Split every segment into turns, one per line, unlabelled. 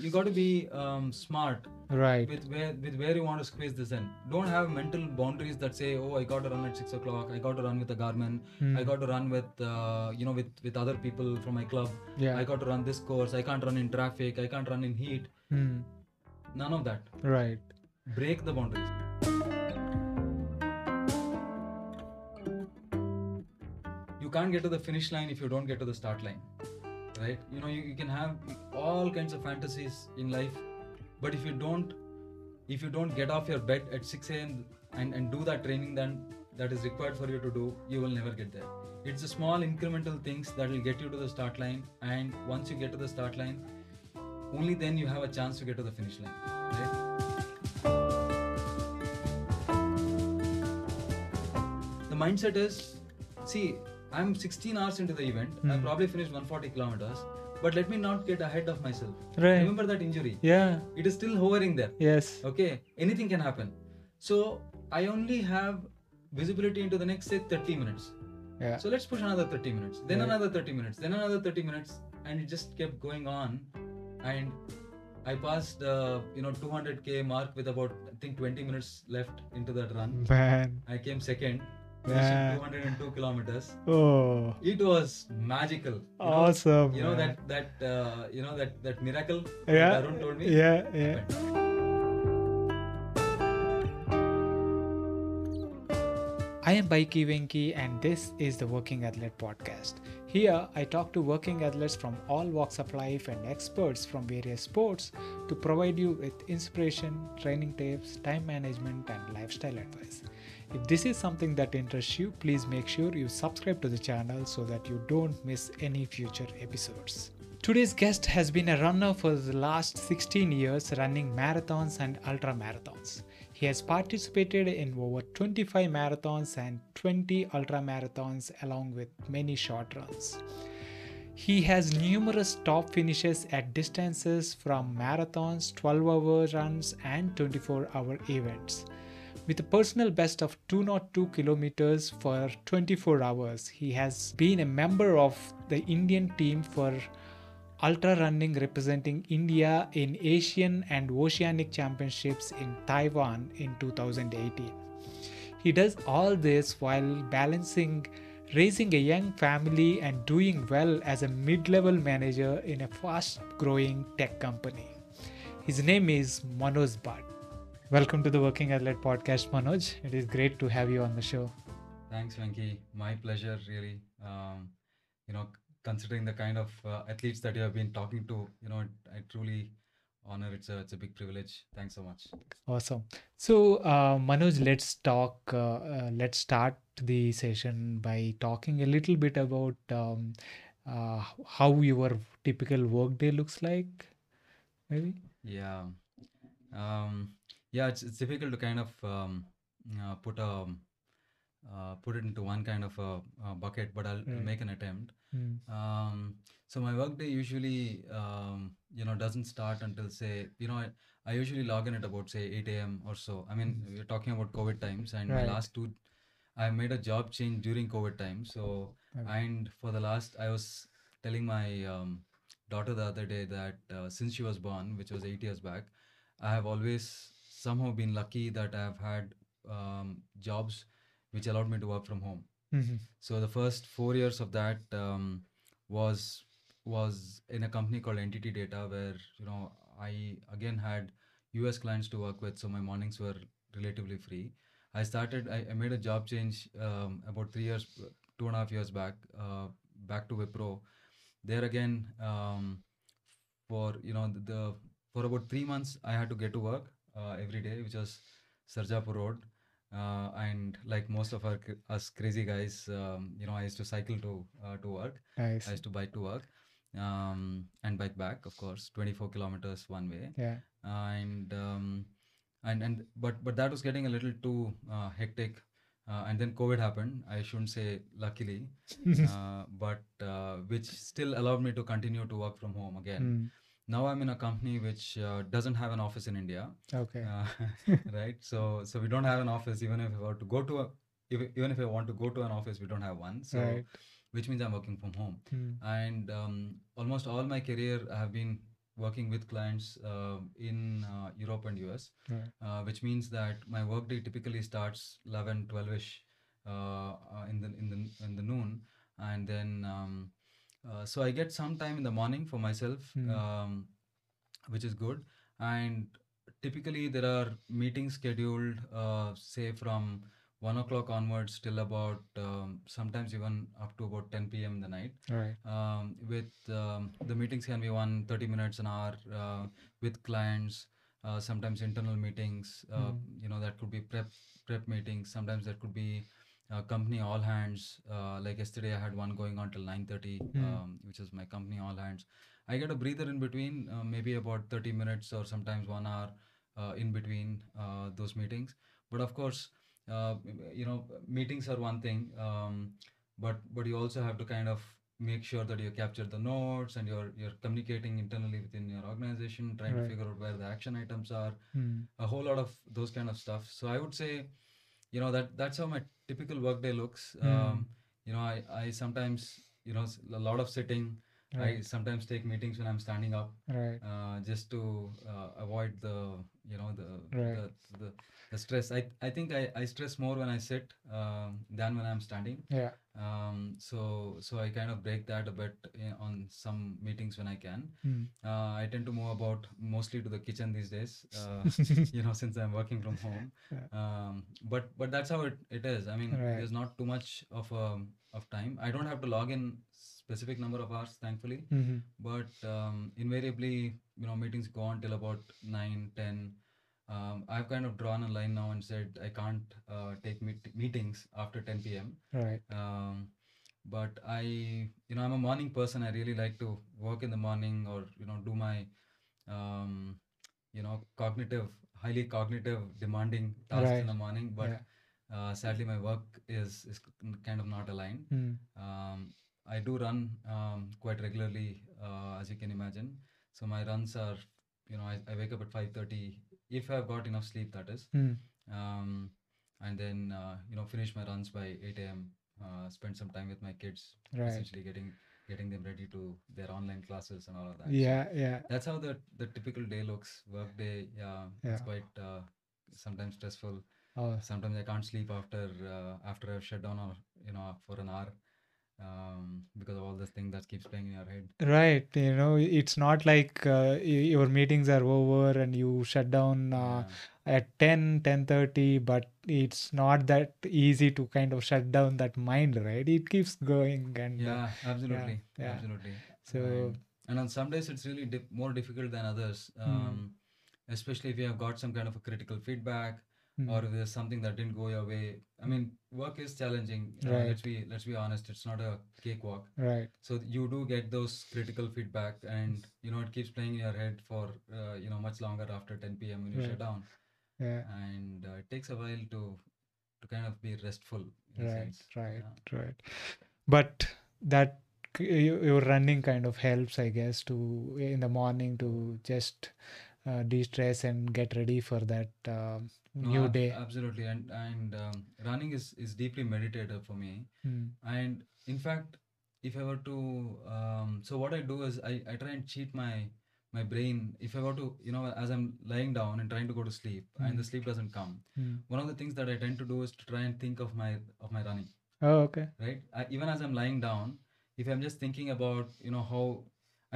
you got to be um, smart
right
with where with where you want to squeeze this in. Don't have mental boundaries that say, oh, I got to run at six o'clock. I got to run with the Garmin.
Hmm.
I got to run with uh, you know with with other people from my club.
yeah
I got to run this course. I can't run in traffic. I can't run in heat.
Hmm.
None of that.
right
Break the boundaries. You can't get to the finish line if you don't get to the start line. Right? You know, you, you can have all kinds of fantasies in life, but if you don't if you don't get off your bed at 6 a.m. and, and do that training then that is required for you to do, you will never get there. It's the small incremental things that will get you to the start line, and once you get to the start line, only then you have a chance to get to the finish line. Right? the mindset is see i'm 16 hours into the event i
Hmm.
probably finished 140 kilometers but let me not get ahead of myself
right
remember that injury
yeah
it is still hovering there
yes
okay anything can happen so i only have visibility into the next say 30 minutes
yeah
so let's push another 30 minutes then
Right.
another 30 minutes then another 30 minutes and it just kept going on and i passed uh, you know 200k mark with about i think 20 minutes left into that run
man
I came second,
Yeah.
finishing 202 kilometers.
oh
It was magical. You know-
awesome
you know
man.
that that uh, you know that that miracle
Yeah,
that Arun told me.
yeah yeah I am Baiki Venki, and this is the Working Athlete Podcast. Here, I talk to working athletes from all walks of life and experts from various sports to provide you with inspiration, training tips, time management, and lifestyle advice. If this is something that interests you, please make sure you subscribe to the channel so that you don't miss any future episodes. Today's guest has been a runner for the last 16 years, running marathons and ultra marathons. He has participated in over 25 marathons and 20 ultra marathons, along with many short runs. He has numerous top finishes at distances from marathons, 12 hour runs, and 24 hour events. With a personal best of 202 kilometers for 24 hours, he has been a member of the Indian team for ultra running representing India in Asian and Oceanic Championships in Taiwan in 2018. He does all this while balancing raising a young family and doing well as a mid level manager in a fast growing tech company. His name is Manoj Bhatt. Welcome to the Working Athlete Podcast, Manoj. It is great to have you on the show.
Thanks, Venki. My pleasure, really. Um, you know, considering the kind of uh, athletes that you have been talking to, you know, I truly honor. It's a it's a big privilege. Thanks so much.
Awesome. So, uh, Manoj, let's talk. Uh, uh, let's start the session by talking a little bit about um, uh, how your typical workday looks like. Maybe.
Yeah. Um, yeah, it's, it's difficult to kind of um, uh, put a, uh, put it into one kind of a, a bucket, but I'll I'll
Right.
make an attempt.
Mm.
Um, so my workday usually, um, you know, doesn't start until say, you know, I, I usually log in at about say 8 a.m. or so. I mean, we're talking about COVID times, and
Right.
my last two, I made a job change during COVID time. So,
Okay.
and for the last, I was telling my um, daughter the other day that uh, since she was born, which was eight years back, I have always somehow been lucky that I have had um, jobs which allowed me to work from home.
Mhm.
So the first four years of that um, was was in a company called Entity Data, where you know I again had U.S. clients to work with, so my mornings were relatively free. I started. I, I made a job change um, about three years, two and a half years back, uh, back to Wipro. There again, um, for you know the, the for about three months, I had to get to work uh, every day, which was Sarjapur Road uh, and like most of our, cr- us crazy guys, um, you know, I used to cycle to uh, to work.
Nice.
I used to bike to work, um, and bike back, of course, 24 kilometers one way.
Yeah.
And um, and and but but that was getting a little too uh, hectic, uh, and then COVID happened. I shouldn't say luckily, uh, but uh, which still allowed me to continue to work from home again.
Mm.
Now I'm in a company which uh, doesn't have an office in India.
Okay.
Uh, right so so we don't have an office even if i want to go to a if, even if i want to go to an office we don't have one so
right.
which means i'm working from home
Mm.
and um, almost all my career i have been working with clients uh, in uh, Europe and US,
Right.
uh, which means that my workday typically starts 11, 12 ish uh, uh, in the in the in the noon, and then um, uh, so I get some time in the morning for myself,
Hmm.
um, which is good. And typically there are meetings scheduled, uh, say from one o'clock onwards till about um, sometimes even up to about 10 p.m. in the night
Right.
um, with um, the meetings can be one 30 minutes an hour uh, with clients uh, sometimes internal meetings uh,
Mm.
you know that could be prep prep meetings sometimes that could be uh, company all hands uh, like yesterday i had one going on till 9.30
Mm.
um, which is my company all hands i get a breather in between uh, maybe about 30 minutes or sometimes one hour uh, in between uh, those meetings but of course uh, you know meetings are one thing um, but but you also have to kind of make sure that you capture the notes and you're you're communicating internally within your organization trying
Right.
to figure out where the action items are
Hmm.
a whole lot of those kind of stuff so i would say you know that that's how my typical workday looks
Hmm.
um, you know i i sometimes you know s- a lot of sitting i
Right.
sometimes take meetings when i'm standing up
Right.
uh, just to uh, avoid the you know the,
Right.
the, the the stress i i think i i stress more when i sit um, than when i'm standing
Yeah.
um so so i kind of break that a bit eh, on some meetings when i can
Hmm.
uh, i tend to move about mostly to the kitchen these days uh, you know since i'm working from home
Yeah.
um but but that's how it, it is i mean
Right.
there's not too much of um of time i don't have to log in specific number of hours thankfully
hmm
but um, invariably you know meetings go on till about 9 10 um, i've kind of drawn a line now and said i can't uh, take meet- meetings after 10 p.m
Right.
um, but i you know i'm a morning person i really like to work in the morning or you know do my um, you know cognitive highly cognitive demanding tasks in
Right.
the morning but
yeah.
uh, sadly my work is is kind of not aligned
Hmm.
um, I do run um, quite regularly, uh, as you can imagine. So my runs are, you know, I, I wake up at 5:30 if I've got enough sleep, that is,
Hmm.
um, and then uh, you know finish my runs by 8 a.m. Uh, spend some time with my kids,
Right.
essentially getting getting them ready to their online classes and all of that. So
Yeah. Yeah.
that's how the the typical day looks. Work day, yeah,
Yeah.
it's quite uh, sometimes stressful
Oh.
sometimes I can't sleep after uh, after I've shut down or you know for an hour um, because of all this thing that keeps playing in your head.
Right, you know, it's not like uh, y- your meetings are over and you shut down uh,
Yeah.
at 10, 10:30, but it's not that easy to kind of shut down that mind, right? It keeps going and uh,
Yeah, absolutely,
yeah.
absolutely.
so
And and on some days it's really dif- more difficult than others,
mm,
um, especially if you have got some kind of a critical feedback or
mm,
if there's something that didn't go your way. I
mm,
mean, work is challenging. Uh, let's
right,
be let's be honest. It's not a cakewalk.
right,
So you do get those critical feedback, and you know it keeps playing in your head for uh, you know much longer after 10 p.m. when you
right,
shut down.
yeah,
and uh, it takes a while to to kind of be restful in a
right,
sense
right,
yeah
right. But that c- you- your running kind of helps, I guess, to in the morning to just uh, de-stress and get ready for that um
no
new
ab-
day.
absolutely and and um, running is is deeply meditative for me
Mm.
and in fact if i were to um, so what i do is I, I try and cheat my my brain if i were to you know as i'm lying down and trying to go to sleep and the
Mm.
sleep doesn't come
Mm.
one of the things that i tend to do is to try and think of my of my running
Oh, okay.
right I, even as i'm lying down if i'm just thinking about you know how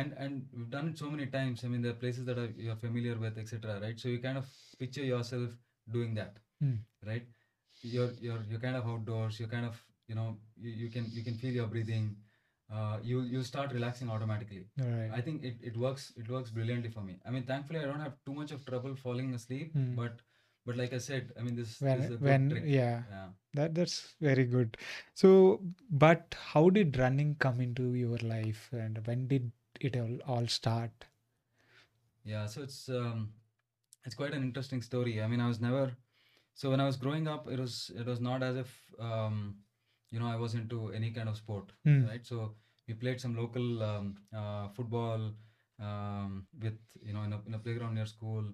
and and we've done it so many times i mean there are places that are, you're familiar with etc right so you kind of picture yourself doing that
Mm.
right you're you're you're kind of outdoors you're kind of you know you, you can you can feel your breathing uh you you start relaxing automatically
All right.
i think it, it works it works brilliantly for me i mean thankfully i don't have too much of trouble falling asleep
Mm.
but but like i said i mean this this is
When
a good
when
trick
yeah,
yeah
that that's very good. So, but how did running come into your life, and when did it all, all start?
yeah so it's um it's quite an interesting story i mean i was never so when i was growing up it was it was not as if um you know i was into any kind of sport
Mm.
right so we played some local um, uh, football um, with you know in a, in a playground near school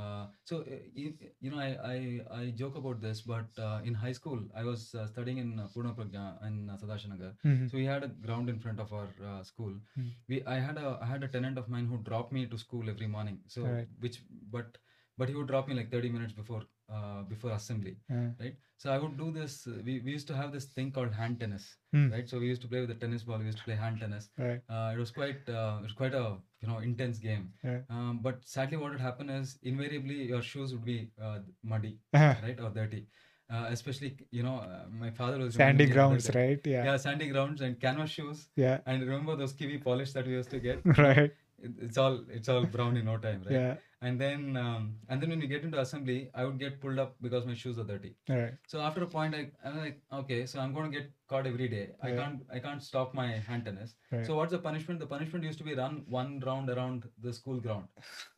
Uh, so uh, you, you know I, I I joke about this, but uh, in high school I was uh, studying in uh, Purna Pragya in uh, Sadashinagar.
Mhm.
So we had a ground in front of our uh, school.
Mm.
We I had a I had a tenant of mine who dropped me to school every morning. So
Right.
which but but he would drop me like 30 minutes before uh, before assembly,
Uh,
right? So I would do this. uh, We, we used to have this thing called hand tennis,
mm,
right? So we used to play with a tennis ball. We used to play hand tennis.
Right.
Uh, it was quite uh, it was quite a you know intense game.
Yeah.
Um, but sadly, what would happen is invariably your shoes would be uh, muddy, right, or dirty. Uh, especially you know uh, my father was reminding
Sandy
me the other
grounds,
day-
right?
yeah,
Yeah.
sandy grounds and canvas shoes.
Yeah.
And remember those kiwi polish that we used to get?
Right.
It, it's all it's all brown in no time, right?
Yeah.
And then um, and then when we get into assembly, I would get pulled up because my shoes are dirty.
Right.
So after a point, I I'm like, okay, so I'm going to get caught every day. I
Yeah.
can't I can't stop my hand tennis.
Right.
So what's the punishment? The punishment used to be run one round around the school ground,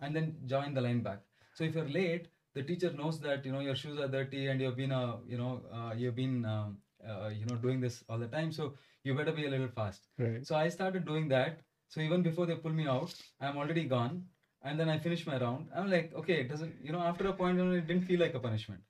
and then join the line back. So if you're late, the teacher knows that you know your shoes are dirty and you've been uh, you know uh, you've been um, uh, you know doing this all the time. So you better be a little fast.
Right.
So I started doing that. So even before they pull me out, I'm already gone. And then I finish my round. I'm like, okay, it doesn't, you know, after a point, you know, it didn't feel like a punishment,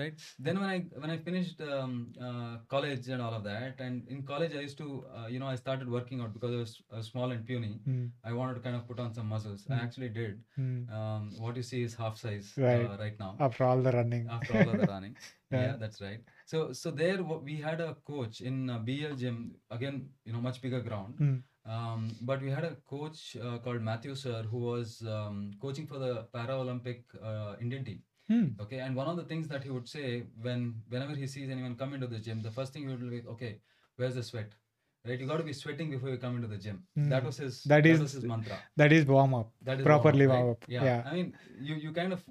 right? Then when I when I finished um, uh, college and all of that, and in college I used to, uh, you know, I started working out because I was, I was small and puny.
Mm,
I wanted to kind of put on some muscles. I
Mm.
actually did.
mm.
Um, what you see is half size
Right.
uh, right now
After all the running.
after all of the running yeah.
Yeah.
that's right so so there wha- we had a coach in uh, bl gym again you know much bigger ground
Mm.
um, but we had a coach uh, called matthew sir who was um, coaching for the paralympic uh, indian team
Mm,
okay and one of the things that he would say when whenever he sees anyone come into the gym the first thing he would be okay where's the sweat right you got to be sweating before you come into the gym that
Mm.
was his
That is-
was his mantra
That is warm up.
that is
Properly
warm
warm
up,
up,
right? Yeah.
yeah.
i mean you you kind of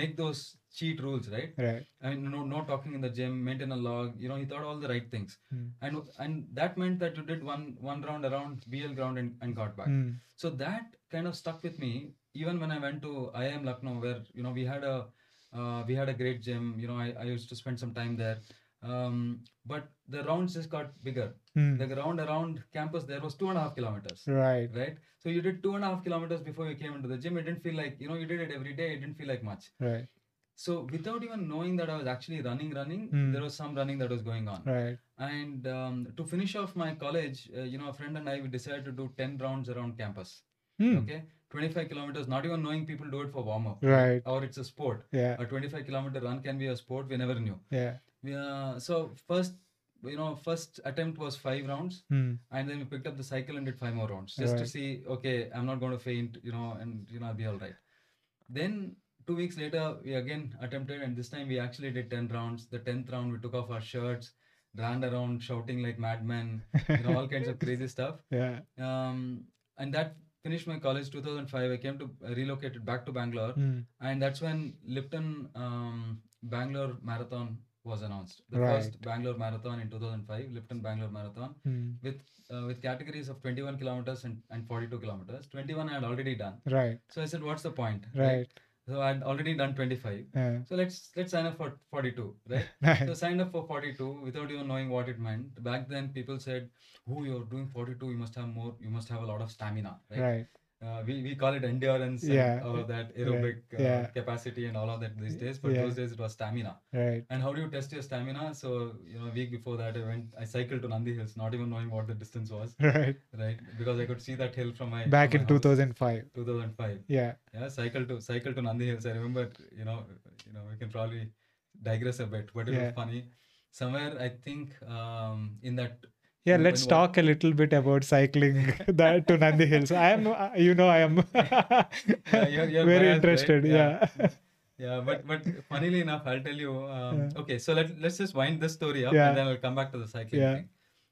make those cheat rules right
Right.
I mean, no, no talking in the gym, maintain a log. You know, he thought all the right things,
Mm.
and and that meant that you did one one round around BL ground and, and got back.
Mm,
So that kind of stuck with me even when I went to IIM Lucknow, where you know we had a uh, we had a great gym. You know, I, I used to spend some time there. Um, but the rounds just got bigger.
mm.
The ground around campus there was two and a half kilometers
Right.
right so you did two and a half kilometers before you came into the gym it didn't feel like you know you did it every day it didn't feel like much
Right.
so without even knowing that i was actually running running
Mm.
there was some running that was going on
Right.
and um, to finish off my college uh, you know a friend and i we decided to do 10 rounds around campus
Mm,
okay 25 kilometers not even knowing people do it for warm up
Right.
or it's a sport
Yeah.
a 25 kilometer run can be a sport we never knew
Yeah.
yeah so first you know first attempt was five rounds
Mm,
and then we picked up the cycle and did five more rounds just to
Right.
see okay i'm not going to faint you know and you know i'll be all right then two weeks later we again attempted and this time we actually did 10 rounds the 10th round we took off our shirts ran around shouting like madmen you know all kinds of crazy stuff
Yeah.
um, and that finished my college 2005 i came to I relocated back to bangalore
Mm,
and that's when lipton um, bangalore marathon was announced the first bangalore marathon in 2005 lipton bangalore marathon
mm.
with uh, with categories of 21 kilometers and, and 42 kilometers 21 i had already done
Right.
so i said what's the point
Right.
so i had already done 25
Yeah.
so let's let's sign up for 42 right so
Right.
signed up for 42 without even knowing what it meant back then people said who you're doing 42 you must have more you must have a lot of stamina right,
Right.
Uh, we, we call it endurance
Yeah,
and all of that
right,
aerobic uh,
yeah.
capacity and all of that these days but
Yeah.
those days it was stamina
Right.
and how do you test your stamina so you know a week before that i went i cycled to nandi hills not even knowing what the distance was
Right.
right because i could see that hill from my
Back
from
in
my house.
2005.
2005
Yeah.
yeah cycle to cycle to nandi hills i remember you know you know we can probably digress a bit but it was
Yeah.
funny somewhere i think um in that
Yeah,
when-
let's
when wa-
talk a little bit about cycling that to Nandi Hills. I am, uh, you know, I am
Yeah, you're- you're biased,
very
right?
interested.
Yeah.
Yeah.
yeah but but funnily enough i'll tell you um,
Yeah.
okay so let, let's just wind this story up
Yeah.
and then i'll come back to the cycling
Yeah.
thing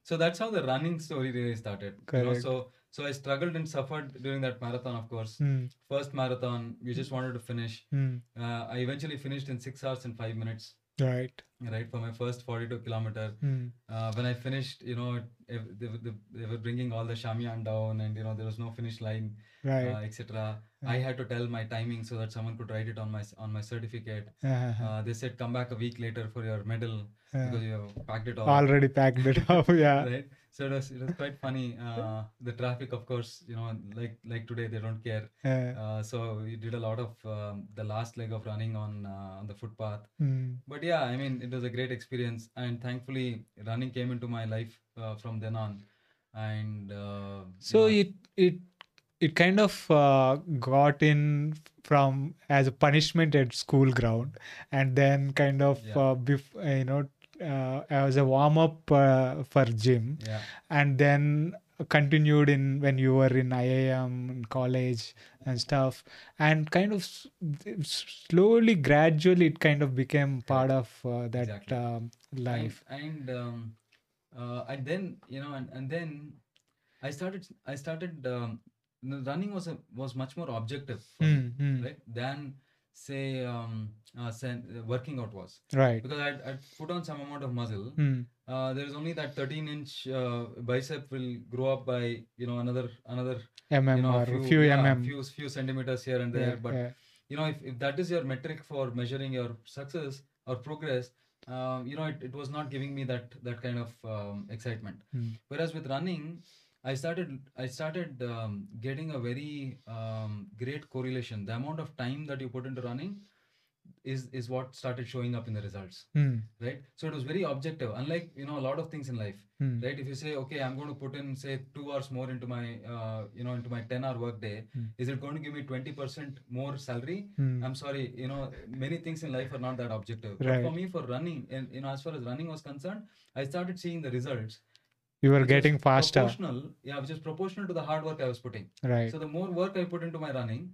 so that's how the running story really started you know
Correct.
so so i struggled and suffered during that marathon of course
Mm,
first marathon we just wanted to finish
mm,
uh, i eventually finished in 6 hours and 5 minutes
right.
right for my first 42 kilometer
Hmm.
uh, when I finished, you know, ev- they, were- they- they were bringing all the shamian down, and you know there was no finish line, uh,
Right.
etc. I had to tell my timing so that someone could write it on my s- on my certificate.
Uh-huh.
Uh, they said come back a week later for your medal
Uh,
because you have packed it all.
already packed it up. Yeah.
Right, so it was it was quite funny. Uh, the traffic, of course, you know, like like today they don't care.
Uh,
Uh, so we did a lot of um, the last leg of running on uh, on the footpath.
hmm.
But yeah, I mean, it was a great experience, and thankfully, running came into my life uh, from then on. And uh,
So
yeah,
it it it kind of uh, got in from as a punishment at school ground, and then kind of
Yeah.
uh, bef- uh, you know uh, as a warm up uh, for gym,
yeah,
and then continued in when you were in IIM in college and stuff, and kind of s- th- slowly, gradually, it kind of became part of uh, that
Exactly.
um, life.
and and, um, uh, and then you know, and, and then I started. I started um, n- running was a, was much more objective, for me,
Mm, mm.
right, than say um, uh, sen- uh, working out was
Right.
because I'd, I'd put on some amount of muscle.
Mm,
Uh, there is only that 13 inch uh, bicep will grow up by you know another another
mm
you know,
or
a few,
few
yeah,
mm.
few few centimeters here and there.
Yeah,
but
yeah.
you know, if, if that is your metric for measuring your success or progress, um, you know, it, it was not giving me that that kind of um, excitement.
Mm.
Whereas with running, I started I started um, getting a very um, great correlation. The amount of time that you put into running is is what started showing up in the results,
Mm,
right? So it was very objective. Unlike you know a lot of things in life,
mm.
right if you say okay i'm going to put in say two hours more into my uh, you know into my 10 hour work day
Mm.
is it going to give me 20% more salary
Hmm.
i'm sorry you know many things in life are not that objective but for
Right.
me for running and you know as far as running was concerned i started seeing the results
you were
which was
getting faster,
proportional yeah which is proportional to the hard work i was putting
right?
so the more work I put into my running,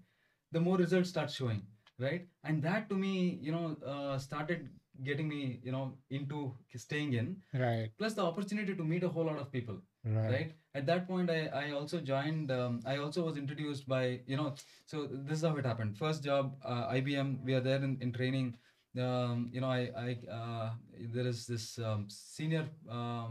the more results start showing, right? And that to me, you know, uh, started getting me, you know, into staying in.
right,
Plus the opportunity to meet a whole lot of people,
right,
right? At that point, I I also joined. Um, I also was introduced by you know. So this is how it happened. First job, uh, IBM. We are there in in training. Um, you know, I I uh, there is this um, senior um,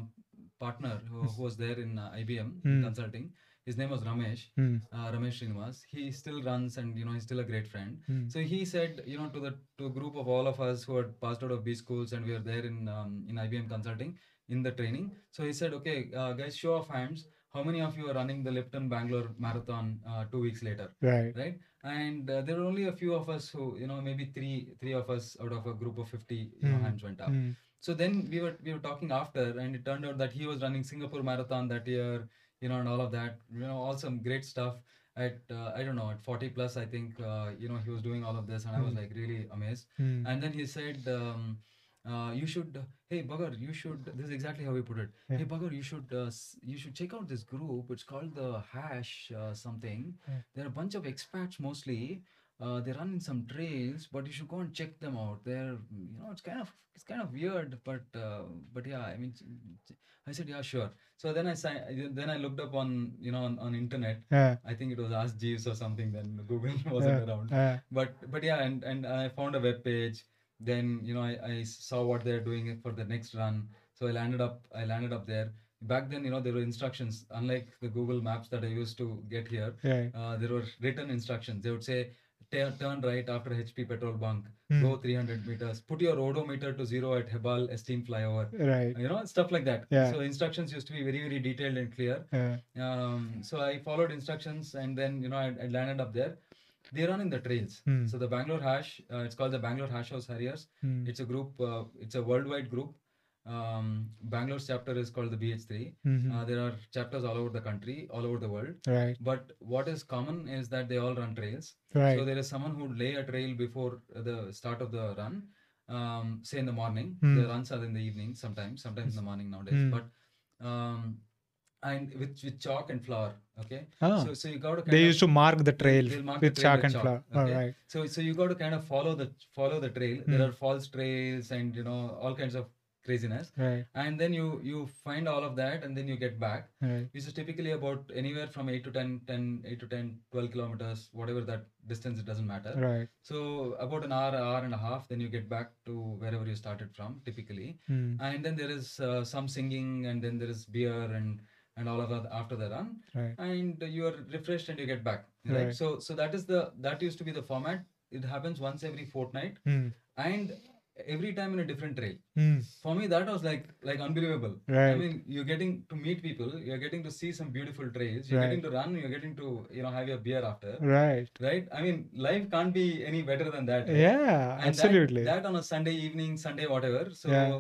partner who, who was there in uh, IBM in
Hmm.
consulting. His name was Ramesh
Hmm,
uh, Ramesh Srinivas. He still runs, and you know he's still a great friend.
hmm,
So he said, you know, to the to a group of all of us who had passed out of B schools and we were there in um, in IBM Consulting in the training. So he said, okay, uh, guys, show of hands, how many of you are running the Lipton Bangalore Marathon uh, two weeks later?
right,
right and uh, there were only a few of us who you know maybe three three of us out of a group of 50 you know,
Mm,
hands went up
mm,
so then we were we were talking after and it turned out that he was running singapore marathon that year you know and all of that you know all some great stuff at uh, i don't know at 40 plus i think uh, you know he was doing all of this and i was
Mm.
like really amazed
mm,
and then he said um, uh, you should hey bugger you should this is exactly how he put it
Yeah.
hey bugger you should uh, s- you should check out this group it's called the hash uh, something
Yeah.
they're a bunch of expats mostly uh, they run in some trails but you should go and check them out they're you know it's kind of it's kind of weird but uh, but yeah i mean i said yeah sure so then i signed, then i looked up on you know on, on internet
yeah,
i think it was ask jeeves or something then google wasn't around
yeah,
but but yeah and and i found a web page then you know I, I saw what they're doing for the next run so i landed up i landed up there back then you know there were instructions unlike the google maps that i used to get here
right,
uh, there were written instructions they would say "Tur- turn right after hp petrol bunk
Hmm.
go 300 meters put your odometer to zero at hebal esteem flyover
right,
you know stuff like that
Yeah.
so instructions used to be very very detailed and clear
yeah,
um, so I followed instructions and then you know I, I landed up there. They run in the trails.
Hmm.
So the Bangalore Hash, uh, it's called the Bangalore Hash House Harriers.
mm,
It's a group. Uh, it's a worldwide group. Um, Bangalore's chapter is called the BH3.
mhm,
Uh, there are chapters all over the country, all over the world.
right,
But what is common is that they all run trails. So
right,
there is someone who lay a trail before uh, the start of the run, um, say in the morning. The
Hmm.
runs are in the evening sometimes, sometimes in the morning nowadays.
Hmm.
But um, and with with chalk and flour, okay.
Ah,
So so you got to kind
they
of,
used to mark the trail
they'll mark the
with
trail
chalk
with
and
chalk,
flour. All
okay.
right,
so so you got to kind of follow the follow the trail. There
Hmm.
are false trails and you know all kinds of craziness
Right.
and then you you find all of that and then you get back
Right.
which is typically about anywhere from 8 to 10 10 8 to 10 12 kilometers whatever that distance it doesn't matter
Right.
so about an hour hour and a half then you get back to wherever you started from typically
Mm.
and then there is uh, some singing and then there is beer and and all of that after the run
Right.
and you are refreshed and you get back right?
Right.
so so that is the that used to be the format it happens once every fortnight
Mm.
and every time in a different trail
Mm.
for me that was like like unbelievable
Right.
i mean you're getting to meet people you're getting to see some beautiful trails you're getting to run you're getting to you know have your beer after
right.
right i mean life can't be any better than that right?
Yeah.
And that-
absolutely.
that, on a sunday evening sunday whatever so
Yeah.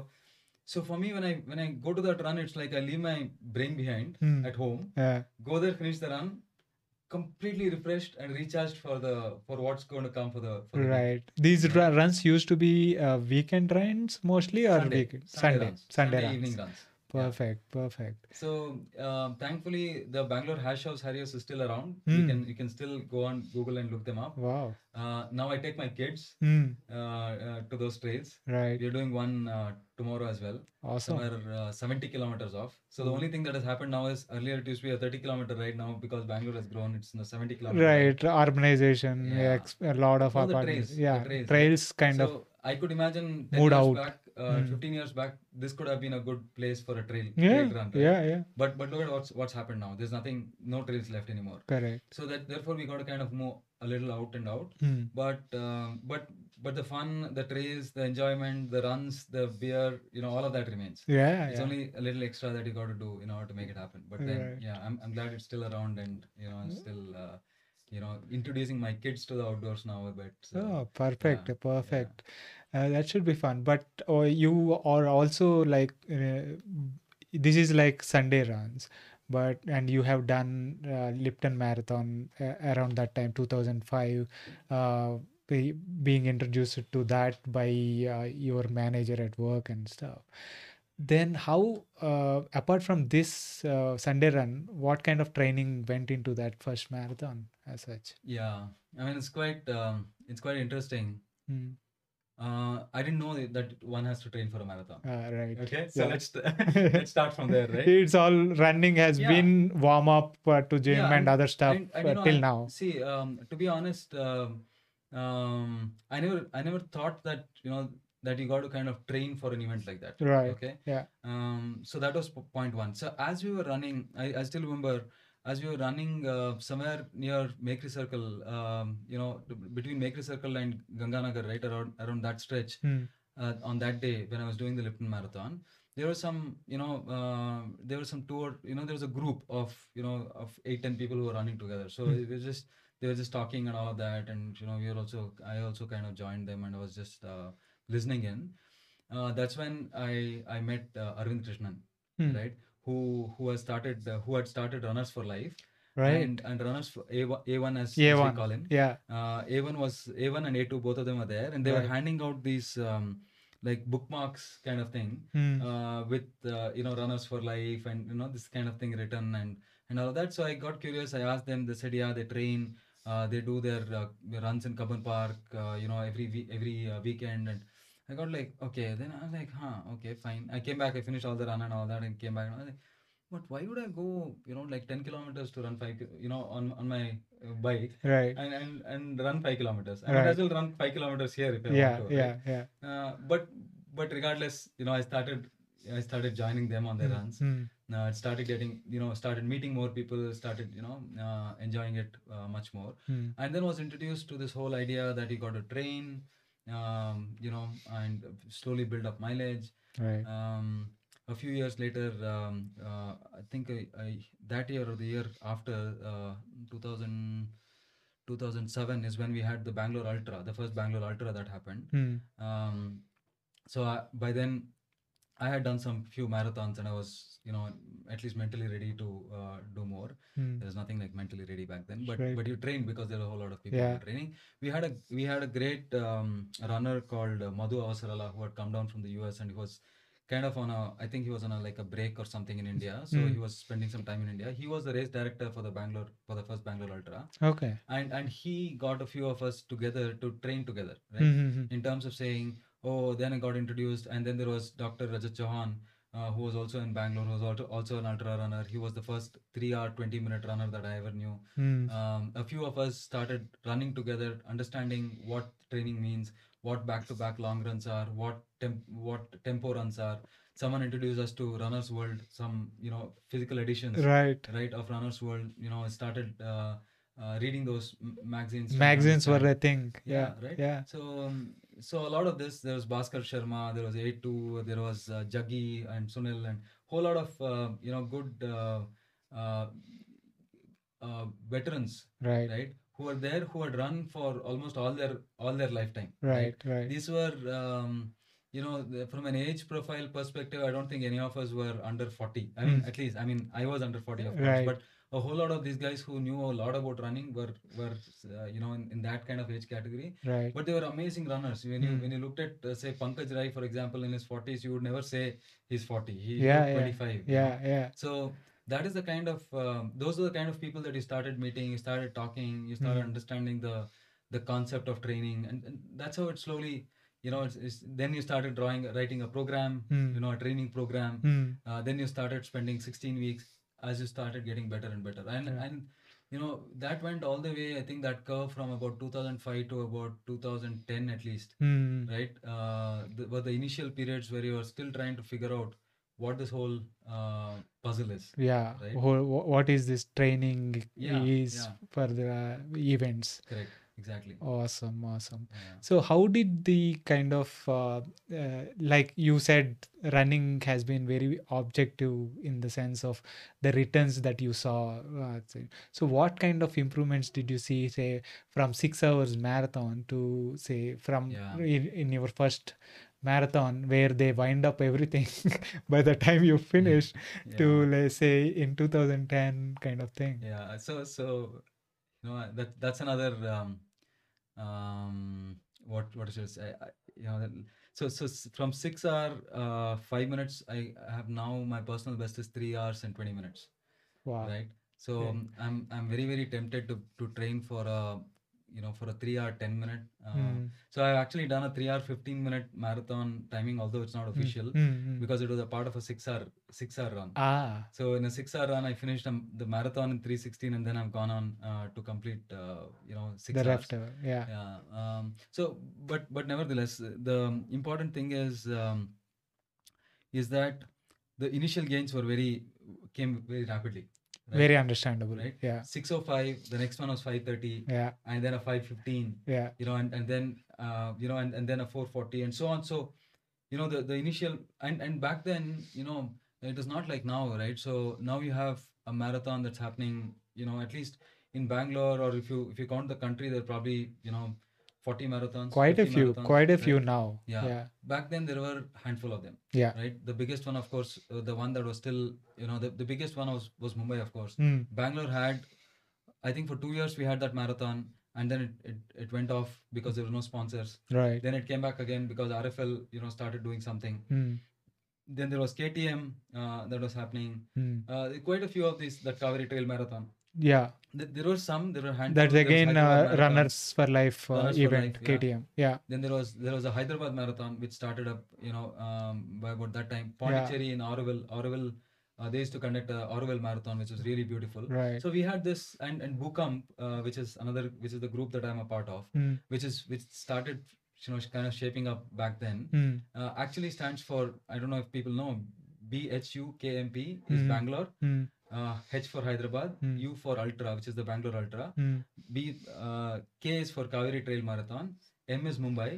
so for me when i when i go to that run it's like i leave my brain behind
Mm.
at home
yeah.
go there finish the run completely refreshed and recharged for the for what's going to come for the for the week.
Right. These ru- runs used to be uh, weekend runs mostly or
sunday
weekend
sunday
Sunday
runs,
Sunday,
Sunday
runs.
evening runs yeah.
Perfect. Perfect.
so um, thankfully the bangalore hash house harriers is still around you
Mm.
can you can still go on google and look them up
Wow.
uh, now i take my kids
Mm.
uh, uh, to those trails
Right.
we're doing one uh, tomorrow as well
Awesome.
somewhere uh, 70 kilometers off so the only thing that has happened now is earlier it used to be a 30 kilometer right now because bangalore has grown it's in the 70 kilometer
Right. Urbanization.
Yeah.
Yeah. Ex- a lot of
All the
apartments.
trails, the
yeah.
trails,
Trails,
right?
kind
so
of.
I could imagine 10
Moved
years
out.
back, uh,
Mm.
15 years back, this could have been a good place for a trail,
Yeah.
trail run. right?
Yeah. Yeah.
But but look at what's what's happened now. There's nothing, no trails left anymore.
Correct.
So that therefore we got to kind of move a little out and out.
Mm.
But um, but but the fun, the trails, the enjoyment, the runs, the beer, you know, all of that remains.
Yeah.
It's
yeah.
only a little extra that you got to do in order to make it happen. But then
Right. Hmm.
yeah, I'm I'm glad it's still around and you know I'm still uh, you know introducing my kids to the outdoors now a bit. So.
Oh, perfect,
yeah,
perfect. Uh, that should be fun. But uh, you are also like uh, this is like Sunday runs, but and you have done uh, Lipton Marathon uh, around that time, 2005. Uh, be- being introduced to that by uh, your manager at work and stuff. Then how, uh, apart from this uh, Sunday run, what kind of training went into that first marathon as such?
Yeah, I mean it's quite um, it's quite interesting.
Mm.
Uh, I didn't know that- that one has to train for a marathon.
Uh, right.
Okay, so
Yeah.
let's let's start from there, right?
It's all running has
Yeah.
been warm up uh, to gym
Yeah,
and,
and-
other stuff
and- and,
uh,
you know,
till
I-
now.
See, um, to be honest, um, um, I never I never thought that you know that you got to kind of train for an event like that.
Right.
Okay.
Yeah.
Um, so that was p- point one. So as we were running, I, I still remember as we were running uh, somewhere near Makery Circle, um, you know, t- between Makery Circle and Ganganagar, right around around that stretch.
Hmm.
uh, on that day when I was doing the Lipton Marathon, there were some, you know, uh, there were some tour, you know, there was a group of, you know, of eight, 10 people who were running together. So
Mm.
it was just, they were just talking and all of that. And, you know, we were also, I also kind of joined them and I was just uh, listening in. Uh, that's when I, I met uh, Arvind Krishnan,
Hmm.
right? Who, who has started, uh, who had started Runners for Life
Right.
and, and Runners for A1, A1 as, as
A1.
we call him
yeah.
uh, A1 was A1 and A2 both of them were there and they were
Right.
handing out these um, like bookmarks kind of thing
Hmm.
uh, with uh, you know runners for life and you know this kind of thing written and and all of that so I got curious I asked them they said yeah they train uh, they do their uh, runs in Kabban Park uh, you know every we- every uh, weekend and I got like okay then I was like huh okay fine I came back I finished all the run and all that and came back and I was like but why would I go you know like 10 kilometers to run 5 ki- you know on on my uh, bike
right.
and and, and run five kilometers. I might as well run five kilometers here if I
yeah.
want to.
Yeah.
right?
Yeah.
Uh, but but regardless, you know, I started I started joining them on their
Hmm.
runs.
Hmm.
Now it started getting you know started meeting more people. Started you know uh, enjoying it uh, much more.
Hmm.
And then was introduced to this whole idea that you got to train, um, you know, and slowly build up mileage.
Right.
Um, a few years later, um, uh, I think I, I, that year or the year after, uh, 2000, 2007 is when we had the Bangalore Ultra, the first Bangalore Ultra that happened.
Hmm.
Um, so I, by then, I had done some few marathons and I was, you know, at least mentally ready to uh, do more.
Hmm.
There's nothing like mentally ready back then, but
Right.
but you trained because there were a whole lot of people who
Yeah.
were training. We had a we had a great um, runner called uh, Madhu Avasarala who had come down from the US and he was kind of on a I think he was on a like a break or something in India. So
Mm.
he was spending some time in India. He was the race director for the Bangalore for the first Bangalore Ultra,
Okay.
and and he got a few of us together to train together, right?
Hmm. hmm, hmm.
In terms of saying oh then i got introduced and then there was dr rajat chauhan uh, who was also in bangalore who was also, also an ultra runner he was the first 3 hour 20 minute runner that i ever knew
Hmm.
um, a few of us started running together understanding what training means what back to back long runs are what temp- what tempo runs are someone introduced us to runners world some you know physical editions
right.
right of runners world you know i started uh, uh, reading those m- magazines to
Magazines were
understand.
a thing. Yeah.
Yeah, right?
Yeah.
so um, so a lot of this there was bhaskar sharma there was a2 there was uh, jaggi and sunil and whole lot of uh, you know good uh, uh, uh, veterans
Right.
right who were there who had run for almost all their all their lifetime
Right. Right.
these were um, you know the- from an age profile perspective i don't think any of us were under 40 i mean
Mm.
at least i mean i was under 40 of
Right.
course but a whole lot of these guys who knew a lot about running were were uh, you know in, in that kind of age category
Right.
but they were amazing runners when you
Mm.
when you looked at uh, say pankaj rai for example in his 40s you would never say he's 40 he
Yeah,
looked
yeah.
25 you know?
Yeah. Yeah.
so that is the kind of um, those are the kind of people that you started meeting you started talking you started
Mm.
understanding the the concept of training and, and that's how it slowly you know it's, it's, then you started drawing writing a program
Mm.
you know a training program
Hmm.
uh, then you started spending 16 weeks as you started getting better and better and
Yeah.
and you know that went all the way i think that curve from about 2005 to about 2010 at least
Hmm.
right uh, the, were the initial periods where you were still trying to figure out what this whole uh, puzzle is
Yeah.
Right.
Whole, wh- what is this training
Yeah,
is
yeah.
for the uh, events?
correct exactly
Awesome. Awesome.
yeah.
So, how did the kind of uh, uh, like you said, running has been very objective in the sense of the returns that you saw? Uh, so- so, what kind of improvements did you see, say, from six hours marathon to say from
Yeah.
in, in your first marathon where they wind up everything by the time you finish to
Mm, Yeah.
let's say in 2010 kind of thing?
Yeah, uh, so so you know I- that that's another um um what what should I say? I, I- you know that- so so s- from six hour uh five minutes I I have now my personal best is three hours and twenty minutes
Wow.
right so
Yeah.
um, I'm I'm very very tempted to to train for a you know for a three hour ten minute uh,
Mm,
so I've actually done a three hour fifteen minute marathon timing although it's not
mm,
official
mm, mm.
because it was a part of a six hour six hour run
ah,
so in a six-hour run, I finished um, the marathon in 3:16, and then I've gone on uh, to complete, uh, you know, six
the
hours.
leftover. Yeah.
Yeah. Um, so, but but nevertheless, uh, the important thing is um, is that the initial gains were very came very rapidly. Right?
very understandable
right?
yeah
6:05, the next one was 5:30,
yeah
and then a 5:15
yeah
you know and, and then uh, you know and, and then a 440 and so on so you know the, the initial and and back then you know it is not like now right so now you have a marathon that's happening you know at least in bangalore or if you if you count the country there are probably you know 40 marathons
quite a
50
few
marathons,
quite a
right?
few now
Yeah.
yeah
back then there were handful of them
Yeah.
right the biggest one of course uh, the one that was still you know the, the biggest one was was mumbai of course
Mm,
Bangalore had, I think for two years we had that marathon and then it, it, it went off because there were no sponsors.
right
Then it came back again because RFL, you know, started doing something.
mm,
Then there was KTM uh, that was happening.
mm.
Uh, quite a few of these, the Kaveri Trail Marathon.
yeah
Th- there were some, there were handful.
that's
there was
again
Hyderabad
uh,
Marathon.
runners for life uh,
Runners for
event
Life, yeah.
ktm yeah
Then there was there was a Hyderabad Marathon which started up, you know, um, by about that time.
Yeah.
Pondicherry in Oroville, Oroville, uh, they used to conduct a Oroville Marathon which was really beautiful.
right
So we had this and and Bookamp, uh, which is another, which is the group that I'm a part of,
mm,
which is which started, you know, sh- kind of shaping up back then.
mm,
Uh, actually stands for I don't know if people know, B H U K M P is
Mhm.
Bangalore,
mm,
uh, H for Hyderabad,
Mm.
U for Ultra, which is the Bangalore Ultra,
mm.
B uh, K is for Kaveri Trail Marathon, M is Mumbai,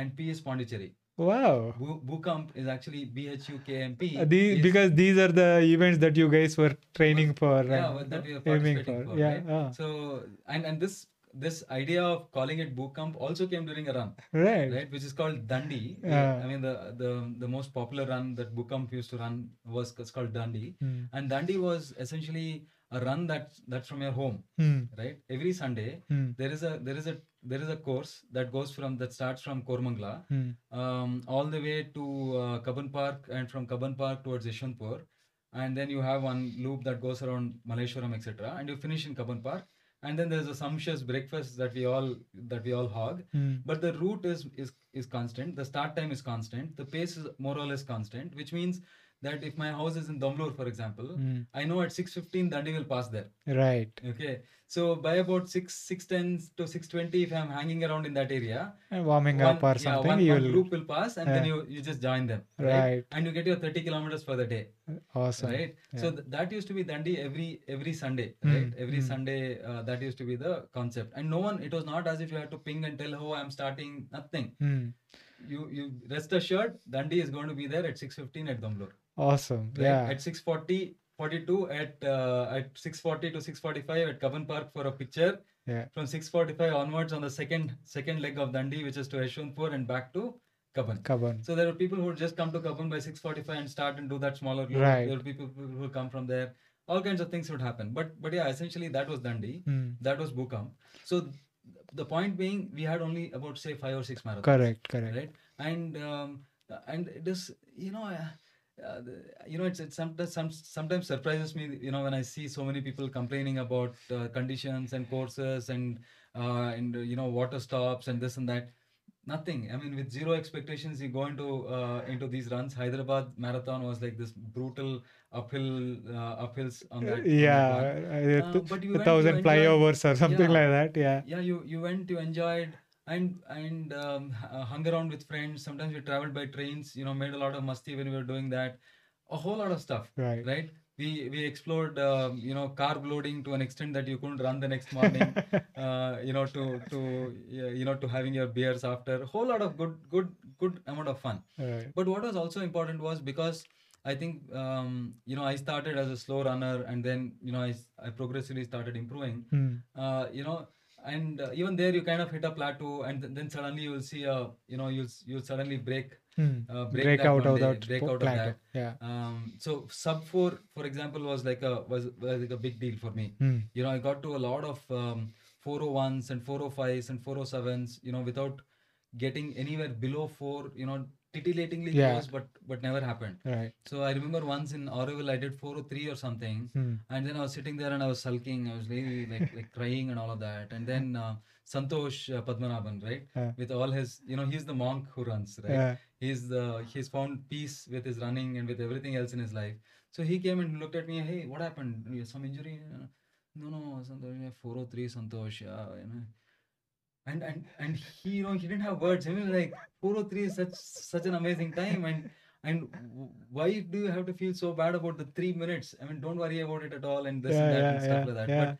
and P is Pondicherry.
wow
Bu- Bookamp is actually B H U K M P.
Uh, these, because these are the events that you guys were training for
yeah,
and
well, that we are
aiming
participating
for,
for,
yeah
right?
ah,
So and and this this idea of calling it boot camp also came during a run,
ah, right
right? Which is called Dundee.
Yeah.
I mean the the the most popular run that boot camp used to run was c- it's called Dundee,
Mm,
and Dundee was essentially a run that that's from your home,
mm,
right? Every Sunday
mm,
there is a there is a there is a course that goes from that starts from Kormangla
mm.
um, all the way to uh, Kaban Park and from Kaban Park towards Yeshwanpur. And then you have one loop that goes around Maleshwaram, etc. And you finish in Kaban Park. and then there's a sumptuous breakfast that we all that we all hog
Hmm.
but the route is is is constant the start time is constant the pace is more or less constant which means that if my house is in Domblur for example
Hmm.
i know at 6:15 dandi will pass there
Right.
okay so by about 6 6:10 to 6:20 if i'm hanging around in that area
And warming
one,
up or
yeah,
something.
one,
you
one
will.
group will pass and then
Yeah.
you you just join them
Right.
and you get your 30 kilometers for the day
Awesome.
right so th- that used to be dandi every every sunday
Mm,
right every
mm.
sunday uh, that used to be the concept and no one it was not as if you had to ping and tell oh i'm starting nothing
Hmm.
you you rest assured dandi is going to be there at 6:15 at Damblor
Awesome.
right?
Yeah.
at 6:40 42 at uh, at 6:40 to 6:45 at Kavan Park for a picture.
Yeah.
From 6:45 onwards on the second second leg of Dandi, which is to Yeshwanthpur and back to Kavan.
Kaban.
So there are people who just come to Kavan by 6:45 and start and do that smaller loop.
Right.
There are people who who come from there. All kinds of things would happen. But but yeah, essentially that was Dandi.
Hmm.
That was Bukam. So th- the point being, we had only about say five or six marathons
Correct. Correct.
right and um, uh, and it is you know uh, uh, the- you know it's, it's sometimes some, sometimes surprises me you know when i see so many people complaining about uh, conditions and courses and uh, and uh, you know water stops and this and that nothing i mean with zero expectations you go into uh, into these runs hyderabad marathon was like this brutal uphill uh, uphills on that on that
Yeah.
one.
uh,
Uh,
th-
but you
a
went, you
thousand
enjoyed-
flyovers or something
Yeah.
like that. Yeah.
yeah you you went you enjoyed and and um, h- uh, hung around with friends sometimes we traveled by trains you know made a lot of masti when we were doing that a whole lot of stuff
Right.
right we we explored um, you know carb loading to an extent that you couldn't run the next morning uh, you know to to yeah, you know to having your beers after a whole lot of good good good amount of fun
Right.
but what was also important was because I think um, you know I started as a slow runner and then you know I, s- I progressively started improving
Hmm.
uh, you know and uh, even there you kind of hit a plateau and th- then suddenly you'll see a you know you'll s- you'll suddenly break
Hmm.
uh, break,
Break
that
out
one
of
day,
that
break
po-
out of
plateau.
that
Yeah.
um, so sub 4 for example was like a was, was like a big deal for me
Hmm.
you know i got to a lot of um, 401s and 405s and 407s you know without getting anywhere below 4 you know titillatingly
Yeah.
close but but never happened
Right.
so i remember once in oroville i did 403 or something
Hmm.
and then I was sitting there and I was sulking. I was really like like crying and all of that. And then uh, Santosh uh, Padmanabhan, right,
Yeah.
with all his, you know, he's the monk who runs, right.
Yeah.
He's the he's found peace with his running and with everything else in his life. So he came and looked at me. Hey, what happened? You have Some injury? Uh, No, no, Santosh. yeah, 403, Santosh. Yeah, you know. And and and he, you know, he didn't have words. He was like, 403 is such such an amazing time and. And w- why do you have to feel so bad about the three minutes? I mean, don't worry about it at all, and this
Yeah,
and that and
yeah,
stuff
yeah,
like that.
yeah.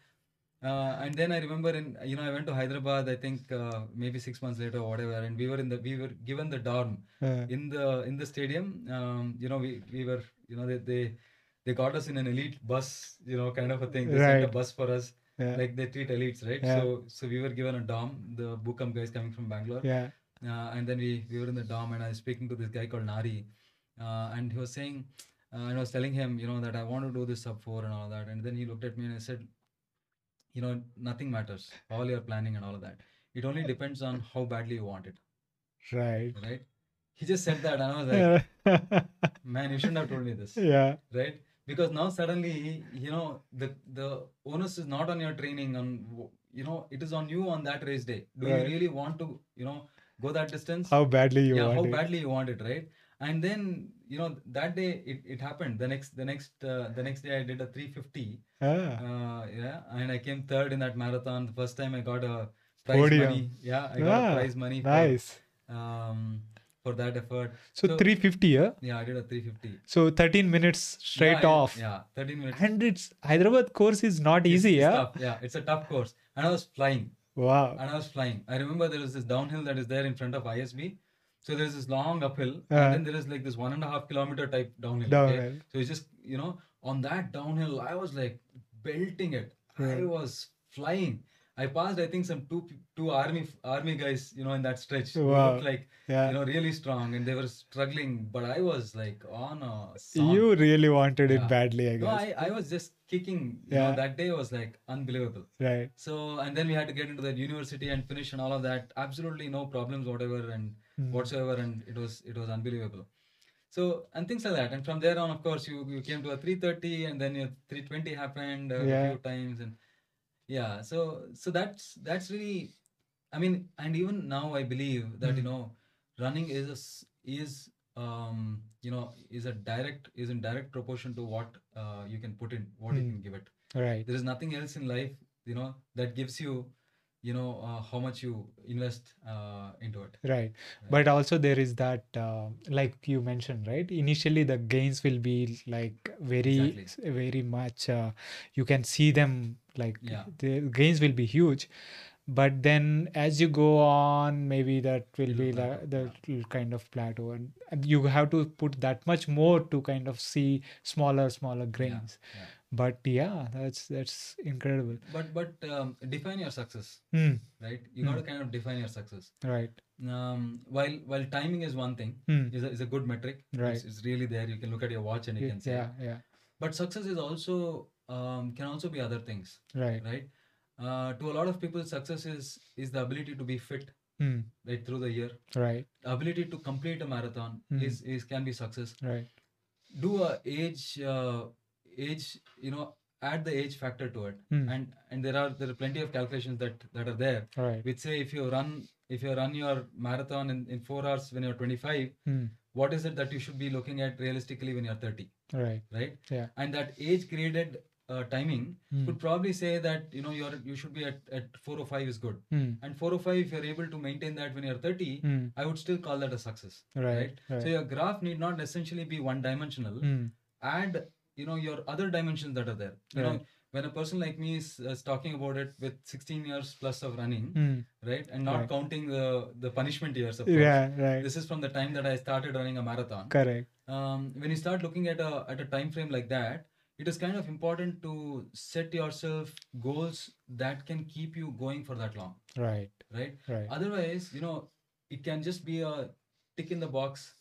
But uh, and then I remember, in you know, I went to Hyderabad. I think uh, maybe six months later or whatever, and we were in the we were given the dorm
Uh,
in the in the stadium. Um, you know, we we were you know they they they got us in an elite bus, you know, kind of a thing. They sent a
Right.
bus for us,
yeah.
like they treat elites, right?
Yeah.
So so we were given a dorm. The Bukam guys coming from Bangalore.
yeah.
Uh, and then we, we were in the dorm, and I was speaking to this guy called Nari. Uh, and he was saying, uh, and I was telling him, you know, that I want to do this sub four and all that. And then he looked at me and I said, you know, nothing matters. All your planning and all of that. It only depends on how badly you want it,
Right.
right? He just said that, and I was like,
Yeah.
man, you shouldn't have told me this,
yeah.
right? Because now suddenly, you know, the the onus is not on your training, on w- you know, it is on you on that race day. Do
Right.
you really want to, you know, go that distance?
How badly you
yeah,
want
how
it.
badly you want it, right? And then you know that day it, it happened. The next the next uh, the next day I did a 350.
Ah,
Uh, yeah, and I came third in that marathon. The first time I got a prize
Podium.
money. Yeah, I got
Ah,
a prize money for
nice.
um for that effort.
So,
so-
350, yeah.
Yeah, I did a 350.
So 13 minutes straight
yeah, I-
off.
Yeah, 13 minutes.
And it's Hyderabad course is not
It's-
easy,
it's
yeah.
tough. Yeah, it's a tough course, and I was flying.
Wow.
and I was flying. I remember there was this downhill that is there in front of ISB. So there's this long uphill,
Uh.
and then there is like this one and a half kilometer type downhill. Uh, okay?
Downhill.
So it's just you know on that downhill, I was like belting it. I
Right.
was flying. I passed, I think, some two pe- two army army guys, you know, in that stretch. who
Wow.
looked like
Yeah.
you know really strong, and they were struggling, but I was like on a song.
You really wanted it
Yeah.
badly, I
no,
guess.
I, I was just kicking. You
Yeah.
know, that day was like unbelievable.
Right.
So and then we had to get into that university and finish and all of that. Absolutely no problems, whatever and
Mm.
whatsoever, and it was it was unbelievable. So and things like that. And from there on, of course, you you came to a three thirty, and then your three twenty happened uh, a
Yeah.
few times, and yeah so so that's that's really i mean and even now i believe that you
Mm.
know running is a s is um you know is a direct is in direct proportion to what uh, you can put in what you
Mm.
can give it
Right.
there is nothing else in life you know that gives you you know uh, how much you invest uh, into it
Right. But also there is that, uh, like you mentioned, right? Initially, the gains will be like very,
Exactly.
s- very much. Uh, you can see them like
Yeah.
the gains will be huge. But then as you go on, maybe that will
It'll
be
plateau,
like the little kind of plateau, and, and you have to put that much more to kind of see smaller, smaller grains.
yeah.
But yeah, that's that's incredible.
but but um, define your success
Hmm.
right you
Mm.
got to kind of define your success
Right.
um, while while timing is one thing
Hmm.
is a, is a good metric
Right.
it's, it's really there you can look at your watch and you
Yeah.
can say
Yeah. yeah.
but success is also um, can also be other things
Right.
right uh, to a lot of people success is is the ability to be fit
Hmm.
right through the year
Right.
ability to complete a marathon
Mm.
is, is can be success
Right.
do a age uh, age you know add the age factor to it
Hmm.
and and there are there are plenty of calculations that that are there
Right.
which say if you run if you run your marathon in, in four hours when you're 25
Hmm.
what is it that you should be looking at realistically when you're 30
Right.
right
Yeah.
and that age graded uh, timing
Hmm.
could probably say that you know you're you should be at, at 405 is good
Hmm.
and 405 if you're able to maintain that when you're 30
Hmm.
i would still call that a success
Right. Right.
so your graph need not essentially be one dimensional
Hmm.
add you know your other dimensions that are there you know
Right.
when a person like me is, is talking about it with 16 years plus of running
Hmm.
right and not
Right.
counting the the punishment years of course.
Yeah. Right.
this is from the time that i started running a marathon
Correct.
um, when you start looking at a at a time frame like that it is kind of important to set yourself goals that can keep you going for that long
Right.
right
Right.
otherwise you know it can just be a tick in the box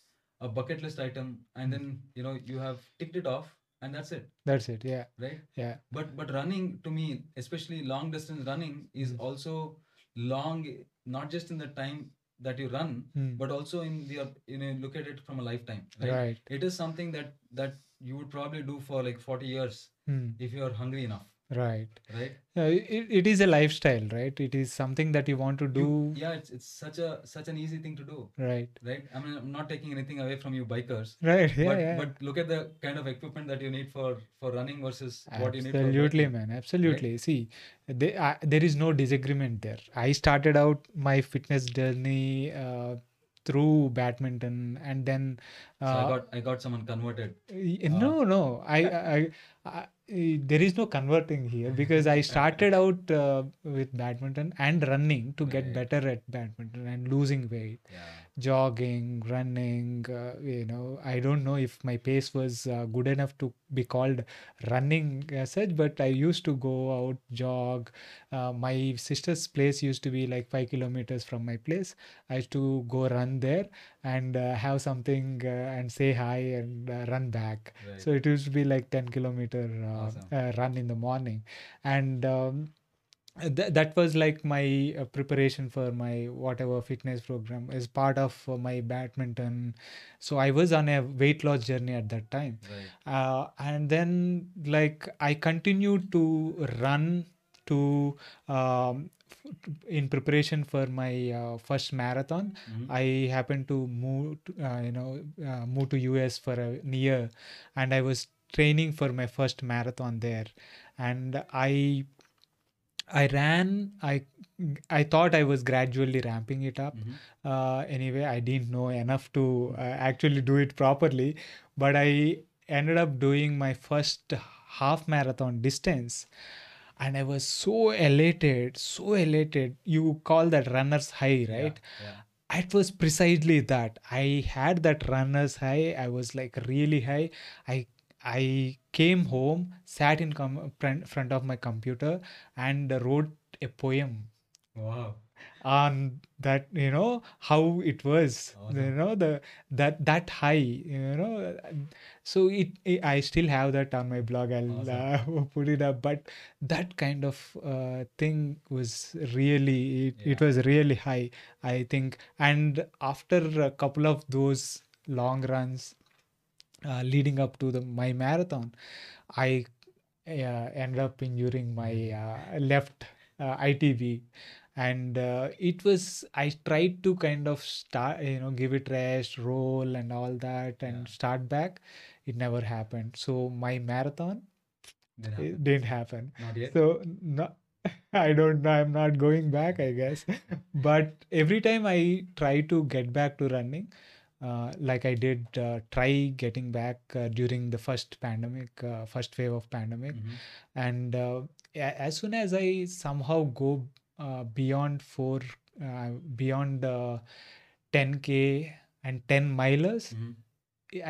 a bucket list item
Hmm.
and then you know you have ticked it off and that's it
That's it. Yeah.
right
Yeah.
but but running to me especially long distance running is
Mm.
also long not just in the time that you run
Hmm.
but also in the you know look at it from a lifetime right?
Right.
it is something that that you would probably do for like 40 years
Hmm.
if you are hungry enough
Right.
right
Yeah, i- it, it is a lifestyle, right? It is something that you want to do.
You- yeah it's, it's such a such an easy thing to do
Right.
right i mean i'm not taking anything away from you bikers
Right. Yeah.
but
yeah.
but look at the kind of equipment that you need for for running versus what you need for
absolutely
biking.
man absolutely see they, I there is no disagreement there i started out my fitness journey uh, through badminton and then uh,
so i got i got someone converted
Y-
Uh,
no no I, I, I I- there is no converting here because i started out uh, with badminton and running to get
Right.
better at badminton and losing weight
yeah
jogging running uh, you know i don't know if my pace was uh, good enough to be called running as such but i used to go out jog uh, my sister's place used to be like 5 kilometers from my place i used to go run there and uh, have something uh, and say hi and uh, run back
right
so it used to be like 10 kilometer uh,
Awesome.
uh, run in the morning and um, uh, tha- that was like my uh, preparation for my whatever fitness program as part of uh, my badminton so i was on a weight loss journey at that time
right
uh, and then like i continued to run to um, f- in preparation for my uh, first marathon
Mhm.
i happened to move to, uh, you know uh, move to us for a year and i was training for my first marathon there and i I ran. I I thought I was gradually ramping it up.
Mhm.
Uh, anyway, I didn't know enough to uh, actually do it properly, but I ended up doing my first half marathon distance, and I was so elated, so elated. You call that runner's high,
Yeah,
right?
yeah
it was precisely that i had that runner's high i was like really high i i came home sat in com- front front of my computer and wrote a poem
wow
on that you know how it was you
Awesome.
know the that that high you know so it, it i still have that on my blog i'll uh, put it up but that kind of uh, thing was really it, it
Yeah.
was really high i think and after a couple of those long runs uh, leading up to the my marathon i yeah, end up injuring my
Mm-hmm.
uh, left uh, ITB, and uh, it was I tried to kind of start, you know, give it rest, roll, and all that, and
Yeah.
start back. It never happened. So my marathon
Didn't happen.
it didn't happen.
Not yet.
So no, I don't know. I'm not going back, I guess. But every time I try to get back to running, uh, like I did uh, try getting back uh, during the first pandemic, uh, first wave of pandemic,
Mhm.
and uh, a- as soon as I somehow go uh, beyond four, uh, beyond uh, 10k and 10 milers,
Mhm.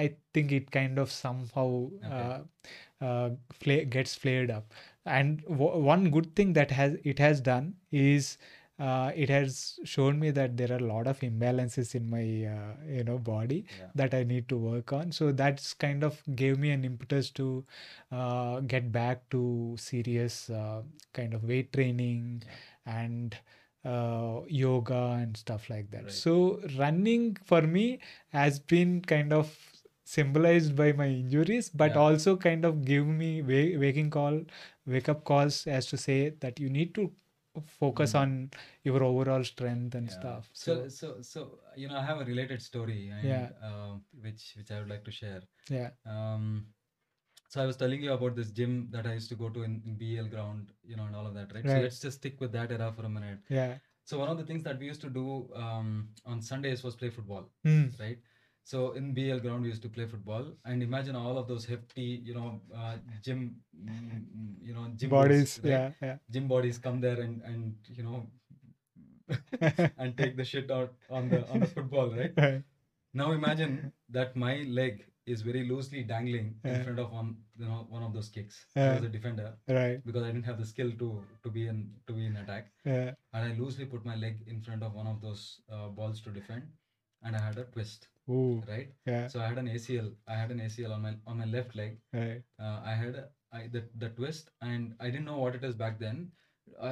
I think it kind of somehow
Okay.
uh, uh, fla- gets flared up. And w- one good thing that has it has done is uh, it has shown me that there are a lot of imbalances in my uh, you know body
Yeah.
that I need to work on. So that's kind of gave me an impetus to uh, get back to serious uh, kind of weight training and uh, yoga and stuff like that.
Right.
So running for me has been kind of symbolized by my injuries but
Yeah.
also kind of give me wa- waking call wake up calls as to say that you need to focus
Mm.
on your overall strength and
Yeah.
stuff
So,
so,
so, so, you know, I have a related story, and
Yeah.
um, which which I would like to share.
yeah
Um, so I was telling you about this gym that I used to go to in, in BL ground, you know, and all of that, right? So
Right.
let's just stick with that era for a minute.
yeah
So one of the things that we used to do um, on Sundays was play football,
Hmm.
right? So in BL ground we used to play football, and imagine all of those hefty, you know, uh, gym, mm, mm, you know, gym dudes,
Hmm. bodies
right?
yeah yeah
gym bodies come there and and you know and take the shit out on the on the football right
Right.
now imagine that my leg is very loosely dangling in
Yeah.
front of one you know one of those kicks i
Yeah.
was a defender
right
because i didn't have the skill to to be in to be in attack
yeah
and i loosely put my leg in front of one of those uh, balls to defend and i had a twist
Ooh.
right
yeah
so i had an acl i had an acl on my on my left leg
right
uh, I had a- I the, the twist and I didn't know what it is back then.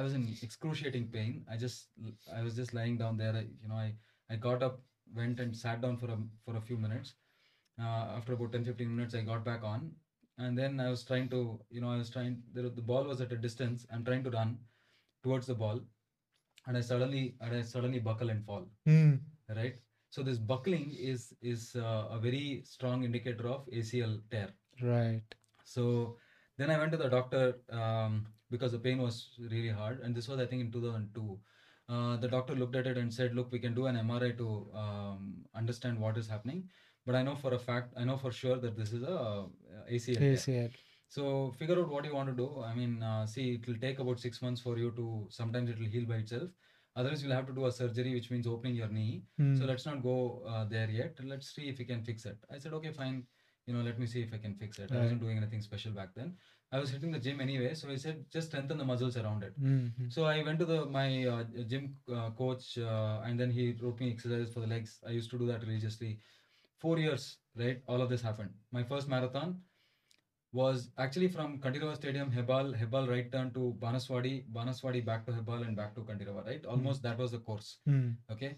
I was in excruciating pain. I just l- I was just lying down there. I, you know, I I got up, went and sat down for a for a few minutes. Uh, after about 10 15 minutes, I got back on, and then I was trying to you know I was trying the, the ball was at a distance. I'm trying to run towards the ball, and I suddenly and I suddenly buckle and fall
Hmm.
right. So this buckling is is uh, a very strong indicator of ACL tear.
right
So then I went to the doctor um, because the pain was really hard, and this was I think in 2002. Uh, the doctor looked at it and said, "Look, we can do an MRI to um, understand what is happening, but I know for a fact, I know for sure that this is a uh, ACL." tear."
ACL.
So figure out what you want to do. I mean, uh, see, it will take about six months for you to. Sometimes it will heal by itself. Otherwise, you'll have to do a surgery, which means opening your knee. So
Hmm.
let's not go uh, there yet. Let's see if we can fix it. I said, okay, fine. You know, let me see if I can fix it. I wasn't doing anything special back then. I was hitting the gym anyway, so I said, just strengthen the muscles around it.
Mhm.
So I went to the my uh, g- gym uh, coach, uh, and then he wrote me exercises for the legs. I used to do that religiously. Four years, right? All of this happened. My first marathon was actually from Kandirava Stadium, Hebal, Hebal right turn to Banaswadi, Banaswadi back to Hebal and back to Kandirava, right? Almost that was the course.
Hmm.
Okay.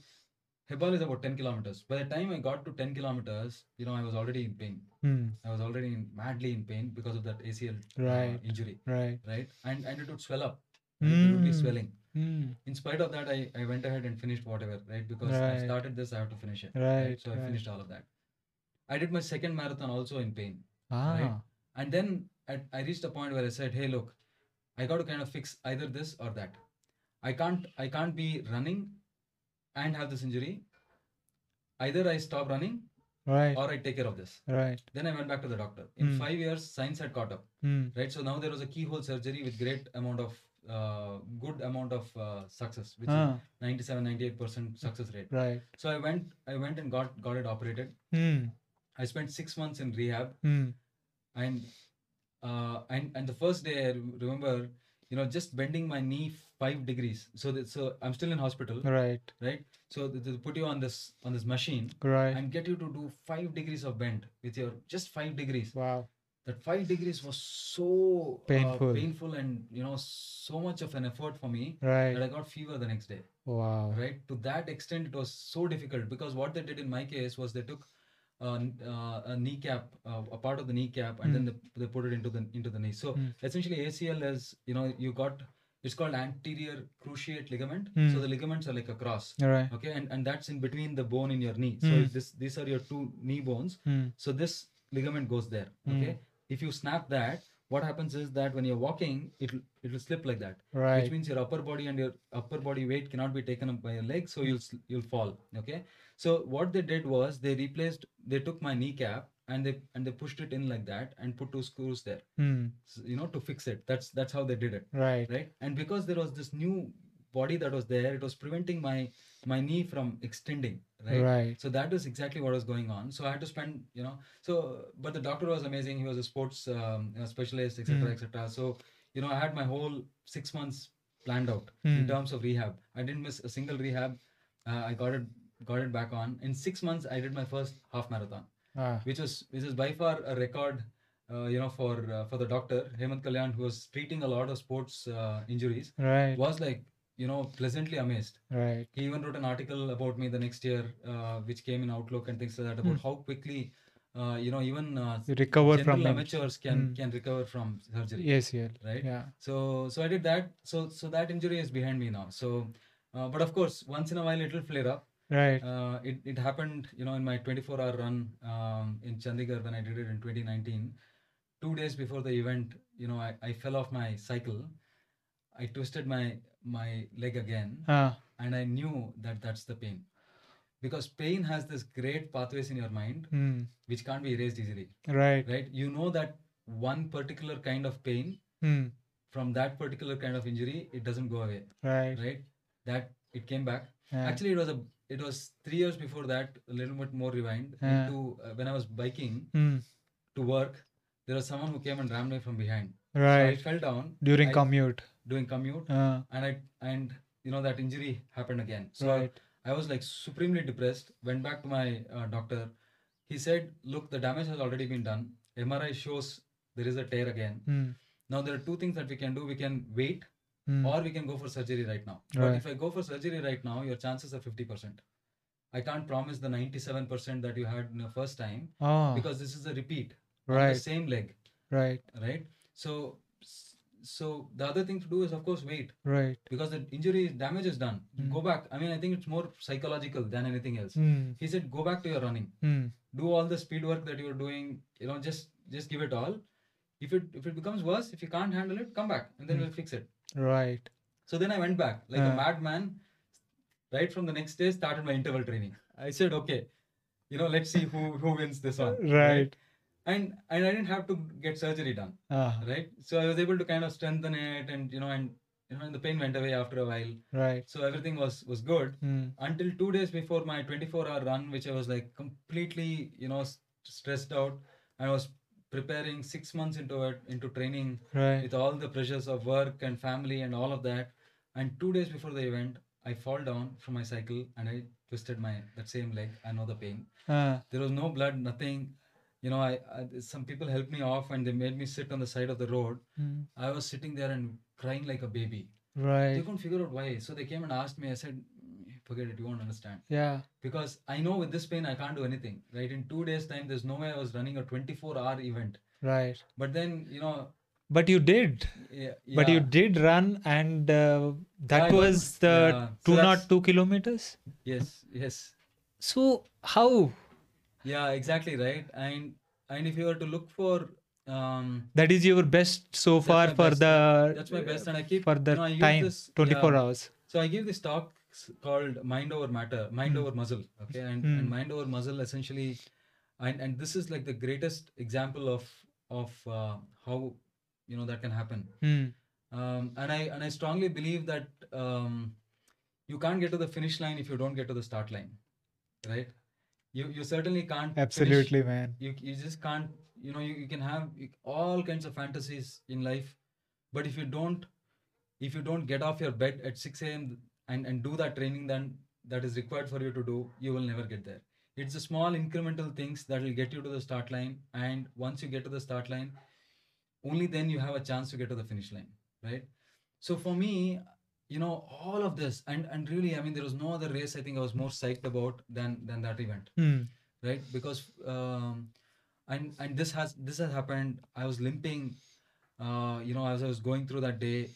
Hebal is about 10 kilometers. By the time I got to 10 kilometers, you know, I was already in pain.
Hmm.
I was already in, madly in pain because of that ACL uh,
Right.
injury,
right
right? And and it would swell up. Right? There would be
Mm.
swelling.
Hmm.
In spite of that, I, I went ahead and finished whatever, right? Because I
Right.
started this, I have to finish it.
Right,
So I
right.
finished all of that. I did my second marathon also in pain.
ah
And then I, I reached a point where I said, hey, look, I got to kind of fix either this or that. I can't I can't be running and have this injury. Either I stop running
right
or I take care of this.
right
Then I went back to the doctor. In
Hmm.
five years, science had caught up,
Hmm.
right? So now there was a keyhole surgery with great amount of uh, good amount of uh, success, which
ah
is 97, 98 percent success rate.
right
So I went I went and got got it operated.
Hmm.
I spent six months in rehab.
Hmm.
and uh, and and the first day I re- remember you know just bending my knee five degrees so that so I'm still in hospital
right
right so they, they put you on this on this machine
right
and get you to do five degrees of bend with your just five degrees
wow
that five degrees was so uh,
Painful.
painful and you know so much of an effort for me that
right
I got fever the next day
wow
right to that extent it was so difficult because what they did in my case was they took uh, n- uh, a kneecap, uh, a part of the kneecap, and then they, they put it into the into the knee. So
Mm.
essentially, ACL is you know you got it's called anterior cruciate ligament. So
Mm.
the ligaments are like a cross.
All right.
Okay, and, and that's in between the bone in your knee. So
Mm.
if this these are your two knee bones.
Mm.
So this ligament goes there.
Mm.
Okay, if you snap that, what happens is that when you're walking, it'll it'll slip like that which
Right.
means your upper body and your upper body weight cannot be taken up by your leg so you'll sl- you'll fall okay so what they did was they replaced they took my kneecap and they and they pushed it in like that and put two screws there
Mm.
s- you know to fix it that's that's how they did it
Right.
right and because there was this new body that was there it was preventing my my knee from extending right
Right.
so that is exactly what was going on so i had to spend you know so but the doctor was amazing he was a sports um, you know, specialist etc
Mm.
etc so you know i had my whole six months planned out in
Mm.
terms of rehab i didn't miss a single rehab uh, i got it got it back on in six months i did my first half marathon
Ah.
which was which is by far a record uh, you know for uh, for the doctor hemant kalyan who was treating a lot of sports uh, injuries
Right.
was like you know pleasantly amazed
Right.
he even wrote an article about me the next year uh, which came in outlook and things like that about how quickly uh, you know even uh,
Hmm. You recover
general
from it.
amateurs can
Mm.
can recover from surgery
ACL.
right
Yeah.
so so i did that so so that injury is behind me now so uh, but of course once in a while it will flare up
Right.
uh, it, it happened you know in my 24 hour run um, in chandigarh when i did it in 2019 two days before the event you know i, I fell off my cycle i twisted my my leg again
Ah.
and I knew that that's the pain. Because pain has this great pathways in your mind
Mm.
which can't be erased easily,
Right.
right? You know that one particular kind of pain
Mm.
from that particular kind of injury, it doesn't go away,
Right.
right? That it came back.
Yeah.
Actually, it was a it was three years before that. A little bit more rewind
Yeah.
into uh, when I was biking
Mm.
to work. There was someone who came and rammed me from behind. So I
Right.
fell down
During
I-
commute.
doing commute,
Ah.
and I and you know that injury happened again. So I-
Right.
I was like supremely depressed. Went back to my uh, doctor. He said, "Look, the damage has already been done. MRI shows there is a tear again.
Mm.
Now there are two things that we can do. We can wait,
Mm.
or we can go for surgery right now. But
Right.
if I go for surgery right now, your chances are fifty percent. I can't promise the ninety-seven percent that you had in the first time
Ah.
because this is a repeat, the
Right.
same leg,
Right.
right? So, so the other thing to do is, of course, wait."
Right.
Because the injury damage is done.
Mm.
Go back. I mean, I think it's more psychological than anything else
Mm.
he said go back to your running
Mm.
do all the speed work that you were doing you know just just give it all if it if it becomes worse if you can't handle it come back and then
Mm.
we'll fix it
Right.
so then i went back like a
Ah.
madman right from the next day started my interval training i said okay you know let's see who who wins this one
Right.
and and i didn't have to get surgery done
Ah.
right so i was able to kind of strengthen it and you know and you know and the pain went away after a while
Right.
so everything was was good
Mm.
until two days before my 24 hour run which i was like completely you know st- stressed out i was preparing six months into it into training
Right.
with all the pressures of work and family and all of that and two days before the event i fall down from my cycle and i twisted my that same leg i know the pain
Ah.
there was no blood nothing you know I, I some people helped me off and they made me sit on the side of the road
Mm.
i was sitting there and crying like a baby they
Right.
couldn't figure out why so they came and asked me i said "Mm, forget it you won't understand
Yeah.
because I know with this pain I can't do anything. Right in two days' time, there's no way I was running a 24-hour event.
Right.
But then you know,
But you did.
yeah,
But you
yeah,
did run, and uh, that
I know.
was the
Yeah. So
two
that's-
not two kilometers.
yes, yes,
So how
yeah, exactly right. And and if you were to look for, um,
that is your best so
That's
far
my
for
best.
the
that's my best, and I keep
for the
you know, I use
time
this-
24
yeah.
hours.
So I give this talk s- called "Mind Over Matter,"
Hmm.
mind over muscle. Okay, and, and
Mm.
mind over muscle essentially, and and this is like the greatest example of of uh, how you know that can happen.
Hmm.
um, and I and I strongly believe that um, you can't get to the finish line if you don't get to the start line, right? You you certainly can't. finish-
Absolutely, man.
You you just can't. You know you, you can have all kinds of fantasies in life, but if you don't, if you don't get off your bed at six a.m. and and do that training then that is required for you to do, you will never get there. It's the small incremental things that will get you to the start line, and once you get to the start line, only then you have a chance to get to the finish line right so for me you know all of this and and really i mean there was no other race i think i was more psyched about than than that event
Hmm.
right because um, and and this has this has happened i was limping uh, you know as i was going through that day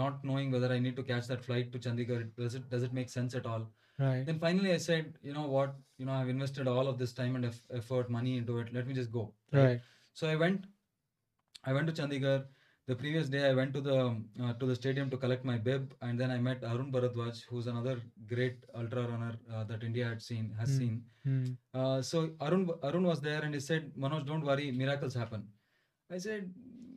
not knowing whether i need to catch that flight to chandigarh does it does it make sense at all
Right.
then finally i said you know what you know i've invested all of this time and eff- effort money into it let me just go
Right.
so I went, I went to Chandigarh. The previous day, I went to the um, uh, to the stadium to collect my bib, and then I met Arun Bharadwaj, who's another great ultra runner uh, that India had seen has
Hmm.
seen.
Hmm.
Uh, so Arun Arun was there, and he said, "Manoj, don't worry, miracles happen." I said,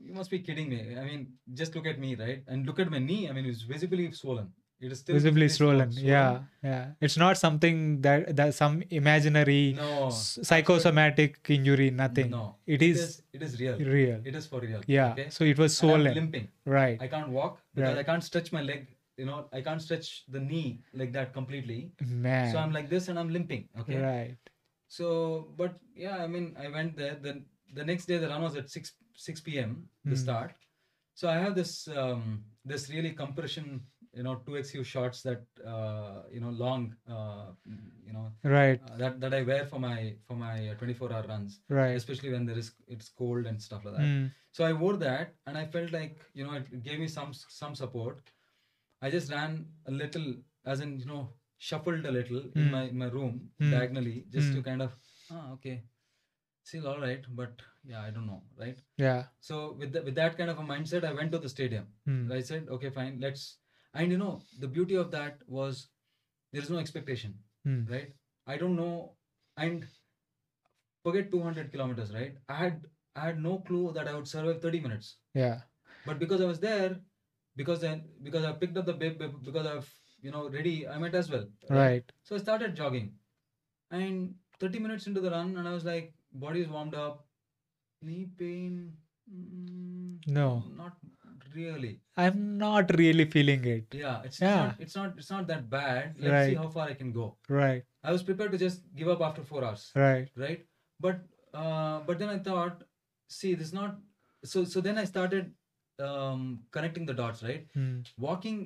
"You must be kidding me. I mean, just look at me, right? And look at my knee. I mean, it's visibly swollen. It is still
Visibly
swol-
swollen. Yeah. Yeah. It's not something that that some imaginary
No.
s- psychosomatic injury. Nothing.
No.
It
It
is
is. It is real.
real.
It is for real.
Yeah.
Okay?
So it was
And I'm
swollen.
limping.
Right.
I can't walk because
Right.
I can't stretch my leg. You know, I can't stretch the knee like that completely.
Man.
So I'm like this and I'm limping. Okay.
Right.
So, but yeah, I mean, I went there. Then the next day, the run was at six six p.m. The
Mm.
start. So I have this um, this really compression, you know, two XU shorts that uh, you know long, uh, you know,
Right.
uh, that that I wear for my for my twenty four hour runs,
Right.
especially when there is it's cold and stuff Uh, like that.
Mm.
So I wore that, and I felt like you know it gave me some some support. I just ran a little, as in you know shuffled a little in
Mm.
my my room
Mm.
diagonally, just to
Mm.
kind of ah okay, still all right, but yeah I don't know right.
Yeah.
So with the, with that kind of a mindset, I went to the stadium.
Hmm.
I said okay fine let's, and you know the beauty of that was there is no expectation
Hmm.
right i don't know and forget 200 kilometers right i had i had no clue that i would survive 30 minutes
Yeah.
but because i was there because then because i picked up the bib bib- because i've you know ready i might as well
Right.
so i started jogging and 30 minutes into the run and i was like body is warmed up knee pain mm,
No.
not really
I'm not really feeling it.
yeah it's,
Yeah.
it's not it's not it's not that bad let's see
Right.
how far i can go
Right.
i was prepared to just give up after 4 hours
Right.
right but uh, but then i thought see this is not so so then i started um, connecting the dots right
Hmm.
walking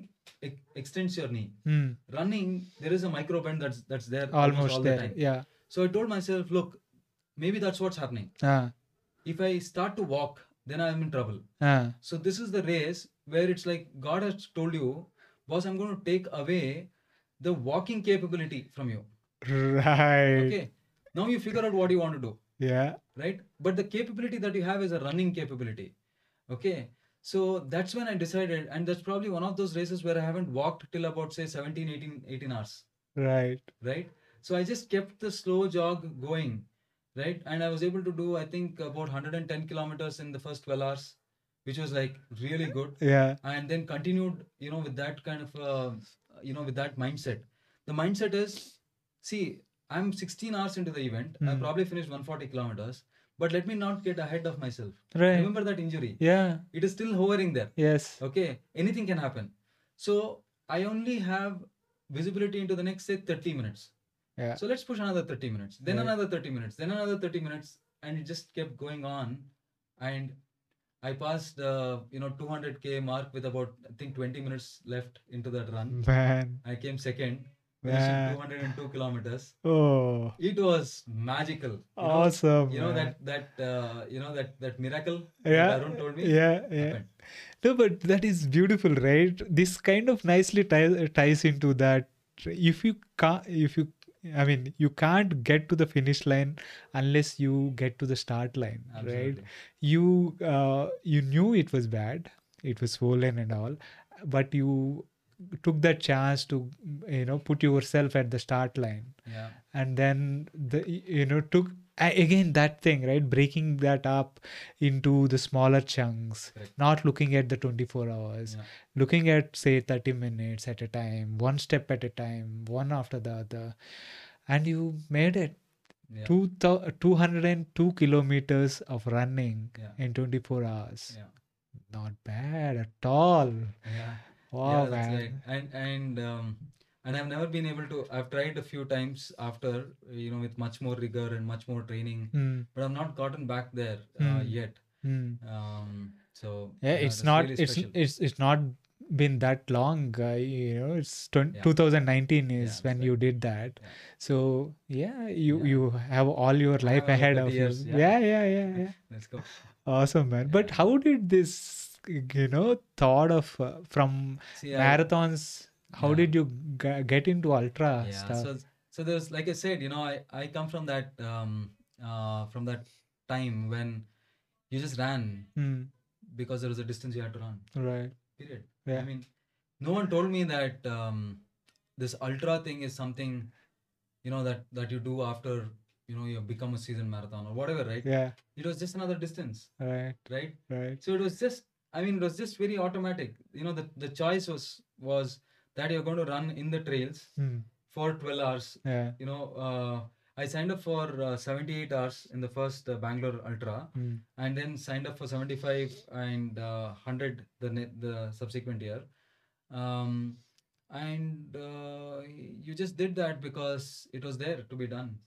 ex- extends your knee
Hmm.
running there is a micro bend that's that's there almost,
Almost
all the
there.
time
Yeah.
so i told myself look maybe that's what's happening
Ah.
if i start to walk then i'm in trouble
Ah.
so this is the race where it's like god has told you boss i'm going to take away the walking capability from you
Right.
okay now you figure out what you want to do
Yeah.
right but the capability that you have is a running capability okay so that's when i decided and that's probably one of those races where i haven't walked till about say 17 18 18 hours
Right.
right so i just kept the slow jog going right and i was able to do i think about 110 kilometers in the first 12 hours which was like really good
Yeah.
and then continued you know with that kind of uh, you know with that mindset the mindset is see i'm 16 hours into the event i
Hmm.
probably finished 140 kilometers but let me not get ahead of myself
Right.
remember that injury
Yeah.
it is still hovering there
Yes.
okay anything can happen so i only have visibility into the next say 30 minutes
Yeah.
so let's push another 30 minutes then
Right.
another 30 minutes then another 30 minutes and it just kept going on and i passed uh, you know 200k mark with about i think 20 minutes left into that run
Man.
i came second
Hmm. Yeah.
finishing 202 kilometers
Oh.
it was magical you know,
awesome.
you know
man.
that that uh, you know that that miracle
Yeah.
that Arun told me
Yeah. Yeah.
happened.
No, but that is beautiful, right? This kind of nicely ties ties into that. If you can't, if you, I mean, you can't get to the finish line unless you get to the start line, right?
Absolutely.
you uh, you knew it was bad it was swollen and all but you took that chance to you know put yourself at the start line
yeah
and then the you know took a- again that thing right breaking that up into the smaller chunks
Correct.
not looking at the 24 hours
Yeah.
looking at say 30 minutes at a time one step at a time one after the other and you made it
yeah,
Two thou 202 kilometers of running
yeah.
in 24 hours.
Yeah.
Not bad at all.
yeah.
Wow,
yeah, that's
Oh, man.
right. And and um, and I've never been able to. I've tried a few times after, you know, with much more rigor and much more training,
Hmm,
but I've not gotten back there uh,
Mm.
yet.
hmm.
Um, so
Yeah,
yeah,
it's
that's
not
really
it's
special.
it's it's not been that long. Uh, you know, it's tw-
Yeah.
2019
Yeah,
is when
exactly.
you did that.
Yeah.
So yeah, you
Yeah.
you have all your
I
life
have a
ahead
good
of
years,
you.
yeah.
Yeah, yeah, yeah, yeah.
Let's go.
Awesome, man. But
Yeah.
how did this, you know, thought of uh, from
See, I-
marathons? How
Yeah.
did you g- get into ultra
yeah
stuff?
so so there's like i said you know i i come from that um uh from that time when you just ran
Hmm,
because there was a distance you had to run
right.
period i
Yeah.
mean no one told me that um this ultra thing is something you know that that you do after you know you become a seasoned marathon or whatever right
Yeah.
it was just another distance
Right.
right
Right.
so it was just i mean it was just very automatic you know the the choice was was that you're going to run in the trails
Hmm.
for 12 hours
Yeah.
you know, uh, I signed up for uh, 78 hours in the first uh, Bangalore Ultra,
Mm.
and then signed up for 75 and uh, 100 the ne- the subsequent year. Um, and uh, you just did that because it was there to be done,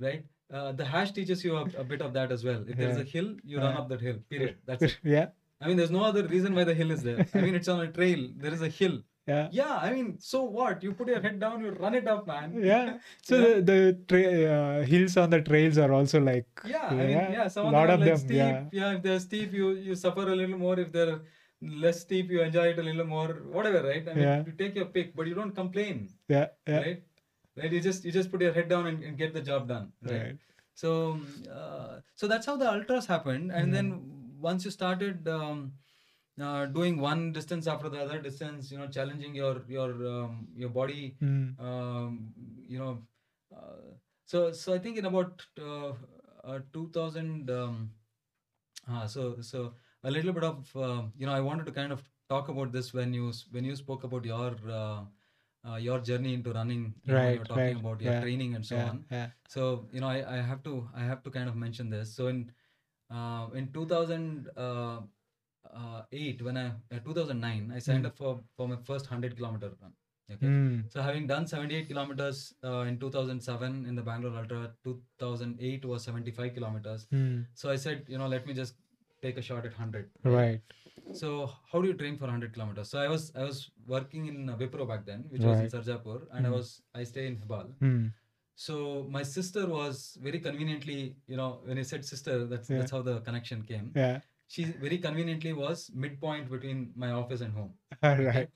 right? Uh, the hash teaches you a, a bit of that as well. If there's a hill, you run
Yeah. Uh-huh.
up that hill. Period. That's it.
yeah.
I mean, there's no other reason why the hill is there. I mean, it's on a trail. There is a hill.
Yeah.
Yeah. I mean, so what? You put your head down, you run it up, man.
Yeah. So
Yeah.
the, the tra- uh, hills on the trails are also like
yeah, I mean,
yeah,
yeah, some of
lot
them are
of
like
them,
steep.
yeah.
if they're steep, you you suffer a little more. If they're less steep, you enjoy it a little more. Whatever, right? I mean,
Yeah.
you take your pick, but you don't complain,
yeah yeah
right? Right? You just you just put your head down and, and get the job done, right?
right
So uh, so that's how the ultras happened, and
Mm-hmm.
then once you started. Um, uh, doing one distance after the other distance, you know, challenging your your um, your body,
Mm.
um, you know, uh, so so I think in about uh, uh, 2000, um, uh, so so a little bit of uh, you know I wanted to kind of talk about this when you s- when you spoke about your uh, uh, your journey into running, you know, when you
Right,
were talking
right,
about your
yeah,
training and so
yeah
on.
yeah
So you know I, I have to I have to kind of mention this. So in uh, in 2000. Uh, uh, eight when I uh, 2009 I signed
Mm.
up for for my first 100 kilometer run. Okay,
Mm.
so having done 78 kilometers uh, in 2007 in the Bangalore Ultra, 2008 was 75 kilometers.
Mm.
So I said, you know, let me just take a shot at 100.
right
So how do you train for 100 kilometers? So I was I was working in uh, Wipro back then, which was in
Right.
Sarjapur, and I
Mm.
was I stay in Hibal.
Mm.
So my sister was very conveniently, you know, when I said sister, that's
Yeah.
that's how the connection came.
yeah
She very conveniently was midpoint between my office and home.
all
okay?
right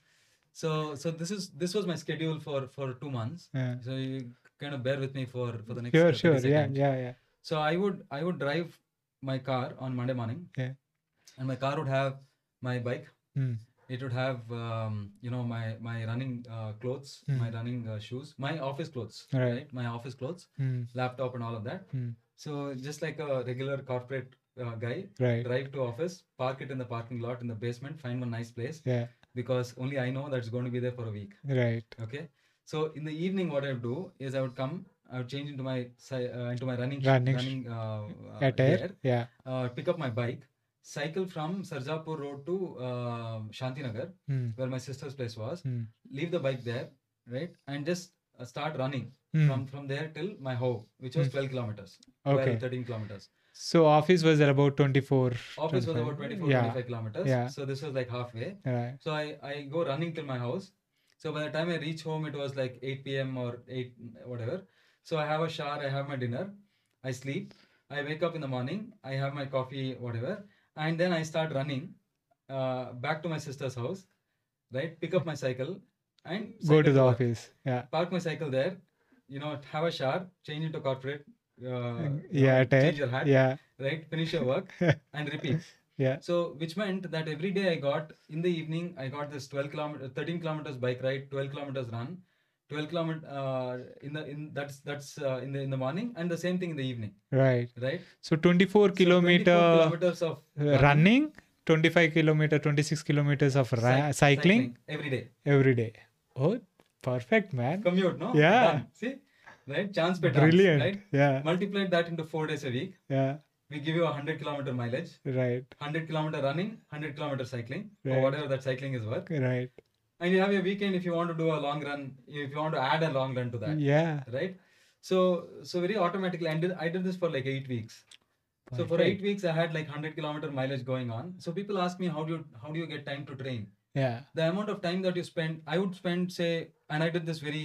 So so this is this was my schedule for for two months.
yeah
So you kind of bear with me for for the next uh,
sure
30
sure yeah
seconds.
yeah yeah
So I would I would drive my car on Monday morning.
Yeah.
And my car would have my bike.
Mm.
It would have um, you know my my running uh, clothes, my
Mm.
running uh, shoes, my office clothes,
Right.
My office clothes,
Mm.
laptop, and all of that.
Mm.
So just like a regular corporate uh, guy,
right
drive to office, park it in the parking lot in the basement, find one nice place
yeah
because only I know that's going to be there for a week
right
okay so in the evening what i would do is i would come i would change into my si- uh, into my running sh-
Running sh-
running uh, uh,
attire
gear,
yeah
uh, pick up my bike cycle from sarjapur road to uh, shantinagar
Mm.
where my sister's place was
Mm.
leave the bike there right and just uh, start running
Mm.
from from there till my home which was
Mm.
12 kilometers 12
okay
13 kilometers
so office was at about 24
office was
25.
about 24
yeah
25 kilometers
Yeah.
so this was like halfway
right
so I, I go running till my house. So by the time I reach home, it was like 8 p.m. or 8 whatever. So I have a shower, I have my dinner, I sleep, I wake up in the morning, I have my coffee, whatever, and then I start running uh, back to my sister's house, right? Pick up my cycle and
go
cycle
to the
work.
office yeah
Park my cycle there, you know, have a shower, change into corporate, uh, you
yeah
know,
attire
change your hat,
yeah
right? Finish your work and repeat.
yeah
So, which meant that every day I got in the evening, I got this 12 kilometer, 13 kilometers bike ride, 12 kilometers run, 12 kilometer uh, in the in that's that's uh, in the in the morning, and the same thing in the evening,
right
right?
so
So
24
24
kilometer
kilometers of
Uh, running 25 kilometer 26 kilometers of ra- cycling,
cyc- every day.
every day oh perfect man
Commute, no?
Yeah.
Done. See, right? Chance by chance,
brilliant
right?
yeah
Multiply that into four days a week.
yeah
We give you a 100 kilometer mileage,
right
100 kilometer running, 100 kilometer cycling,
Right.
or whatever that cycling is worth.
right
and you have a weekend if you want to do a long run if you want to add a long run to that
yeah
right so so very automatically and did- i did this for like eight weeks so for
Perfect.
eight weeks i had like 100 kilometer mileage going on so people ask me how do you how do you get time to train
Yeah.
the amount of time that you spend i would spend say and i did this very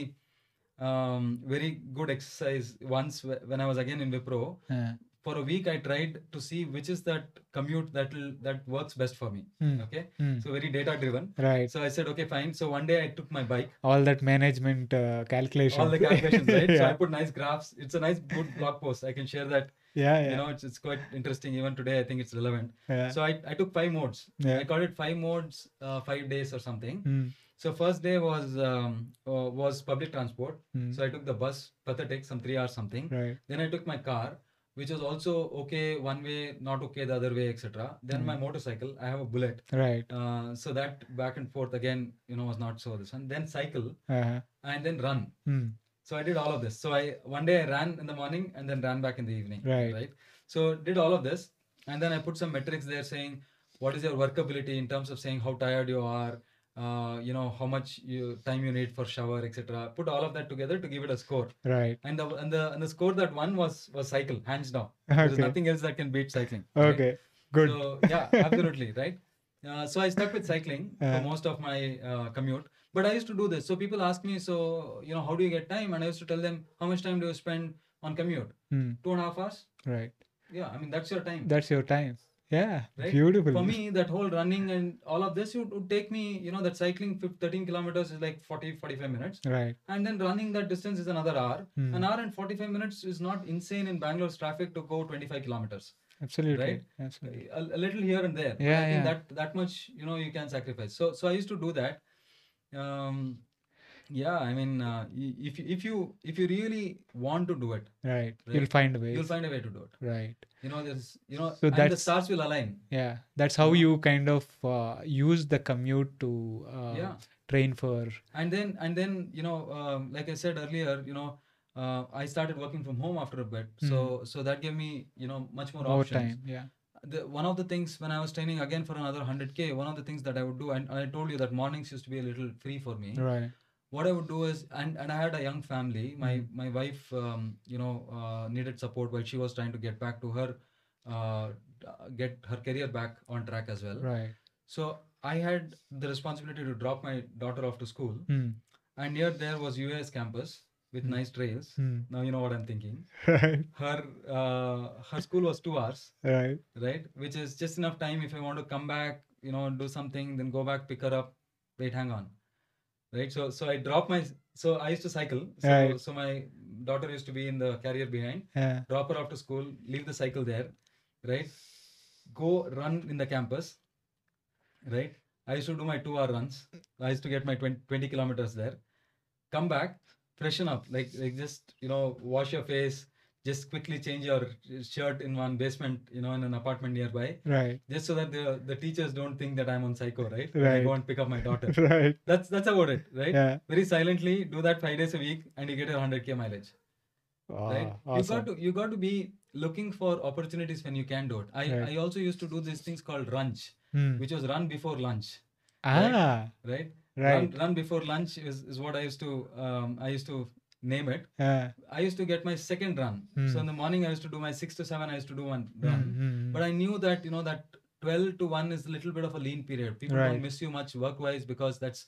um very good exercise once wh- when i was again in wipro
Uh,
for a week i tried to see which is that commute that will that works best for me
mm,
okay
mm.
so very data driven
Right.
so i said okay fine so one day i took my bike
All that management uh, calculation.
all the calculations right so i
yeah.
put nice graphs it's a nice good blog post i can share that
yeah. Yeah.
you know it's, it's quite interesting even today i think it's relevant
yeah.
so i, I took five modes
yeah.
i called it five modes uh, five days or something
Mm,
So first day was um, uh, was public transport.
mm,
So I took the bus, pathetic, some three hours something.
right.
Then I took my car, which was also okay one way, not okay the other way, etc. Then
Hmm.
my motorcycle, I have a bullet.
Right.
Uh, so that back and forth again, you know, was not so this one. Then cycle
Uh-huh.
and then run.
Mm,
So I did all of this. So I one day I ran in the morning and then ran back in the evening.
Right.
Right. So did all of this, and then I put some metrics there saying what is your workability in terms of saying how tired you are, uh, you know how much you, time you need for shower, etc. Put all of that together to give it a score,
right.
and the and the and the score that won was was cycle hands down. There's
Okay.
nothing else that can beat cycling. right?
Okay. Good.
So yeah, absolutely right. Uh, so I stuck with cycling
Uh.
for most of my uh, commute. But I used to do this. So people ask me, so you know, how do you get time? And I used to tell them, how much time do you spend on commute?
Mm,
Two and a half hours.
right.
Yeah, I mean that's your time.
That's your time. Yeah.
Right?
Beautiful.
for me, that whole running and all of this, it would take me, you know, that cycling fif- 13 kilometers is like 40, 45 minutes.
Right.
And then running that distance is another hour.
Mm,
An hour and 45 minutes is not insane in Bangalore's traffic to go 25 kilometers.
absolutely.
right?
Absolutely.
a, a little here and there. but
Yeah,
I think
yeah.
that that much you know you can sacrifice. So so I used to do that. Um, yeah, I mean, uh, i- if you- if you if you really want to do it,
Right.
Right.
You'll find ways.
you'll find a way to do it.
right.
You know, there's you know,
So
and the
that's-
stars will align.
Yeah. That's how
know?
you kind of uh, use the commute to uh,
yeah,
train for.
and then and then you know, um, like I said earlier, you know. Uh, I started working from home after a bit, so so that gave me you know much more,
Hmm. More
options.
time. Yeah.
the one of the things when I was training again for another 100k, one of the things that I would do, and I told you that mornings used to be a little free for me.
Right.
What I would do is, and and I had a young family. My
Mm-hmm.
my wife, um, you know, uh, needed support while she was trying to get back to her, uh, get her career back on track as well.
Right.
So I had the responsibility to drop my daughter off to school,
Mm.
and near there was US campus with
Hmm.
nice trails.
Mm.
Now you know what I'm thinking.
Right.
Her uh, her school was two hours
Right.
right which is just enough time if i want to come back you know do something then go back pick her up wait hang on right so so i drop my so i used to cycle so,
Right.
so my daughter used to be in the carrier behind
Yeah.
drop her off to school leave the cycle there right go run in the campus right i used to do my two hour runs i used to get my 20, 20 kilometers there come back freshen up like like just you know wash your face just quickly change your shirt in one basement you know in an apartment nearby
Right.
just so that the the teachers don't think that i'm on psycho right, When i
Right.
go and pick up my daughter
right.
that's that's about it right
Yeah.
very silently do that five days a week and you get your 100k mileage right
Ah, awesome.
you got to you got to be looking for opportunities when you can do it i
Right.
i also used to do these things called runch
Mm.
which was run before lunch
ah.
right,
Right.
Run, run before lunch is, is what i used to um, i used to name it
Yeah. Hmm.
i used to get my second run so in the morning i used to do my 6 to 7 i used to do one run
Mm, mm,
but i knew that you know that 12 to 1 is a little bit of a lean period people
Right.
don't miss you much work wise because that's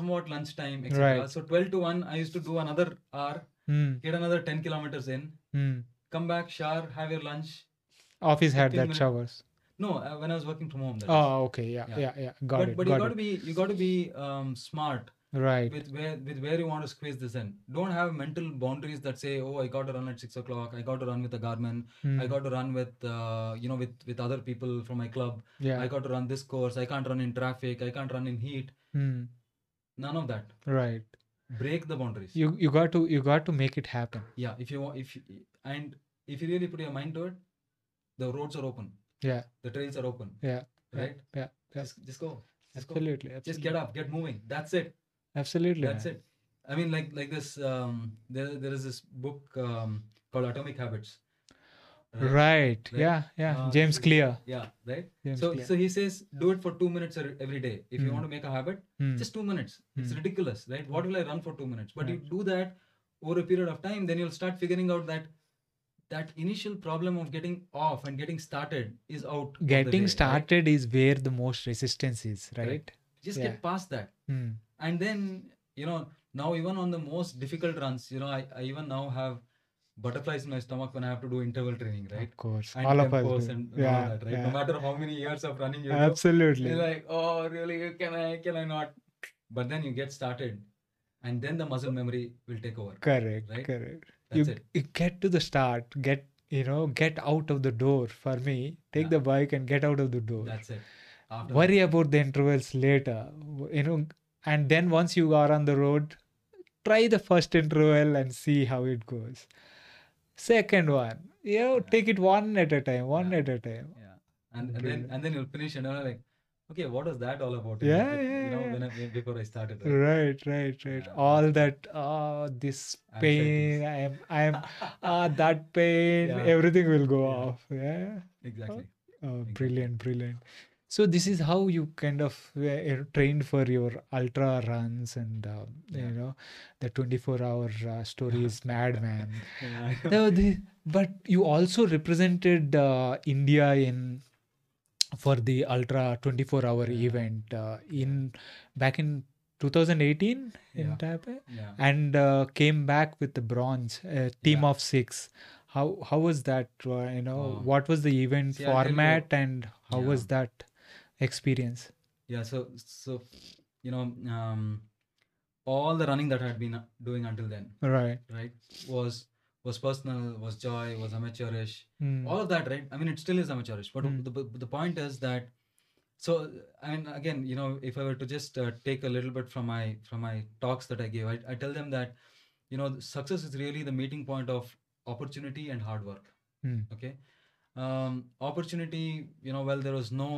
somewhat lunchtime etc
Right.
so 12 to 1 i used to do another hour
mm,
get another 10 kilometers in
mm.
come back, shower, have your lunch.
Office had
15
that
minute-
showers.
No, uh, when I was working from home. that is.
Oh, okay. Yeah.
Yeah.
Yeah. Yeah. Got
but
it.
but you
got
got
it.
to be you got to be um, smart
Right.
with where with where you want to squeeze this in. Don't have mental boundaries that say, oh, I got to run at six o'clock. I got to run with the Garmin. I
Mm.
got to run with uh, you know with with other people from my club.
yeah.
I got to run this course. I can't run in traffic. I can't run in heat.
mm.
None of that.
Right.
Break the boundaries.
You you got to you got to make it happen.
yeah, if you want, if you, and if you really put your mind to it, the roads are open.
Yeah.
The trails are open.
Yeah. Yeah.
Right.
Yeah. Yeah.
Just just go. Just go.
Absolutely. absolutely.
just get up get moving that's it
Absolutely.
that's it i mean like like this um there there is this book um called atomic habits
Right.
Right.
Yeah. Yeah.
Uh,
James
so-
Clear.
yeah right
James
so
Clear.
so he says do it for two minutes every every day if you
Mm.
want to make a habit
Mm.
just two minutes it's
Mm.
ridiculous right what will i run for two minutes but you
Right.
do that over a period of time then you'll start figuring out that that initial problem of getting off and getting started is out. of the way,
Getting
right?
started is where the most resistance is, right?
Just
yeah.
get past that.
Hmm.
and then you know now even on the most difficult runs you know i, I even now have butterflies in my stomach when i have to do interval training right
Of course.
and
all of us.
tempos
do.
and and all
yeah.
that right
yeah.
no matter how many years of running you do
Absolutely.
you're like oh really can i can i not but then you get started and then the muscle memory will take over
correct.
right?
Correct.
that's
you,
it
you get to the start get you know get out of the door for me take
Yeah.
the bike and get out of the door
that's it after that,
worry about the intervals later w- you know and then once you are on the road try the first interval and see how it goes second one you know
Yeah.
take it one at a time one
Yeah.
at a time
and, and then
Brilliant.
and then you'll finish and you're like okay what was that all about
Yeah,
you know,
yeah,
you know
yeah.
when I, before i started right?
right right right
Yeah.
all that ah this pain i am i am ah that pain
Yeah.
everything will go
Yeah.
off yeah
exactly
Oh,
Exactly.
brilliant, brilliant. So this is how you kind of were trained for your ultra runs and uh,
Yeah.
you know the 24-hour uh, stories, madman.
Yeah.
No, the, but you also represented uh, India in for the ultra 24-hour
Yeah.
event uh, in back in 2018 in
Yeah.
Taipei
yeah
and uh, came back with the bronze uh, team
Yeah.
of six how how was that uh, you know
Oh.
what was the event
See, I'll tell you-
format and how
Yeah.
was that experience
yeah so so you know um all the running that i'd been uh, doing until then
right
right was was personal was joy was amateurish
Hmm.
all of that right i mean it still is amateurish but
Mm.
the, but the point is that so and again you know if i were to just uh, take a little bit from my from my talks that i gave I, I tell them that you know success is really the meeting point of opportunity and hard work
Mm.
okay um opportunity you know well there was no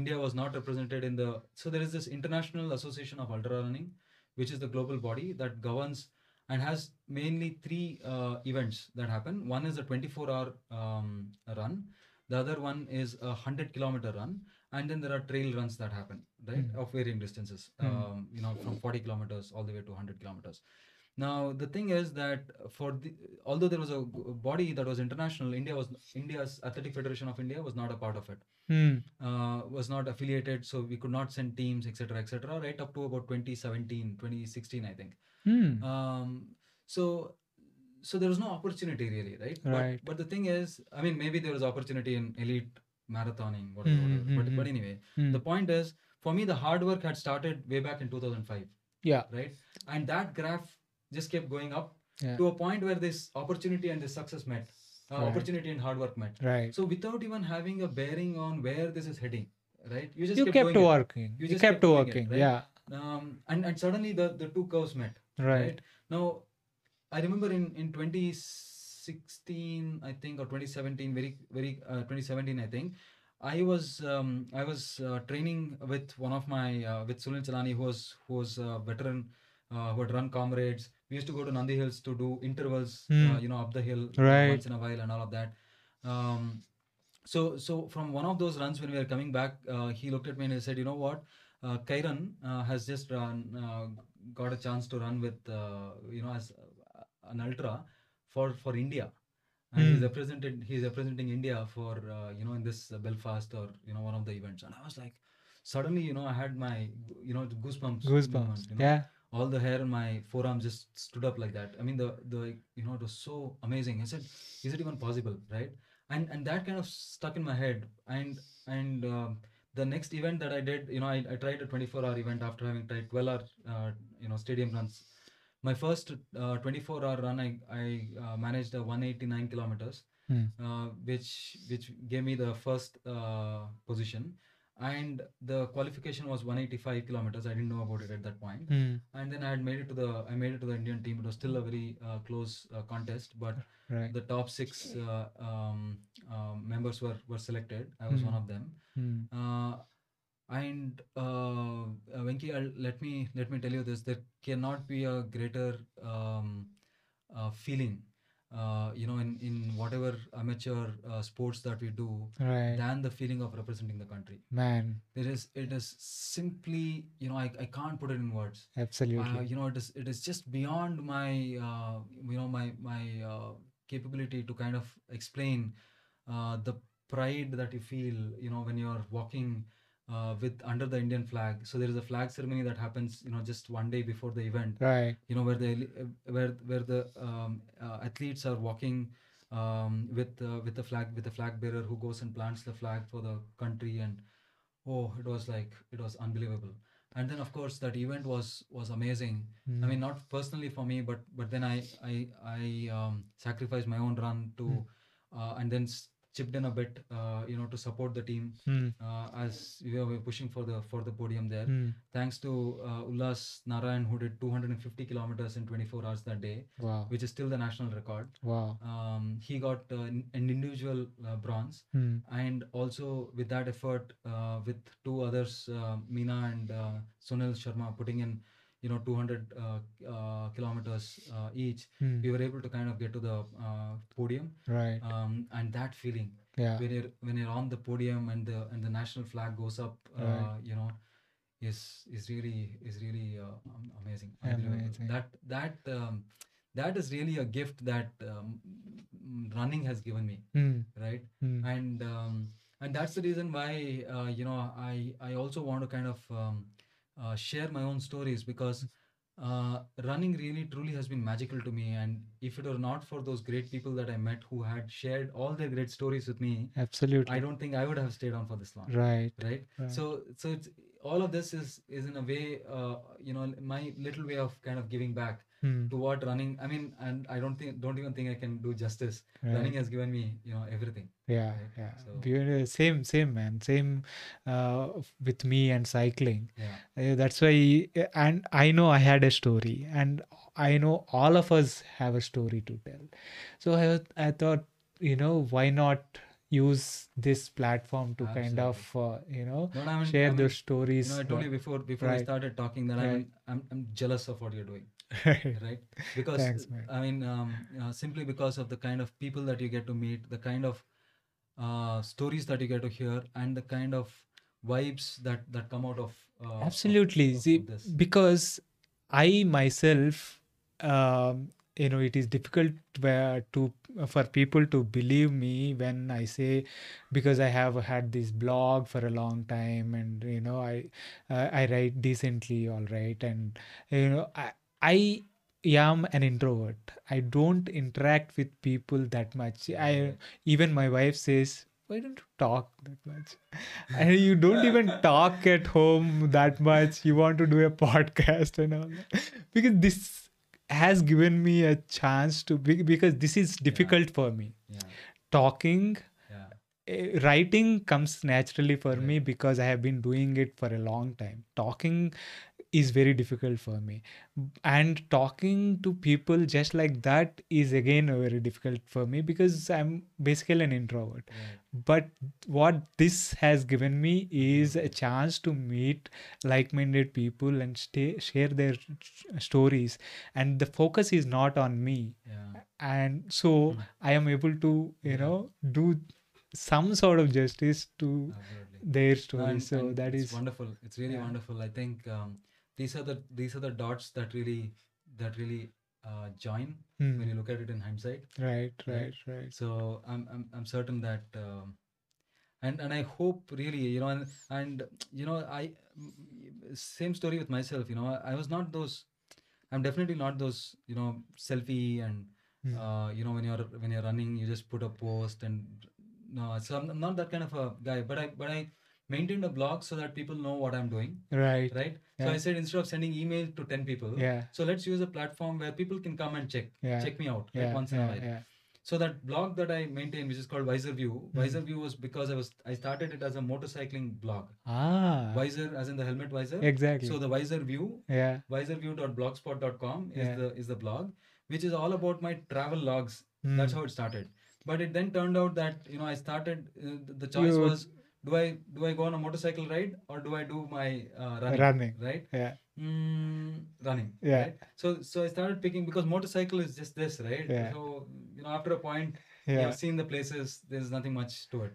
india was not represented in the so there is this international association of ultra running which is the global body that governs and has mainly three uh, events that happen one is a 24 hour um, run the other one is a 100 kilometer run and then there are trail runs that happen right
Mm.
of varying distances
Mm.
um, you know from 40 kilometers all the way to 100 kilometers now the thing is that for the although there was a g- body that was international india was india's athletic federation of india was not a part of it
Hmm.
uh, was not affiliated so we could not send teams etc etc right up to about 2017 2016 i think
Hmm.
um so so there was no opportunity really right,
Right.
But, but the thing is i mean maybe there was opportunity in elite marathoning whatever,
Mhm,
whatever. But,
mhm.
but anyway
Hmm.
the point is for me the hard work had started way back in 2005
yeah
right and that graph just kept going up
Yeah.
to a point where this opportunity and this success met uh,
Right.
opportunity and hard work met
right
so without even having a bearing on where this is heading right you just
you
kept,
kept
going it.
working
You
you,
just
kept,
kept doing it,
working
right?
yeah
um and and suddenly the the two curves met
right
now, I remember in in 2016, I think, or 2017, very very uh, 2017, I think, I was um, I was uh, training with one of my uh, with Sunil Chalani, who was who was a veteran. Uh, who had run comrades. We used to go to Nandi Hills to do intervals, uh,
Hmm.
you know, up the hill uh,
Right.
once in a while and all of that. Um, so, so from one of those runs when we were coming back, uh, he looked at me and he said, "You know what? Uh, Kairan uh, has just run, uh, got a chance to run with uh, you know as uh, an ultra for for India, and he's
Hmm.
represented he's representing India for uh, you know in this uh, Belfast or you know one of the events." And I was like, suddenly you know I had my you know goosebumps. moment,
goosebumps
you know?
yeah
all the hair on my forearm just stood up like that. I mean, the the you know it was so amazing. I said, "Is it even possible?" Right? And and that kind of stuck in my head. And and um, the next event that I did, you know, I, I tried a 24-hour event after having tried 12-hour, uh, you know, stadium runs. My first uh, 24-hour run, I I uh, managed a 189 kilometers,
Hmm.
uh, which which gave me the first uh, position. And the qualification was 185 kilometers. I didn't know about it at that point
Hmm.
and then I had made it to the I made it to the Indian team. It was still a very uh, close uh, contest, but
right
the top six uh, um, uh, members were were selected. I was one
Mhm.
of them.
Hmm.
Uh, and uh, uh, Venki, I'll, let me let me tell you this: there cannot be a greater um, uh, feeling, uh, you know, in in whatever amateur uh, sports that we do,
right
than the feeling of representing the country.
man
There is it is simply, you know, I, I can't put it in words
absolutely
uh, you know it is it is just beyond my uh, you know my my uh, capability to kind of explain uh, the pride that you feel you know when you're walking uh, with under the indian flag so there is a flag ceremony that happens you know just one day before the event
Right.
you know where the where where the um, uh, athletes are walking um, with uh, with the flag with the flag bearer who goes and plants the flag for the country and oh it was like it was unbelievable and then of course that event was was amazing i mean not personally for me but but then i i i um, sacrificed my own run to
Mm.
uh, and then s- chipped in a bit uh, you know to support the team
Mm,
uh, as we were pushing for the for the podium there
mm.
thanks to uh, Ullas Narayan, who did 250 kilometers in 24 hours that day,
Wow.
which is still the national record.
Wow.
Um, he got uh, an an individual uh, bronze,
Mm.
and also with that effort, uh, with two others, uh, Meena and uh, Sunil Sharma, putting in, you know, 200 uh, uh, kilometers uh, each,
Mm.
we were able to kind of get to the uh, podium,
Right.
um, and that feeling
Yeah.
when you're when you're on the podium and the and the national flag goes up uh,
Right.
you know is is really is really uh, am- amazing, unbelievable.
Amazing.
that that um, that is really a gift that um, m- running has given me
Mm,
right
mm.
and um, and that's the reason why uh, you know i i also want to kind of um, uh, share my own stories because uh, running really truly has been magical to me and if it were not for those great people that i met who had shared all their great stories with me
Absolutely.
i don't think i would have stayed on for this long
Right.
right
Right.
so so it's all of this is is in a way uh, you know my little way of kind of giving back
Mm,
to what running i mean and i don't think don't even think i can do justice running
right.
has given me you know everything
Yeah.
right,
Yeah.
so-
Beautiful. Same. Same, man. Same uh, f- with me and cycling.
yeah
Uh, that's why, uh, and I know I had a story, and I know all of us have a story to tell. So I, was- I thought, you know, why not use this platform to kind of, uh, you know,
No, no, I mean-
share
I mean,
those stories.
you know i told
uh,
you before before we
right.
started talking that
Right.
I'm, I'm i'm jealous of what you're doing right because
Thanks, man.
i mean um, uh, simply because of the kind of people that you get to meet the kind of uh, stories that you get to hear and the kind of vibes that that come out of uh, of-
absolutely
of-
see
of this.
because i myself um, you know it is difficult where to for people to believe me when i say because i have had this blog for a long time and you know i uh, i write decently all right and you know i i am an introvert i don't interact with people that much i
Right.
even my wife says why don't you talk that much and you don't even talk at home that much you want to do a podcast and all that. because this has given me a chance to be, because this is difficult for me
yeah
talking
yeah
eh, writing comes naturally for me
Right.
because i have been doing it for a long time talking is very difficult for me and talking to people just like that is again very difficult for me because i'm basically an introvert
right
but what this has given me is a chance to meet like-minded people and stay, share their stories and the focus is not on me
yeah
and so
Hmm.
i am able to you
Yeah.
know do some sort of justice to
absolutely
their
No,
stories
and-
so
and
that
it's
is
wonderful it's really
yeah.
wonderful i think um, these are the these are the dots that really that really uh, join
Hmm.
when you look at it in hindsight
right right
right?
right
so i'm i'm, I'm certain that um, and and i hope really you know and, and you know i m- same story with myself you know I, I was not those i'm definitely not those you know selfie and
Hmm.
uh, you know when you're when you're running you just put a post and no so I'm, I'm not that kind of a guy but i but i maintained a blog so that people know what i'm doing
right
right so i
Yeah.
said instead of sending email to 10 people
yeah
so let's use a platform where people can come and check
Yeah.
check me out
yeah
like once in a
yeah,
while
yeah
so that blog that I maintain, which is called Wiser View,
Hmm.
Wiser View was because I was I started it as a motorcycling blog.
ah
Wiser, as in the helmet visor.
exactly
So the Wiser View,
yeah
visorview.blogspot.com is
Yeah.
the is the blog, which is all about my travel logs. That's
Hmm.
how it started. But it then turned out that you know I started. Uh, th- the choice
You-
was do I do I go on a motorcycle ride or do I do my uh, running?
running
Right.
yeah
Mm, running.
Yeah.
Right? So so I started picking because motorcycle is just this, right?
Yeah.
So you know after a point you
yeah
have seen the places there's nothing much to it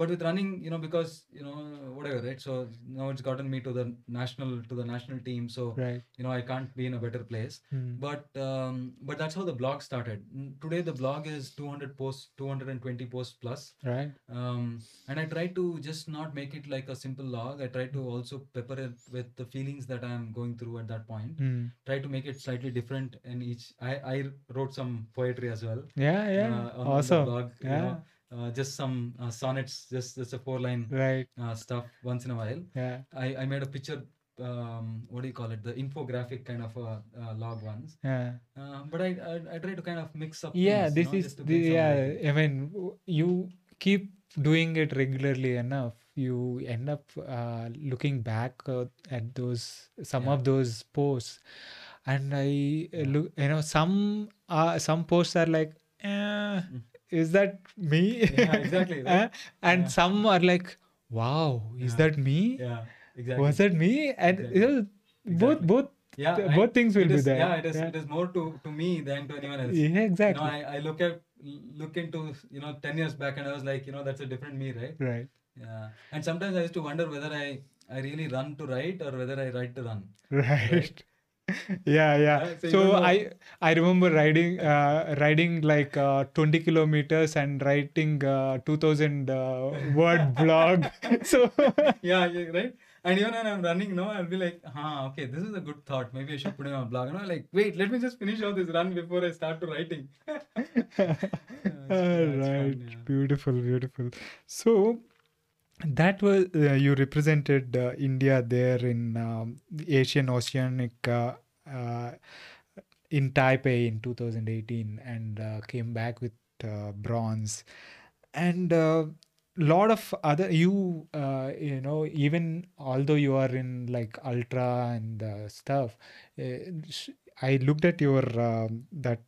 but with running you know because you know whatever right so now it's gotten me to the national to the national team so
Right.
you know i can't be in a better place
Mm.
but um, but that's how the blog started N- today the blog is 200 posts 220 posts plus
Right.
um, and i try to just not make it like a simple log i try to also pepper it with the feelings that i'm going through at that point
Mm.
try to make it slightly different in each i i wrote some poetry as well
Yeah. Yeah.
uh, on the
awesome.
blog you
Yeah.
know, uh, just some uh, sonnets just just a four line
Right.
uh, stuff once in a while
Yeah.
i i made a picture um, what do you call it the infographic kind of a uh, log once
Yeah.
um, but I, I I try to kind of mix up.
Yeah.
things, you
This
know,
is
just to
the,
bring some
yeah.
variety.
I mean, w- you keep doing it regularly enough. You end up uh, looking back uh, at those some
Yeah.
of those posts, and I uh,
Yeah.
look. You know, some uh, some posts are like. Eh,
Mm.
is that me?
Yeah, exactly,
Eh?
right?
And
Yeah.
some are like, wow, is
Yeah.
that me?
Yeah, exactly.
Was that me? And
Exactly.
you know, both
Exactly.
both
yeah,
th-
I-
both things will
it
be
is-
there.
Yeah, it is.
Yeah.
It is more to to me than to anyone else.
Yeah,
You know,
exactly.
I, I look at look into you know ten years back and I was like, you know, that's a different me, right?
right.
Yeah. And sometimes I used to wonder whether I I really run to write or whether I write to run.
Right. yeah, yeah.
Yeah, so
So,
you don't know.
I I remember riding uh, riding like uh, 20 kilometers and writing uh, 2000 uh, word blog. so
yeah, yeah, right. And even when I'm running, no, I'll be like, huh, okay, this is a good thought. Maybe I should put it on a blog. And I'm like, wait, let me just finish all this run before I start to writing.
All
it's
right,
fun, yeah.
beautiful, beautiful. So that was uh, you represented uh, India there in um, the Asian Oceanic uh, uh, in Taipei in 2018 and uh, came back with uh, bronze and uh, lot of other you uh, you know even although you are in like ultra and uh, stuff uh, sh- I looked at your um, that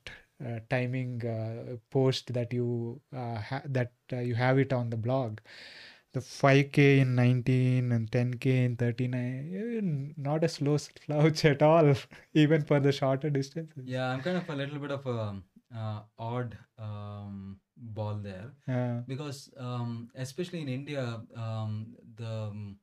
uh, timing uh, post that you uh, ha- that uh, you have it on the blog the 5k in 19 and 10k in 39 eh, not a slow slouch at all even for the shorter distances
Yeah, I'm kind of a little bit of a uh, odd um, ball there
yeah
because, um, especially in India, um, the um,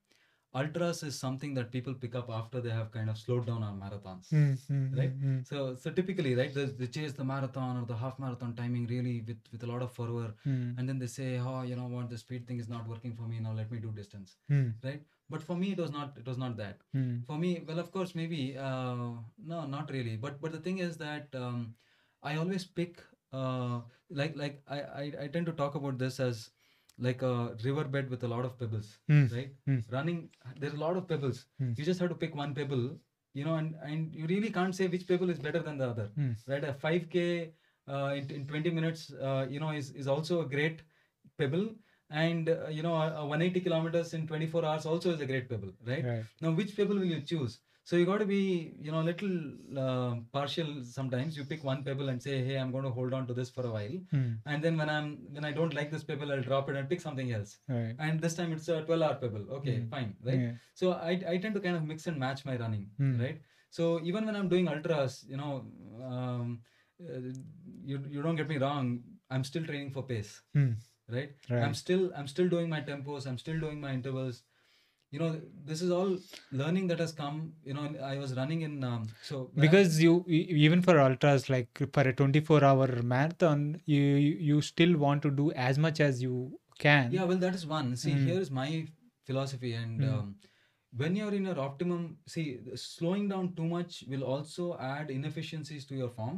ultras is something that people pick up after they have kind of slowed down on marathons.
Mm, mm,
Right?
mm, mm,
So, so typically, right, they, they chase the marathon or the half marathon timing really with, with a lot of fervor,
mm,
and then they say, oh, you know what, the speed thing is not working for me now. Let me do distance,
mm,
right? But for me, it was not. It was not that
mm,
for me well of course maybe uh, no not really but but the thing is that um, i always pick uh, like like I, I i tend to talk about this as like a riverbed with a lot of pebbles
mm,
right
mm.
running there's a lot of pebbles
Mm.
you just have to pick one pebble you know and and you really can't say which pebble is better than the other
Mm.
right a 5k uh, in, in 20 minutes uh, you know is is also a great pebble and uh, you know a, a 180 kilometers in 24 hours also is a great pebble right
right
now which pebble will you choose so you got to be you know a little uh, partial sometimes you pick one pebble and say hey i'm going to hold on to this for a while
mm,
and then when i'm when i don't like this pebble i'll drop it and pick something else
Hmm. right
and this time it's a 12 hour pebble okay
Mm.
fine Uh, right
yeah
so I, I tend to kind of mix and match my running
Mm.
right so even when i'm doing ultras you know um, uh, you, you don't get me wrong i'm still training for pace
mm,
right i'm
right
still i'm still doing my tempos i'm still doing my intervals you know this is all learning that has come you know i was running in um, so when I-
because you e- even for ultras like for a 24 hour marathon you you you still want to do as much as you can
yeah well that is one see
Mm.
here is my philosophy and
Mm.
um, when you're in your optimum see the slowing down too much will also add inefficiencies to your form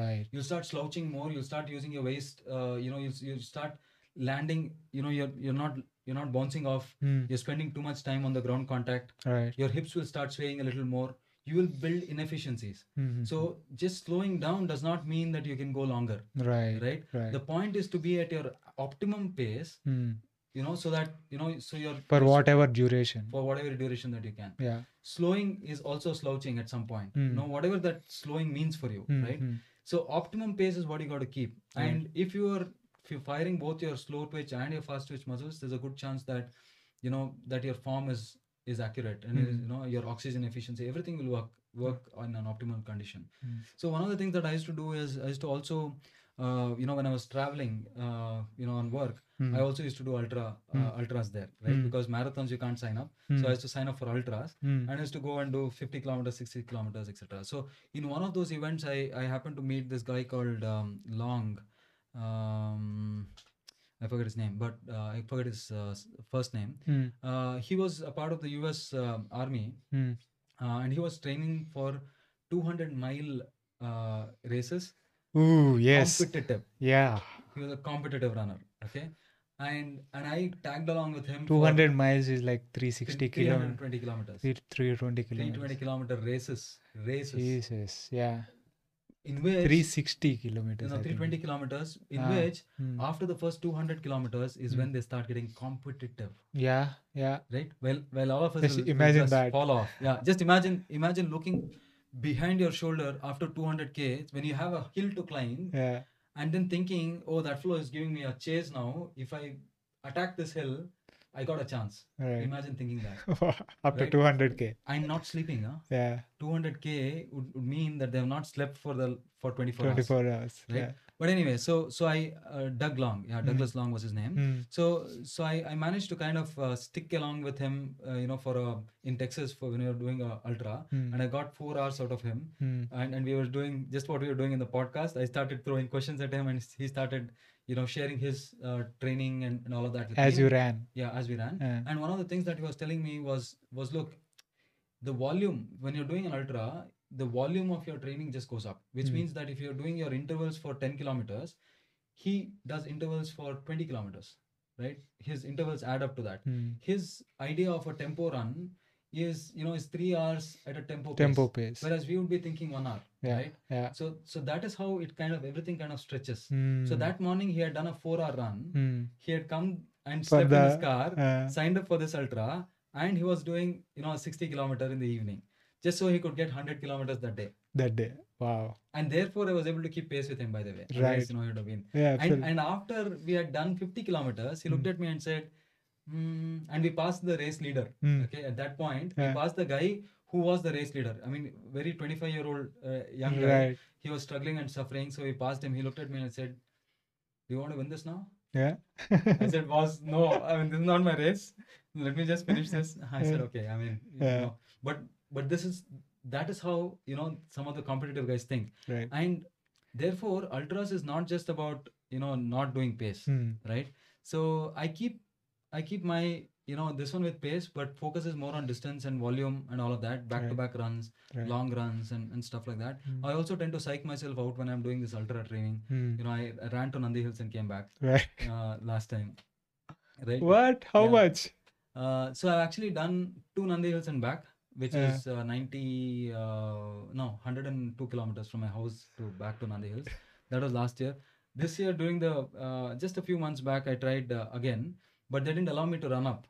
right
you'll start slouching more you'll start using your waist uh, you know you'll, you'll start landing you know you're you're not you're not bouncing off
mm,
you're spending too much time on the ground contact
right
your hips will start swaying a little more you will build inefficiencies
mm,
so just slowing down does not mean that you can go longer
right
right
right
the point is to be at your optimum pace
mm,
you know so that you know so you're
for
you're-
whatever duration
for whatever duration that you can
yeah
slowing is also slouching at some point
Mm.
no whatever that slowing means for you
Mm,
right
mm,
so optimum pace is what you got to keep
Right.
and if you are if you're firing both your slow twitch and your fast twitch muscles there's a good chance that you know that your form is is accurate and it is,
Mm.
you know your oxygen efficiency everything
Hmm.
will work work on an optimal condition
mm.
so one of the things that i used to do is i used to also uh, you know, when I was traveling, uh, you know, on work,
Hmm.
I also used to do ultra uh,
Mm.
ultras there, right?
Mm.
Because marathons you can't sign up,
Hmm.
so I used to sign up for ultras.
Hmm.
And I used to go and do 50 kilometers, 60 kilometers, etc. So in one of those events, I I happened to meet this guy called um, Long. Um, I forget his name, but uh, I forget his uh, s- first name.
Hmm.
Uh, he was a part of the U.S. um Army,
Hmm.
uh, and he was training for 200 mile uh, races.
Ooh, yes.
Competitive.
Yeah.
He was a competitive runner. Okay. And and I tagged along with him. for
200 miles is like 360 kilometers.
320 kilometers.
320
320
kilometers.
kilometer races. Races.
Jesus. Yeah.
In which
360
you
kilometers.
know,
I think.
320 kilometers, in
Ah.
which
Hmm.
after the first 200 kilometers is when they start getting competitive,
Yeah. Yeah.
right? Well, well, all of us
Just
will, will
imagine
just
that.
fall off. Yeah, just imagine, imagine looking behind your shoulder after 200k when you have a hill to climb,
Yeah.
and then thinking, oh, that fellow is giving me a chase now. If I attack this hill, I got a chance.
Right.
Imagine thinking that.
Up to
Right.
200k.
I'm not sleeping. Huh?
Yeah.
200k would, would mean that they have not slept for the for 24, hours.
24 hours.
right?
Yeah.
But anyway, so so I uh, Doug Long,
Mm-hmm.
yeah, Douglas Long was his name.
Hmm.
So so I, I managed to kind of uh, stick along with him, uh, you know, for a in Texas for when we were doing a ultra,
Hmm.
and I got four hours out of him,
Hmm.
and and we were doing just what we were doing in the podcast. I started throwing questions at him, and he started, you know, sharing his uh, training and, and all of that. With
As
me.
you ran.
yeah, as we ran.
Yeah.
And one of the things that he was telling me was was look, the volume when you're doing an ultra, the volume of your training just goes up, which
Hmm.
means that if you're doing your intervals for 10 kilometers, he does intervals for 20 kilometers, right? His intervals add up to that.
Hmm.
His idea of a tempo run is, you know, is three hours at a tempo
Tempo
pace,
pace.
whereas we would be thinking one hour,
Yeah.
right?
Yeah.
So, so that is how it kind of everything kind of stretches. So
Hmm.
that morning he had done a four-hour run.
Hmm.
He had come and
For
slept in his
the-
car
Uh,
signed up for this ultra and he was doing you know 60 kilometer in the evening just so he could get 100 kilometers that day
that day. Wow.
and therefore i was able to keep pace with him by the way Otherwise,
Right.
you know he would have been
Yeah.
and,
Absolutely.
and after we had done 50 kilometers he looked
Mm.
at me and said mm, and we passed the race leader
Hmm.
okay at that point
Yeah.
we passed the guy who was the race leader i mean very 25 year old uh, young guy
Right.
he was struggling and suffering so we passed him he looked at me and said do you want to win this now
Yeah.
I said, boss, no, I mean, this is not my race. Let me just finish this. I said,
Yeah.
okay. I mean, you
Yeah.
know, but but this is that is how you know some of the competitive guys think,
right.
and therefore ultras is not just about you know not doing pace,
Hmm.
right? So I keep I keep my you know this one with pace, but focus is more on distance and volume and all of that, back to back runs,
Right.
long runs, and and stuff like that.
Hmm.
I also tend to psych myself out when I'm doing this ultra training.
Hmm.
You know, I, I ran to Nandi Hills and came back
Right.
uh, last time. Right.
What? How
Yeah.
much?
Uh, so I've actually done two Nandi Hills and back, which
Yeah.
is uh, 90, uh, no, 102 kilometers from my house to back to Nandi Hills. That was last year. This year, during the uh, just a few months back, I tried uh, again, but they didn't allow me to run up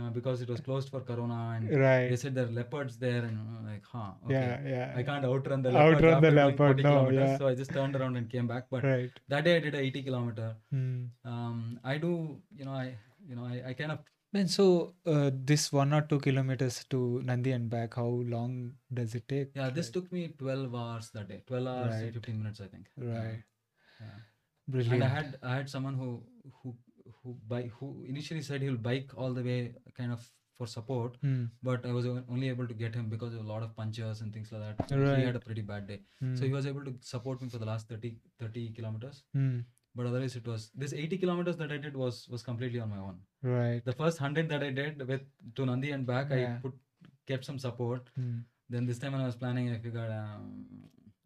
uh, because it was closed for Corona, and
Right.
they said there are leopards there, and I'm like, huh, okay.
Yeah. Yeah.
I can't outrun the leopard.
Outrun the leopard, no, yeah.
So I just turned around and came back. But
Right.
that day I did a 80 kilometer.
Hmm.
Um, I do, you know, I, you know, I, I kind of
Man, so uh, this one or two kilometers to Nandi and back, how long does it take?
Yeah, this took me 12 hours that day. 12 hours
Right.
and 15 minutes, I think. Yeah.
Right.
Yeah.
Brilliant.
And I had I had someone who who who bike who initially said he'll bike all the way kind of for support,
Hmm.
but I was o- only able to get him because of a lot of punches and things like that. So He had
Right.
a pretty bad day,
Hmm.
so he was able to support me for the last 30 30 kilometers.
Hmm.
But otherwise, it was this 80 kilometers that I did was was completely on my own.
Right.
The first hundred that I did with to Nandi and back, I
Yeah.
put kept some support.
Hmm.
Then this time when I was planning, I figured. Um,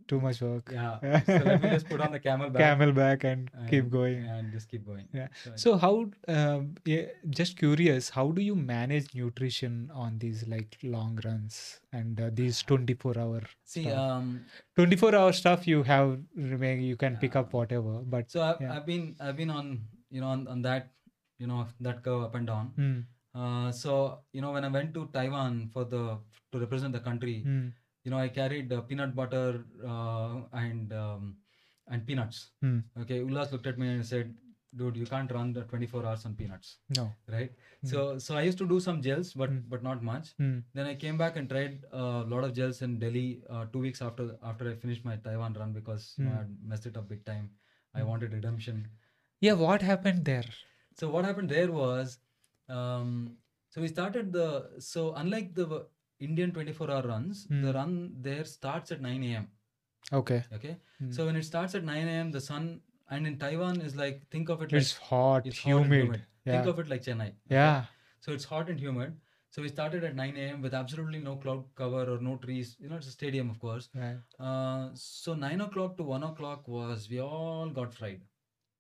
Too much work.
Yeah. So let me just put on the camel back.
Camel back and keep
and-
going.
And just keep going.
Yeah.
So,
So how? Um, yeah, just curious. How do you manage nutrition on these like long runs and uh, these twenty-four hour
see,
stuff?
um,
twenty-four hour stuff? You have remain. You can pick up whatever, but
so I've,
Yeah.
I've been I've been on you know on, on that you know that curve up and down.
Hmm.
Uh, so you know when I went to Taiwan for the to represent the country,
Hmm.
you know I carried uh, peanut butter uh, and um, and peanuts.
Hmm.
Okay, Ullas looked at me and said, "Dude, you can't run the 24 hours on peanuts."
no.
Right.
Hmm.
So so I used to do some gels, but
Hmm.
but not much.
Hmm.
Then I came back and tried a lot of gels in Delhi uh, two weeks after after I finished my Taiwan run because you know, I
Mm.
had messed it up big time I
Hmm.
wanted redemption.
Yeah, what happened there?
So what happened there was, um, so we started the so unlike the w- Indian 24-hour runs, the
Mm.
run there starts at 9 a.m.
Okay.
Okay,
Mm.
so when it starts at 9 a.m., the sun and in Taiwan is like think of it like
It's hot,
it's hot and
humid.
Think
Yeah.
of it like Chennai. okay?
Yeah.
So it's hot and humid. So we started at 9 a.m. with absolutely no cloud cover or no trees. You know, it's a stadium, of course.
Right.
Uh, so 9 o'clock to 1 o'clock was we all got fried.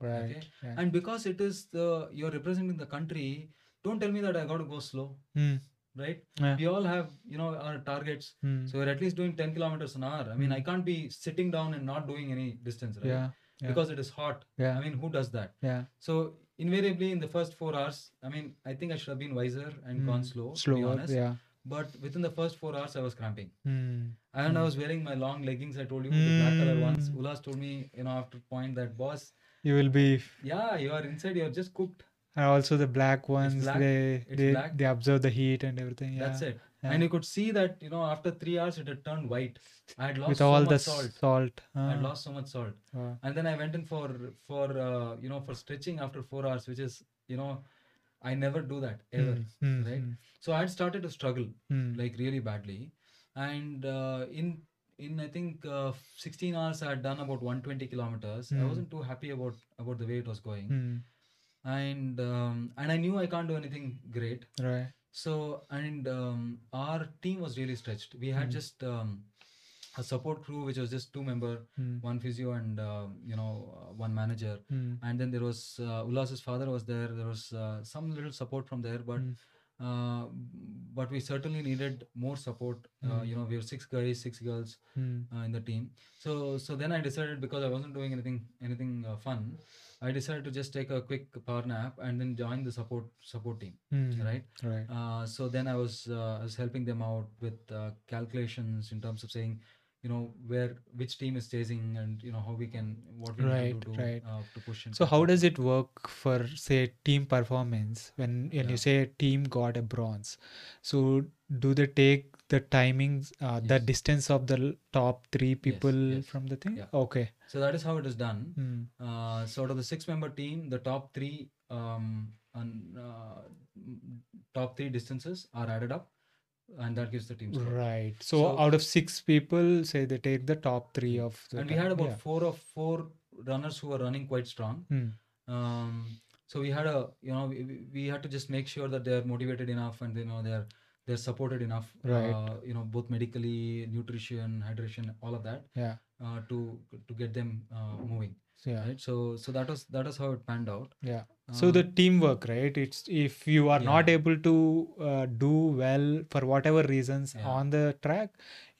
Right.
Okay.
Yeah.
And because it is the you're representing the country, don't tell me that I got to go slow,
Mm,
right?
Yeah.
We all have you know our targets.
mm,
So we're at least doing 10 kilometers an hour. I mean,
Mm.
I can't be sitting down and not doing any distance, right?
yeah. yeah.
Because it is hot.
Yeah.
uh, I mean, who does that?
yeah.
So invariably in the first four hours, I mean, I think I should have been wiser and gone
Mm,
slow. to be
Slower.
honest.
Yeah.
But within the first four hours, I was cramping.
Mm.
And I
Mm.
was wearing my long leggings. I told you the black color ones.
Mm.
Ulas told me, you know, after point that boss,
You will be. f-
yeah, you are inside. You are just cooked.
And also the black ones.
black,
They
it's
they
black.
they observe the heat and everything. Yeah.
That's it.
yeah.
And you could see that, you know, after three hours, it had turned white. I had lost
With
so
all
much
the
salt.
salt.
I had
Ah,
lost so much salt.
wow.
And then I went in for for uh, you know for stretching after four hours, which is you know, I never do that ever.
Mm, mm,
right?
mm,
So I had started to struggle.
mm.
like really badly and uh, in in i think uh, 16 hours i had done about 120 kilometers i
Mm.
wasn't too happy about about the way it was going
Mm,
and um, and i knew i can't do anything great
right.
so and um, our team was really stretched we had
Mm.
just um, a support crew which was just two member
Mm,
one physio and um, you know uh, one manager
mm,
and then there was uh, Ulas's father was there. There was uh, some little support from there, but
Mm.
uh, but we certainly needed more support. Uh,
Mm.
you know, we were six guys, six girls
mm,
uh, in the team. So so then I decided because I wasn't doing anything anything uh, fun, I decided to just take a quick power nap and then join the support support team.
mm.
Right.
Right.
Uh, so then I was uh, I was helping them out with uh, calculations in terms of saying, you know, where which team is chasing and you know how we can what we
Right,
need to do
right.
uh, to push. and
So
push
how
and
does
push.
it work for say team performance when when you
Yeah.
say team got a bronze? So do they take the timings, uh, the
Yes.
distance of the l- top three people
yes.
from the thing?
Yeah.
Okay.
So that is how it is done.
Mm.
Uh, sort of the six-member team, the top three um, and uh, m- top three distances are added up, and that gives the team score.
Right. So,
So-
out of six people, say they take the top three
Mm.
of the.
And we
top-
had about
yeah.
four of four runners who were running quite strong.
Mm.
Um, so we had a you know we, we- we had to just make sure that they are motivated enough and you know they're they're supported enough.
Right.
Uh, you know both medically, nutrition, hydration, all of that
Yeah.
uh, to to get them uh, moving.
Yeah.
right so so that was that was how it panned out
Yeah. So the
Uh,
teamwork, right? It's if you are not
Yeah.
able to uh, do well for whatever reasons
Yeah.
on the track,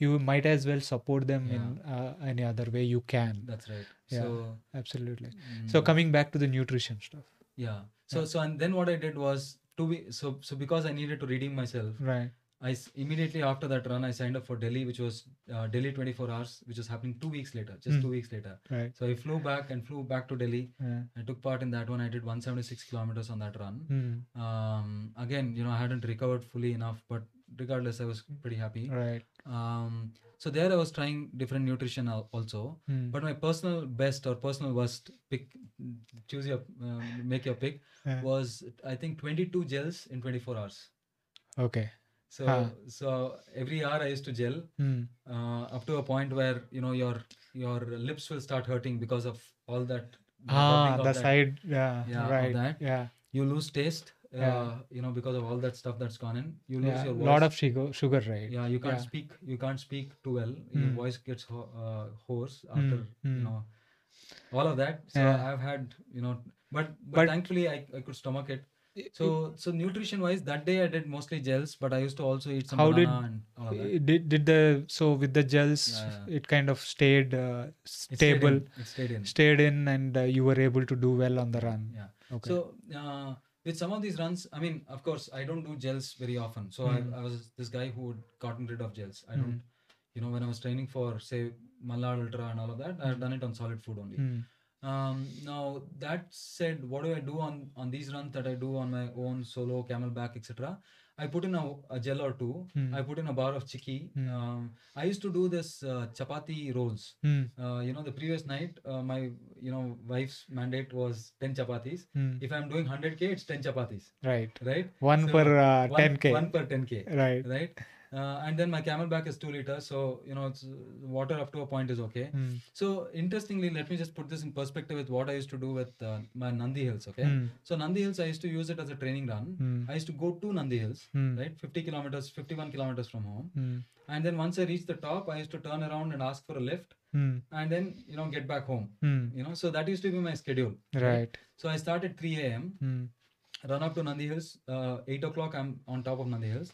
you might as well support them
Yeah.
in uh, any other way you can.
that's right
Yeah.
so
Absolutely. So
mm,
coming back to the nutrition stuff,
yeah so
yeah.
so and then what i did was to be so so because i needed to redeem myself
right?
i s- immediately after that run i signed up for delhi which was uh, delhi 24 hours which was happening two weeks later just
Mm.
two weeks later
Right.
so i flew back and flew back to delhi
Yeah.
i took part in that one i did 176 kilometers on that run
Mm.
um again you know i hadn't recovered fully enough but regardless i was pretty happy
Right.
um so there i was trying different nutrition al- also
Mm.
but my personal best or personal worst pick choose your uh, make your pick
Yeah.
was i think 22 gels in 24 hours
Okay.
so
Huh.
so every hour i used to gel
Mm.
uh, up to a point where you know your your lips will start hurting because of all that the
Ah,
rubbing of
the
that.
side. Yeah.
Yeah, of
right.
that.
Yeah.
you lose taste uh,
Yeah.
you know because of all that stuff that's gone in you lose
Yeah.
your voice
lot of sugar, sugar, right?
yeah you can't
Yeah.
speak you can't speak too well your
Mm.
voice gets ho- uh, hoarse after
mm.
you know all of that so
Yeah.
i've had you know but but,
But-
thankfully I, I could stomach it
I-
so so nutrition wise that day i did mostly gels but i used to also eat some
How did-
banana and all of that
I- did did the so with the gels
Yeah,
it kind of stayed uh,
It stayed
stable
in, it stayed in
stayed in and uh, you were able to do well on the run
yeah
okay
so uh, with some of these runs i mean of course i don't do gels very often so
Mm.
I, I was this guy who had gotten rid of gels i
Mm.
don't you know when i was training for say Malad ultra and all of that i have done it on solid food only
Mm,
Um, now that said, what do I do on on these runs that I do on my own solo camelback, etc. I put in a, a gel or two.
Hmm.
I put in a bar of chicky.
Hmm.
Um, I used to do this uh, chapati rolls.
Hmm.
Uh, you know, the previous night, uh, my you know wife's mandate was ten chapatis.
Hmm.
If I'm doing hundred k, it's ten chapatis,
Right.
right?
One
So,
per uh,
One-
10k.
One per ten k,
Right.
right? Uh, and then my Camelback is two liters, so you know, it's, uh, water up to a point is okay.
Hmm.
So interestingly, let me just put this in perspective with what I used to do with uh, my Nandi Hills. Okay,
Hmm.
so Nandi Hills, I used to use it as a training run.
Hmm.
I used to go to Nandi Hills,
Hmm.
right, 50 kilometers, 51 kilometers from home,
Hmm.
and then once I reached the top, I used to turn around and ask for a lift,
Hmm.
and then you know get back home.
Hmm.
You know, so that used to be my schedule.
Right.
So I start at 3 a.m.,
Hmm.
run up to Nandi Hills, uh, 8 o'clock. I'm on top of Nandi Hills.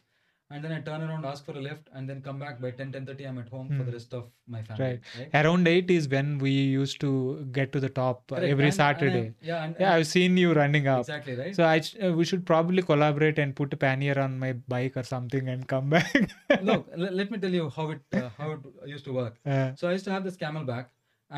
And then I turn around, ask for a lift, and then come back by 10, 10.30, I'm at home for the
Hmm.
rest of my family.
Right. Around 8 is when we used to get to the top uh,
Correct.
every
And- and I'm-
Saturday.
yeah, and,
yeah, I've seen you running up.
exactly, right?
So I sh- uh, we should probably collaborate and put a pannier on my bike or something and come back.
Look, le- let me tell you how it uh, how it used to work.
Uh,
So I used to have this camelback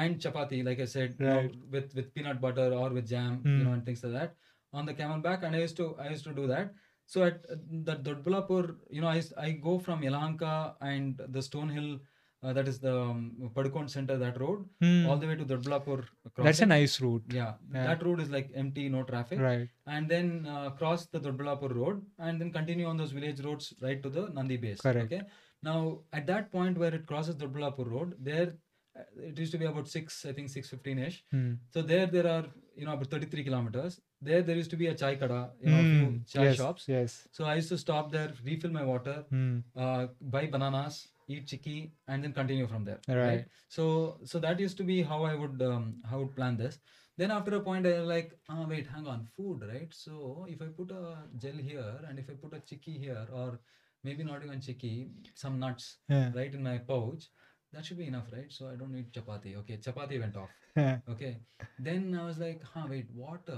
and chapati, like I said, you know,
Right.
with with peanut butter or with jam, you
Hmm.
know, and things like that on the camelback. And I used to I used to do that. So at uh, the Dodbulapur, you know, I, s- I go from Yelahanka and the Stone Hill, uh, that is the um, Padukone Center, that road,
hmm,
all the way to Dodbulapur.
that's a
crossing.
nice route,
Yeah,
Yeah.
that road is like empty, no traffic.
right?
And then uh, cross the Dodbulapur road and then continue on those village roads right to the Nandi base.
Correct.
Okay. Now, at that point where it crosses Dodbulapur road, there uh, it used to be about six, I think six fifteen ish.
Hmm.
So there, there are you know about thirty three kilometers. There, there used to be a chai kada, you know, a few
Hmm,
chai
yes,
shops.
Yes.
So I used to stop there, refill my water,
Hmm.
uh, buy bananas, eat chikki, and then continue from there.
Right.
So so that used to be how I would um, how I would plan this. Then after a point, I like, ah, wait, hang on, food, right? So if I put a gel here and if I put a chikki here, or maybe not even chikki, some nuts,
Yeah.
right, in my pouch, that should be enough, right? So I don't need chapati. Okay, chapati went off.
Yeah.
Okay. Then I was like, huh, wait, water.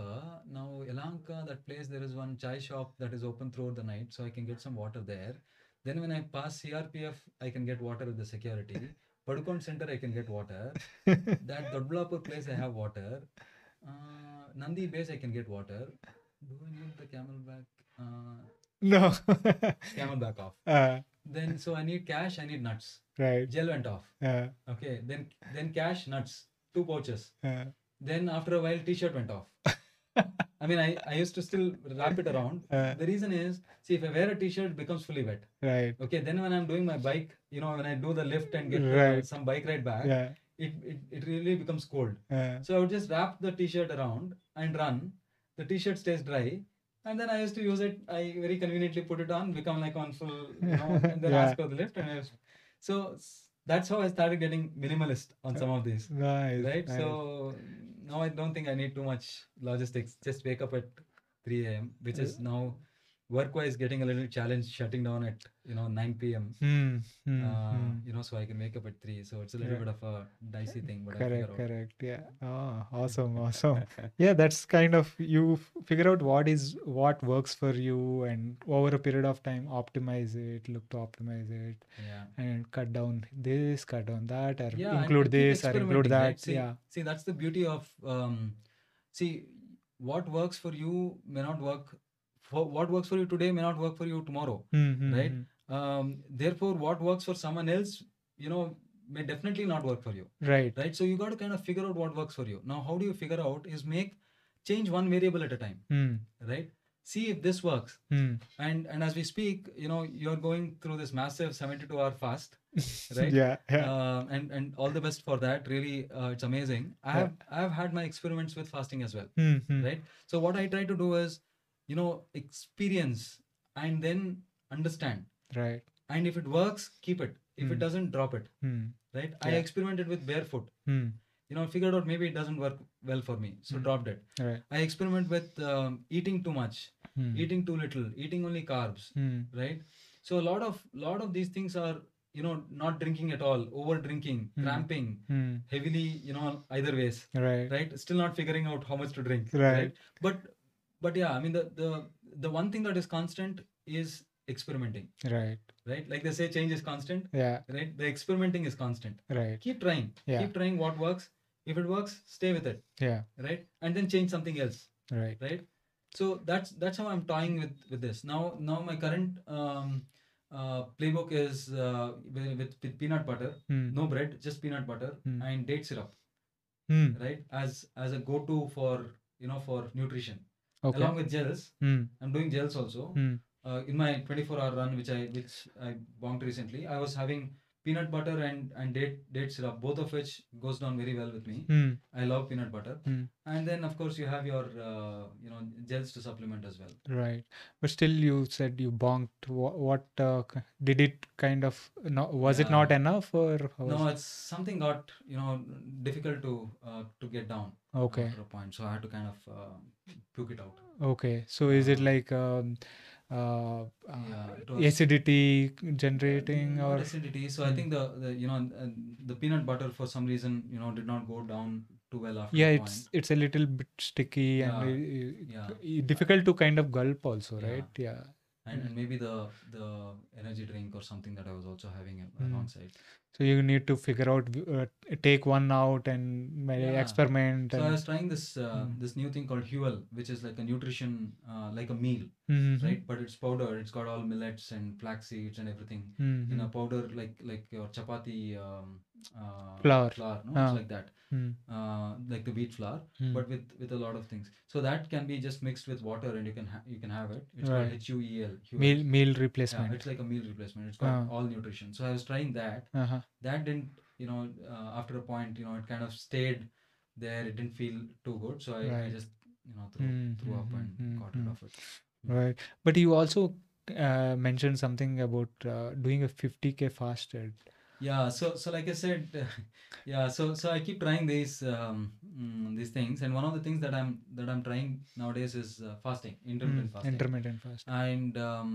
Now, Elanka, that place, there is one chai shop that is open throughout the night, so I can get some water there. Then when I pass CRPF, I can get water with the security. Padukone Center, I can get water. that Dodbulapur place, I have water. Uh, Nandi Base, I can get water. Do I need the camelback? Uh,
No.
camelback off.
uh,
Then, so I need cash, I need nuts.
right.
Gel went off.
Uh,
Okay. Then, then cash, nuts, two pouches
uh,
then after a while t-shirt went off i mean i, I used to still wrap it around
uh,
the reason is see if i wear a t-shirt it becomes fully wet
right.
okay then when i'm doing my bike you know when i do the lift and get uh,
Right.
some bike ride back
Yeah.
it, it it really becomes cold
Uh,
so i would just wrap the t-shirt around and run the t-shirt stays dry and then i used to use it i very conveniently put it on become like on full you know and then
Yeah.
ask for the lift and I was, so s- that's how i started getting minimalist
Uh,
on some of these
nice.
right
nice.
so now i don't think i need too much logistics just wake up at 3 a.m which is now work wise getting a little challenge shutting down at you know 9 p.m
Hmm. Hmm.
uh,
hmm.
you know so i can wake up at 3 so it's a little
Yeah.
bit of a dicey thing but i figure
correct
out
correct yeah oh, awesome awesome yeah that's kind of you f- figure out what is what works for you and over a period of time optimize it look to optimize it
yeah
and cut down this cut down that or
Yeah, and-
include
and keep
this or include
experimenting,
that
right? See,
yeah
see that's the beauty of um see what works for you may not work for what works for you today may not work for you tomorrow
mm-hmm.
right? um therefore what works for someone else you know may definitely not work for you
right
right so you got to kind of figure out what works for you now how do you figure out is make change one variable at a time
mm.
right see if this works
Mm.
and and as we speak you know you're going through this massive 72 hour fast right
yeah yeah
uh, and and all the best for that really uh, it's amazing i
Yeah.
have i have had my experiments with fasting as well
mm-hmm.
right so what i try to do is you know experience and then understand
right
and if it works keep it if it
Hmm.
doesn't drop it
mm.
right i
Yeah.
experimented with barefoot
Mm.
you know figured out maybe it doesn't work well for me so
Mm.
dropped it
right
i experiment with um, eating too much
mm.
eating too little eating only carbs
mm.
right so a lot of lot of these things are you know not drinking at all over drinking
Mm.
cramping
Mm.
heavily you know either ways
right
right still not figuring out how much to drink
Right.
but but yeah i mean the the the one thing that is constant is experimenting
right
right like they say change is constant
yeah
right the experimenting is constant
right
keep trying
Yeah.
keep trying what works if it works stay with it
yeah
right and then change something else
right
right so that's that's how i'm toying with with this now now my current um uh, playbook is uh, with, with with peanut butter
Hmm.
no bread just peanut butter
Hmm.
and date syrup
Hmm.
right as as a go-to for you know for nutrition
Okay.
along with gels
Hmm.
i'm doing gels also
Hmm.
uh, in my 24 hour run which i which i bonked recently i was having peanut butter and and date date syrup both of which goes down very well with me
Hmm.
i love peanut butter
Hmm.
and then of course you have your uh, you know gels to supplement as well
Right. But still, you said you bonked. What, what uh, k- did it kind of? No, was it
Yeah.
not enough or? how
no
was-
it's something got you know difficult to uh, to get down
Okay.
after a point so i had to kind of uh, puke it out
Okay. So is it
Uh,
like um, uh, uh,
yeah, it was-
acidity
Uh,
generating
not
or?
acidity so i
Hmm.
think the, the you know uh, the peanut butter for some reason you know did not go down too well after
Yeah,
a
it's it's a little bit sticky and
Yeah,
i- i-
yeah.
i- difficult to kind of gulp also,
Yeah.
right? Yeah.
point and, and maybe the the energy drink or something that i was also having a-
Hmm.
alongside
So you need to figure out, w- uh, t- take one out and maybe
Yeah.
experiment.
so i
and,
was trying this uh,
Hmm.
this new thing called huel which is like a nutrition uh, like a meal
Mhm.
right but it's powder it's got all millets and flax seeds and everything in a
Mhm.
powder like like your chapati um, uh,
Flour.
flour no?
Ah.
it's like that
Mm.
uh, like the wheat flour
Mm.
but with with a lot of things so that can be just mixed with water and you can ha- you can have it it's called E
Right.
h-u-e-l Huel.
meal meal
yeah,
replacement.
it's like a meal replacement it's got
Ah.
all nutrition so i was trying that
uh-huh.
that didn't you know uh, after a point you know it kind of stayed there it didn't feel too good so i, I
Right.
just you know threw,
Mm,
threw up
mhm,
and
mhm,
got rid
mhm.
of it Mm-hmm.
Right. But you also uh, mentioned something about uh, doing a 50k fasted.
yeah so so like i said yeah so so i keep trying these um, mm, these things and one of the things that i'm that i'm trying nowadays is uh, fasting intermittent
Mm,
fasting
intermittent fast.
and um,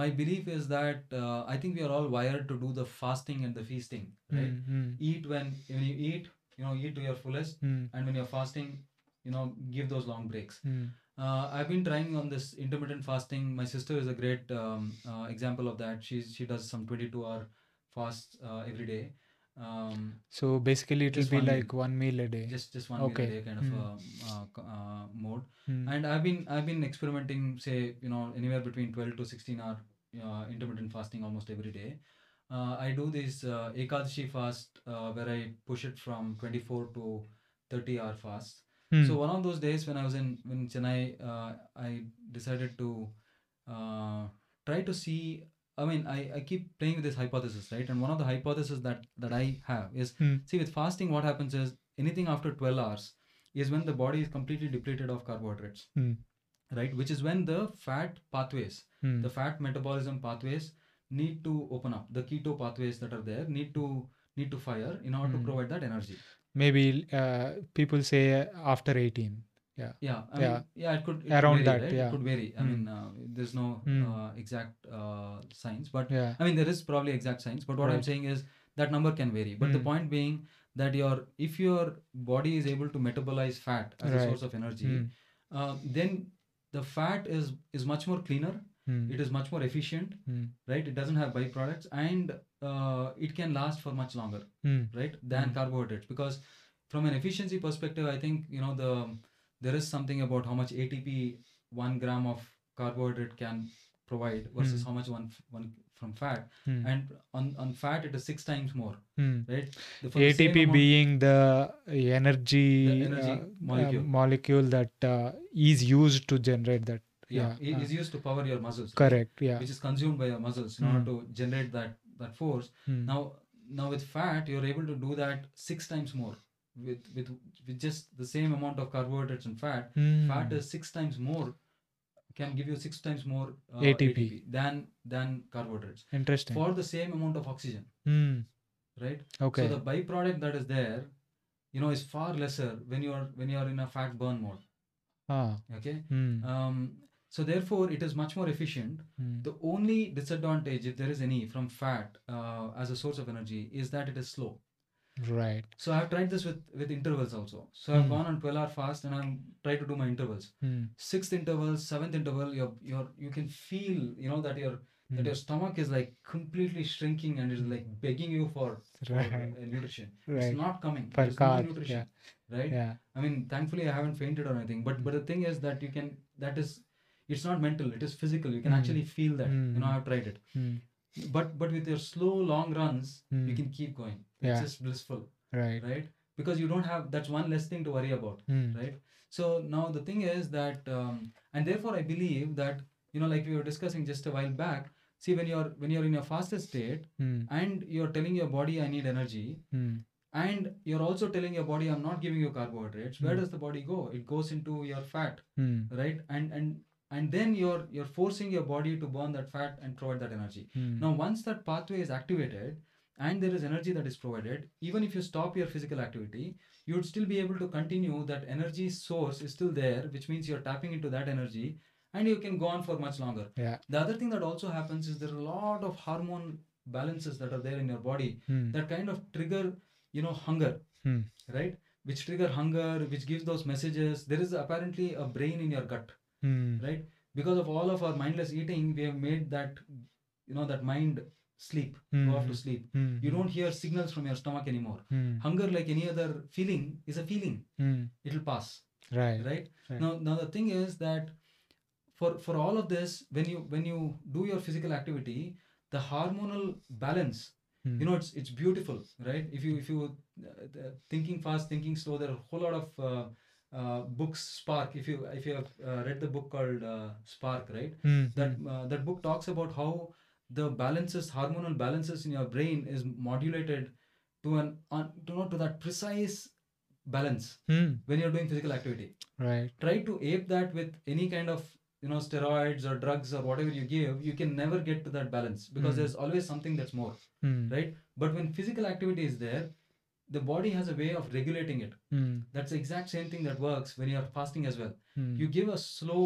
my belief is that uh, i think we are all wired to do the fasting and the feasting right
Mm, mm,
eat when when you eat you know eat to your fullest
mm,
and when you're fasting you know give those long breaks
mm,
uh, i've been trying on this intermittent fasting my sister is a great um, uh, example of that she's she does some 22 hour fast uh, every day um,
So basically, it'll
Just
be
one meal.
like one meal a day.
just just one
Okay.
meal a day kind of
Mm.
uh, uh, c- uh, mode
Mm,
and i've been i've been experimenting say you know anywhere between 12 to 16 hour uh, intermittent fasting almost every day uh, i do this uh, ekadashi fast uh, where i push it from 24 to 30 hour fast so
mm,
one of those days when i was in in chennai uh, i decided to uh, try to see i mean I, I keep playing with this hypothesis right and one of the hypotheses that that i have is
mm,
see with fasting what happens is anything after 12 hours is when the body is completely depleted of carbohydrates
mm,
right which is when the fat pathways
mm,
the fat metabolism pathways need to open up the keto pathways that are there need to need to fire in order
Mm.
to provide that energy
Maybe uh, people say after 18.
yeah i
Yeah.
mean yeah it could it
Around
could vary,
that,
right?
yeah.
it could vary i
Mm.
mean uh, there's no
Mm.
uh, exact uh, science but
Yeah.
i mean there is probably exact science but what i'm
Right.
saying is that number can vary but the
Mm.
point being that your if your body is able to metabolize fat as a
Right.
source of energy
Mm,
uh, then the fat is is much more cleaner
mm,
it is much more efficient
mm,
right it doesn't have byproducts and uh, it can last for much longer
mm,
right than
Mm.
carbohydrates because from an efficiency perspective i think you know the there is something about how much atp one gram of carbohydrate can provide versus
Mm.
how much one one from fat
mm,
and on on fat it is six times more
mm.
right the, for the same
ATP
amount-
being the uh, energy,
energy
uh, uh,
molecule.
molecule that uh, is used to generate that.
yeah,
yeah,
i-
uh,
is used to power your muscles right?
Correct. Mm-hmm. Yeah.
which is consumed by your muscles in order to generate that that force
Mm.
now now with fat you're able to do that six times more with with, with just the same amount of carbohydrates and fat fat
Mm.
is six times more can give you six times more uh,
ATP.
than than carbohydrates
Interesting.
for the same amount of oxygen
Hmm.
right
Okay.
so the byproduct that is there you know is far lesser when you are when you are in a fat burn mode
ah.
okay
Hmm.
um, so therefore it is much more efficient
Hmm.
the only disadvantage if there is any from fat uh, as a source of energy is that it is slow
right.
so i've tried this with with intervals also so i've
Hmm.
gone on 12 hour fast and i'm tried to do my intervals
Hmm.
sixth interval seventh interval you're, you're you can feel you know that your
Hmm.
that your stomach is like completely shrinking and is like begging you for, for, uh,
Right.
nutrition.
Right.
It's not coming.
For
There's no
carbs,
nutrition, right?
Yeah.
I mean, thankfully, I haven't fainted or anything. But but the thing is that you can. That is, it's not mental. It is physical. You can
Mm.
actually feel that. You know,
Mm.
I've tried it.
Mm.
But but with your slow long runs, you
Mm.
can keep going.
Yeah.
It's just blissful,
Right.
right? Because you don't have. That's one less thing to worry about
Mm.
right so now the thing is that um, and therefore i believe that you know like we were discussing just a while back see when you're when you're in your fastest state
Mm.
and you're telling your body i need energy
Mm.
and you're also telling your body i'm not giving you carbohydrates where
Mm.
does the body go it goes into your fat
Mm.
right and and and then you're you're forcing your body to burn that fat and provide that energy
Mm.
now once that pathway is activated and there is energy that is provided even if you stop your physical activity you would still be able to continue that energy source is still there which means you're tapping into that energy and you can go on for much longer
Yeah.
the other thing that also happens is there are a lot of hormone balances that are there in your body
Mm.
that kind of trigger you know hunger
Hmm.
right which trigger hunger which gives those messages there is apparently a brain in your gut
Mm.
right because of all of our mindless eating we have made that you know that mind sleep go off to
Mhm.
sleep
Mm.
you don't hear signals from your stomach anymore
Mm.
hunger like any other feeling is a feeling
Mm.
it'll pass
Right.
right
Right.
now now the thing is that for for all of this when you when you do your physical activity the hormonal balance
Mm.
you know it's it's beautiful right if you if you uh, the thinking fast thinking slow there are a whole lot of uh, uh, books spark if you if you have uh, read the book called uh, spark right
Mm.
that
Mm.
uh, that book talks about how the balances hormonal balances in your brain is modulated to an un, to not to that precise balance
Mm.
when you're doing physical activity
Right.
try to ape that with any kind of you know steroids or drugs or whatever you give you can never get to that balance because
Mm.
there's always something that's more
Mm.
right but when physical activity is there the body has a way of regulating it
Mm.
that's the exact same thing that works when you're fasting as well
Mm.
you give a slow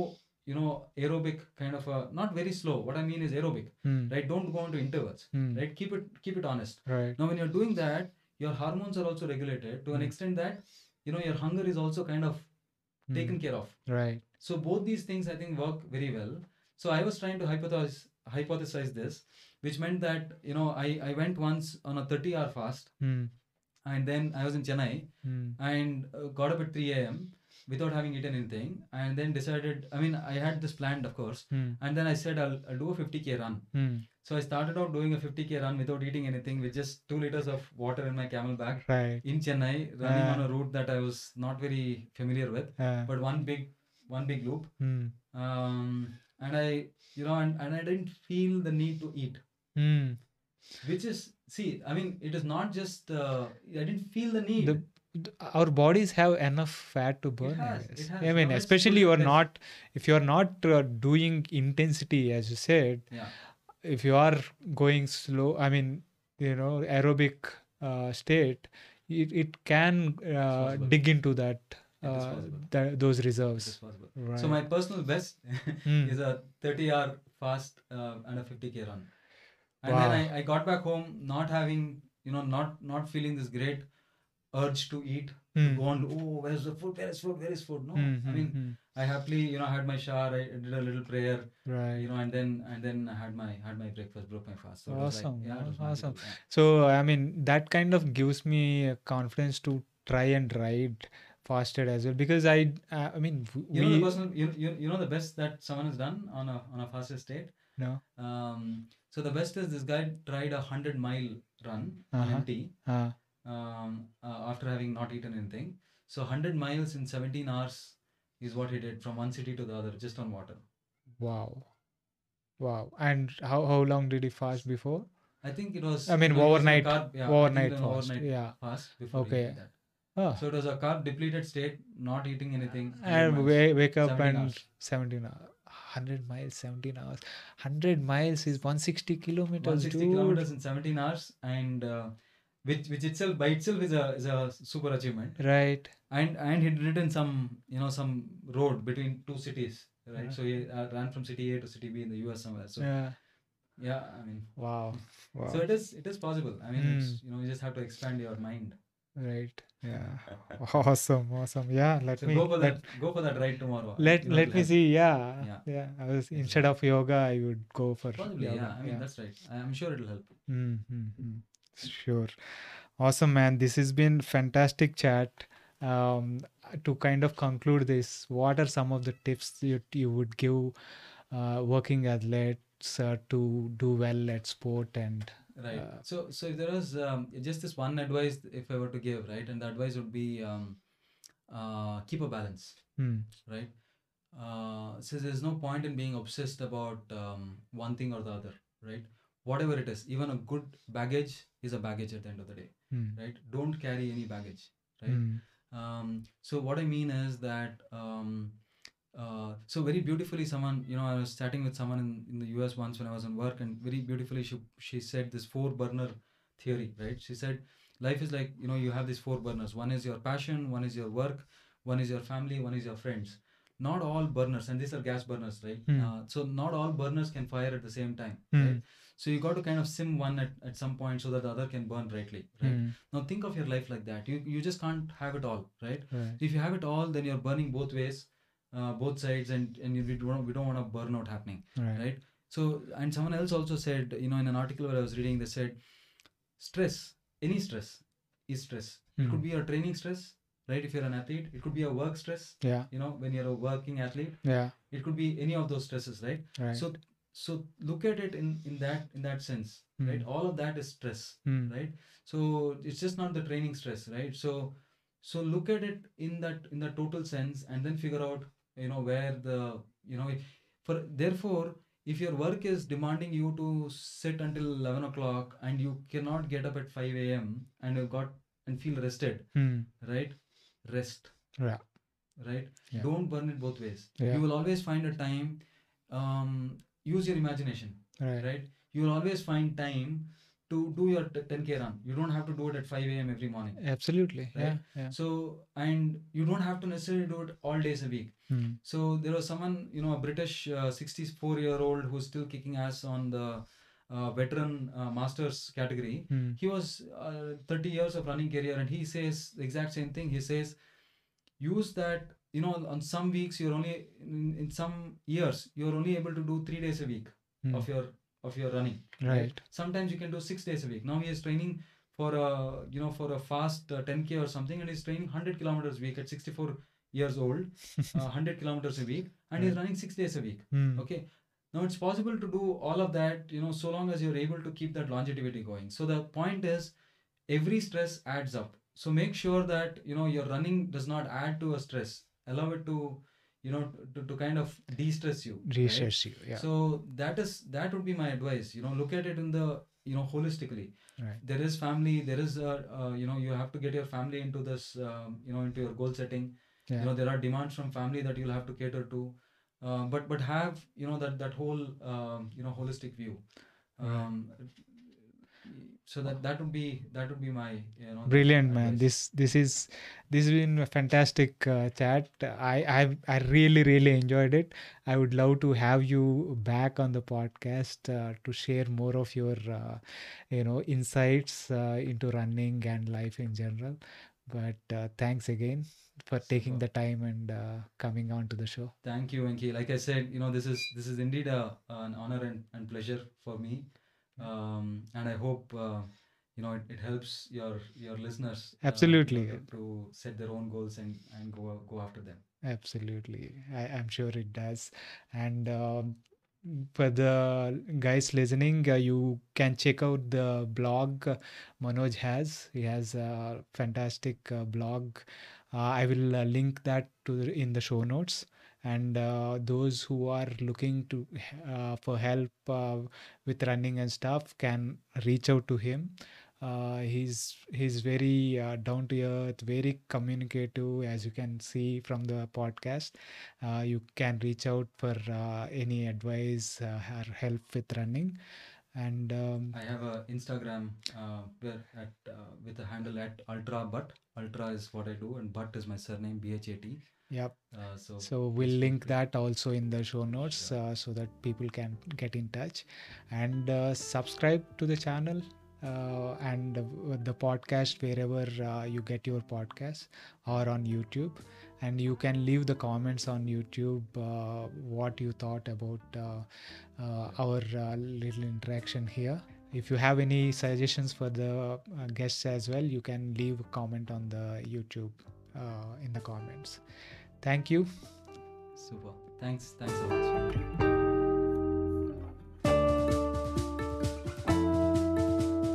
you know aerobic kind of a not very slow what i mean is aerobic
Mm.
right don't go on to intervals
Mm.
right keep it keep it honest
Right.
now when you're doing that your hormones are also regulated to an
Mm.
extent that you know your hunger is also kind of
Mm.
taken care of
Right.
so both these things i think work very well so i was trying to hypothesize hypothesize this which meant that you know i i went once on a 30 hour fast
Mm.
and then i was in chennai
Mm.
and uh, got up at 3 a.m without having eaten anything and then decided i mean i had this planned of course
Mm.
and then i said i'll, I'll do a 50k run
Mm.
so i started out doing a 50k run without eating anything with just 2 liters of water in my camel bag
Right.
in chennai running
Ah.
on a route that i was not very familiar with
Uh,
but one big one big loop
mm.
um, and I, you know, and, and I didn't feel the need to eat,
Mm.
which is see, I mean, it is not just uh, I didn't feel the need.
The- th- our bodies have enough fat to burn I,
has, it
guess.
has.
I mean
Now it's
especially
fully
you're
fledged.
not if you're not uh, doing intensity as you said
Yeah.
if you are going slow i mean you know aerobic uh, state it, it can uh,
possible.
dig into that
It is
uh,
possible.
tha- those
It is
reserves
possible.
right
So my personal best
Mm.
is a 30-hour fast uh, and a 50k run, and
Wow.
then I, I got back home not having, you know, not not feeling this great urge to eat.
Mm.
Go on, oh, where's the food? Where is food? Where is food? No,
Mm,
I
mm,
mean,
mm.
I happily, you know, had my shower. I did a little prayer.
right
you know, and then and then I had my had my breakfast, broke my fast. it was
Awesome,
yeah, it was
awesome.
magical, yeah.
So, I mean, that kind of gives me a confidence to try and ride fasted as well because I, uh, I mean, w-
You know
we
the personal, you, you, you know the best that someone has done on a on a fastest state.
no,
Um, so the best is this guy tried a hundred mile run
Uh-huh.
empty
uh,
um, uh, after having not eaten anything. So hundred miles in seventeen hours is what he did from one city to the other just on water.
wow, wow. And how how long did he fast before?
I think it was.
I mean,
you know, it was in a
overnight-
carb- yeah, I think
overnight
an
fast.
overnight
Yeah.
fast before he
Okay.
did that.
Oh,
So it was a carb depleted state, not eating anything. 100
and
miles.
wa- wake up
17
and
hours.
17 hours. 100 miles 17 hours 100 miles is 160 kilometers
160
dude.
kilometers in 17 hours and uh, which which itself by itself is a is a super achievement
right
and and he did it in some you know some road between two cities right
Yeah.
so he uh, ran from city a to city b in the us somewhere so yeah,
yeah
i mean
wow wow Hmm.
so it is it is possible i mean it's, you know you just have to expand your mind
right yeah awesome awesome yeah let
So
me
go for
let,
that. Go for that ride tomorrow.
let,
You know,
let me
like-
see yeah yeah,
Yeah.
i was instead of yoga i would go for
Possibly,
yoga.
yeah. I mean, Hmm. that's right. I- I'm sure it'll help.
Mm, mm, mm. Sure. Awesome, man. This has been fantastic chat. Um, to kind of conclude this, what are some of the tips you, you would give uh, working athletes uh, to do well at sport and
Right.
Uh,
so, so if there was um, just this one advice, if I were to give, right, and the advice would be um, uh, keep a balance,
Mm,
right? Uh, so there's no point in being obsessed about um, one thing or the other, right? Whatever it is, even a good baggage is a baggage at the end of the day,
mm,
right? Don't carry any baggage, right?
mm,
Um, so what I mean is that um, uh, so very beautifully someone you know I was chatting with someone in, in the US once when I was in work and very beautifully she she said this four burner theory right she said life is like you know you have these four burners one is your passion one is your work one is your family one is your friends not all burners and these are gas burners right
Hmm.
uh, so not all burners can fire at the same time
Hmm.
right so you got to kind of sim one at, at some point so that the other can burn brightly right
mm,
now think of your life like that. You you just can't have it all, right?
hmm, right.
If you have it all, then you're burning both ways, uh, both sides, and and you, we don't we don't want a burnout happening,
Right.
right? So and someone else also said, you know, in an article where I was reading, they said, stress, any stress, is stress. It could
Mm,
be your training stress, right? If you're an athlete, it could be a work stress,
Yeah.
you know, when you're a working athlete,
Yeah.
it could be any of those stresses, right?
Right.
So so look at it in in that in that sense, right?
Mm.
All of that is stress
Mm,
right so it's just not the training stress right so so look at it in that in the total sense and then figure out you know where the you know for therefore if your work is demanding you to sit until 11 o'clock and you cannot get up at 5 a.m and you've got and feel rested
mm,
right rest
Yeah.
right
Yeah.
don't burn it both ways
Yeah.
you will always find a time um use your imagination
Right.
right you will always find time to do your t- 10k run you don't have to do it at 5 a.m every morning
Absolutely. Yeah.
Right.
Yeah.
so and you don't have to necessarily do it all days a week
Mm,
so there was someone you know a british uh, 64 year old who's still kicking ass on the uh, veteran uh, masters category
mm,
he was uh, 30 years of running career and he says the exact same thing he says use that you know on some weeks you're only in, in some years you're only able to do three days a week
mm,
of your of your running
Right.
sometimes you can do six days a week now he is training for a you know for a fast uh, 10k or something and he's training 100 kilometers a week at 64 years old uh, 100 kilometers a week and he's
Right.
running six days a week
Mm,
okay now it's possible to do all of that you know so long as you're able to keep that longevity going so the point is every stress adds up so make sure that you know your running does not add to a stress allow it to you know to, to kind of de-stress you right?
Research you. Yeah.
so that is that would be my advice you know look at it in the you know holistically
Right.
there is family there is a, uh, you know you have to get your family into this um, you know into your goal setting
Yeah.
you know there are demands from family that you'll have to cater to uh, but but have you know that that whole um, you know holistic view
Right.
um, so that that would be that would be my you know
brilliant man
advice.
this this is this has been a fantastic uh, chat i I've, i really really enjoyed it i would love to have you back on the podcast uh, to share more of your uh, you know insights uh, into running and life in general but uh, thanks again for taking the
Super.
time and uh, coming on to the show
Thank you, Enki. Like I said, you know, this is this is indeed a, an honor and, and pleasure for me, um, and I hope uh, you know it, it helps your your listeners uh, you know,
Absolutely.
to, to set their own goals and and go go after them.
Absolutely. I, I'm sure it does. And um, for the guys listening, uh, you can check out the blog uh, Manoj has. He has a fantastic uh, blog. Uh, I will uh, link that to the, in the show notes. And uh, those who are looking to uh, for help uh, with running and stuff can reach out to him. Uh, he's he's very uh, down to earth, very communicative, as you can see from the podcast. Uh, you can reach out for uh, any advice uh, or help with running, and um,
I have a Instagram uh, where at uh, with a handle at ultra but ultra is what I do and but is my surname B H A T.
yep.
Uh, so
So
please
we'll
feel
link
free.
that also in the show notes
Sure.
uh, so that people can get in touch and uh, subscribe to the channel. uh, and uh, the podcast wherever uh, you get your podcasts or on YouTube. And you can leave the comments on YouTube uh, what you thought about uh, uh, our uh, little interaction here. If you have any suggestions for the uh, guests as well, you can leave a comment on the YouTube uh, in the comments. Thank you.
Super. Thanks. Thanks so much.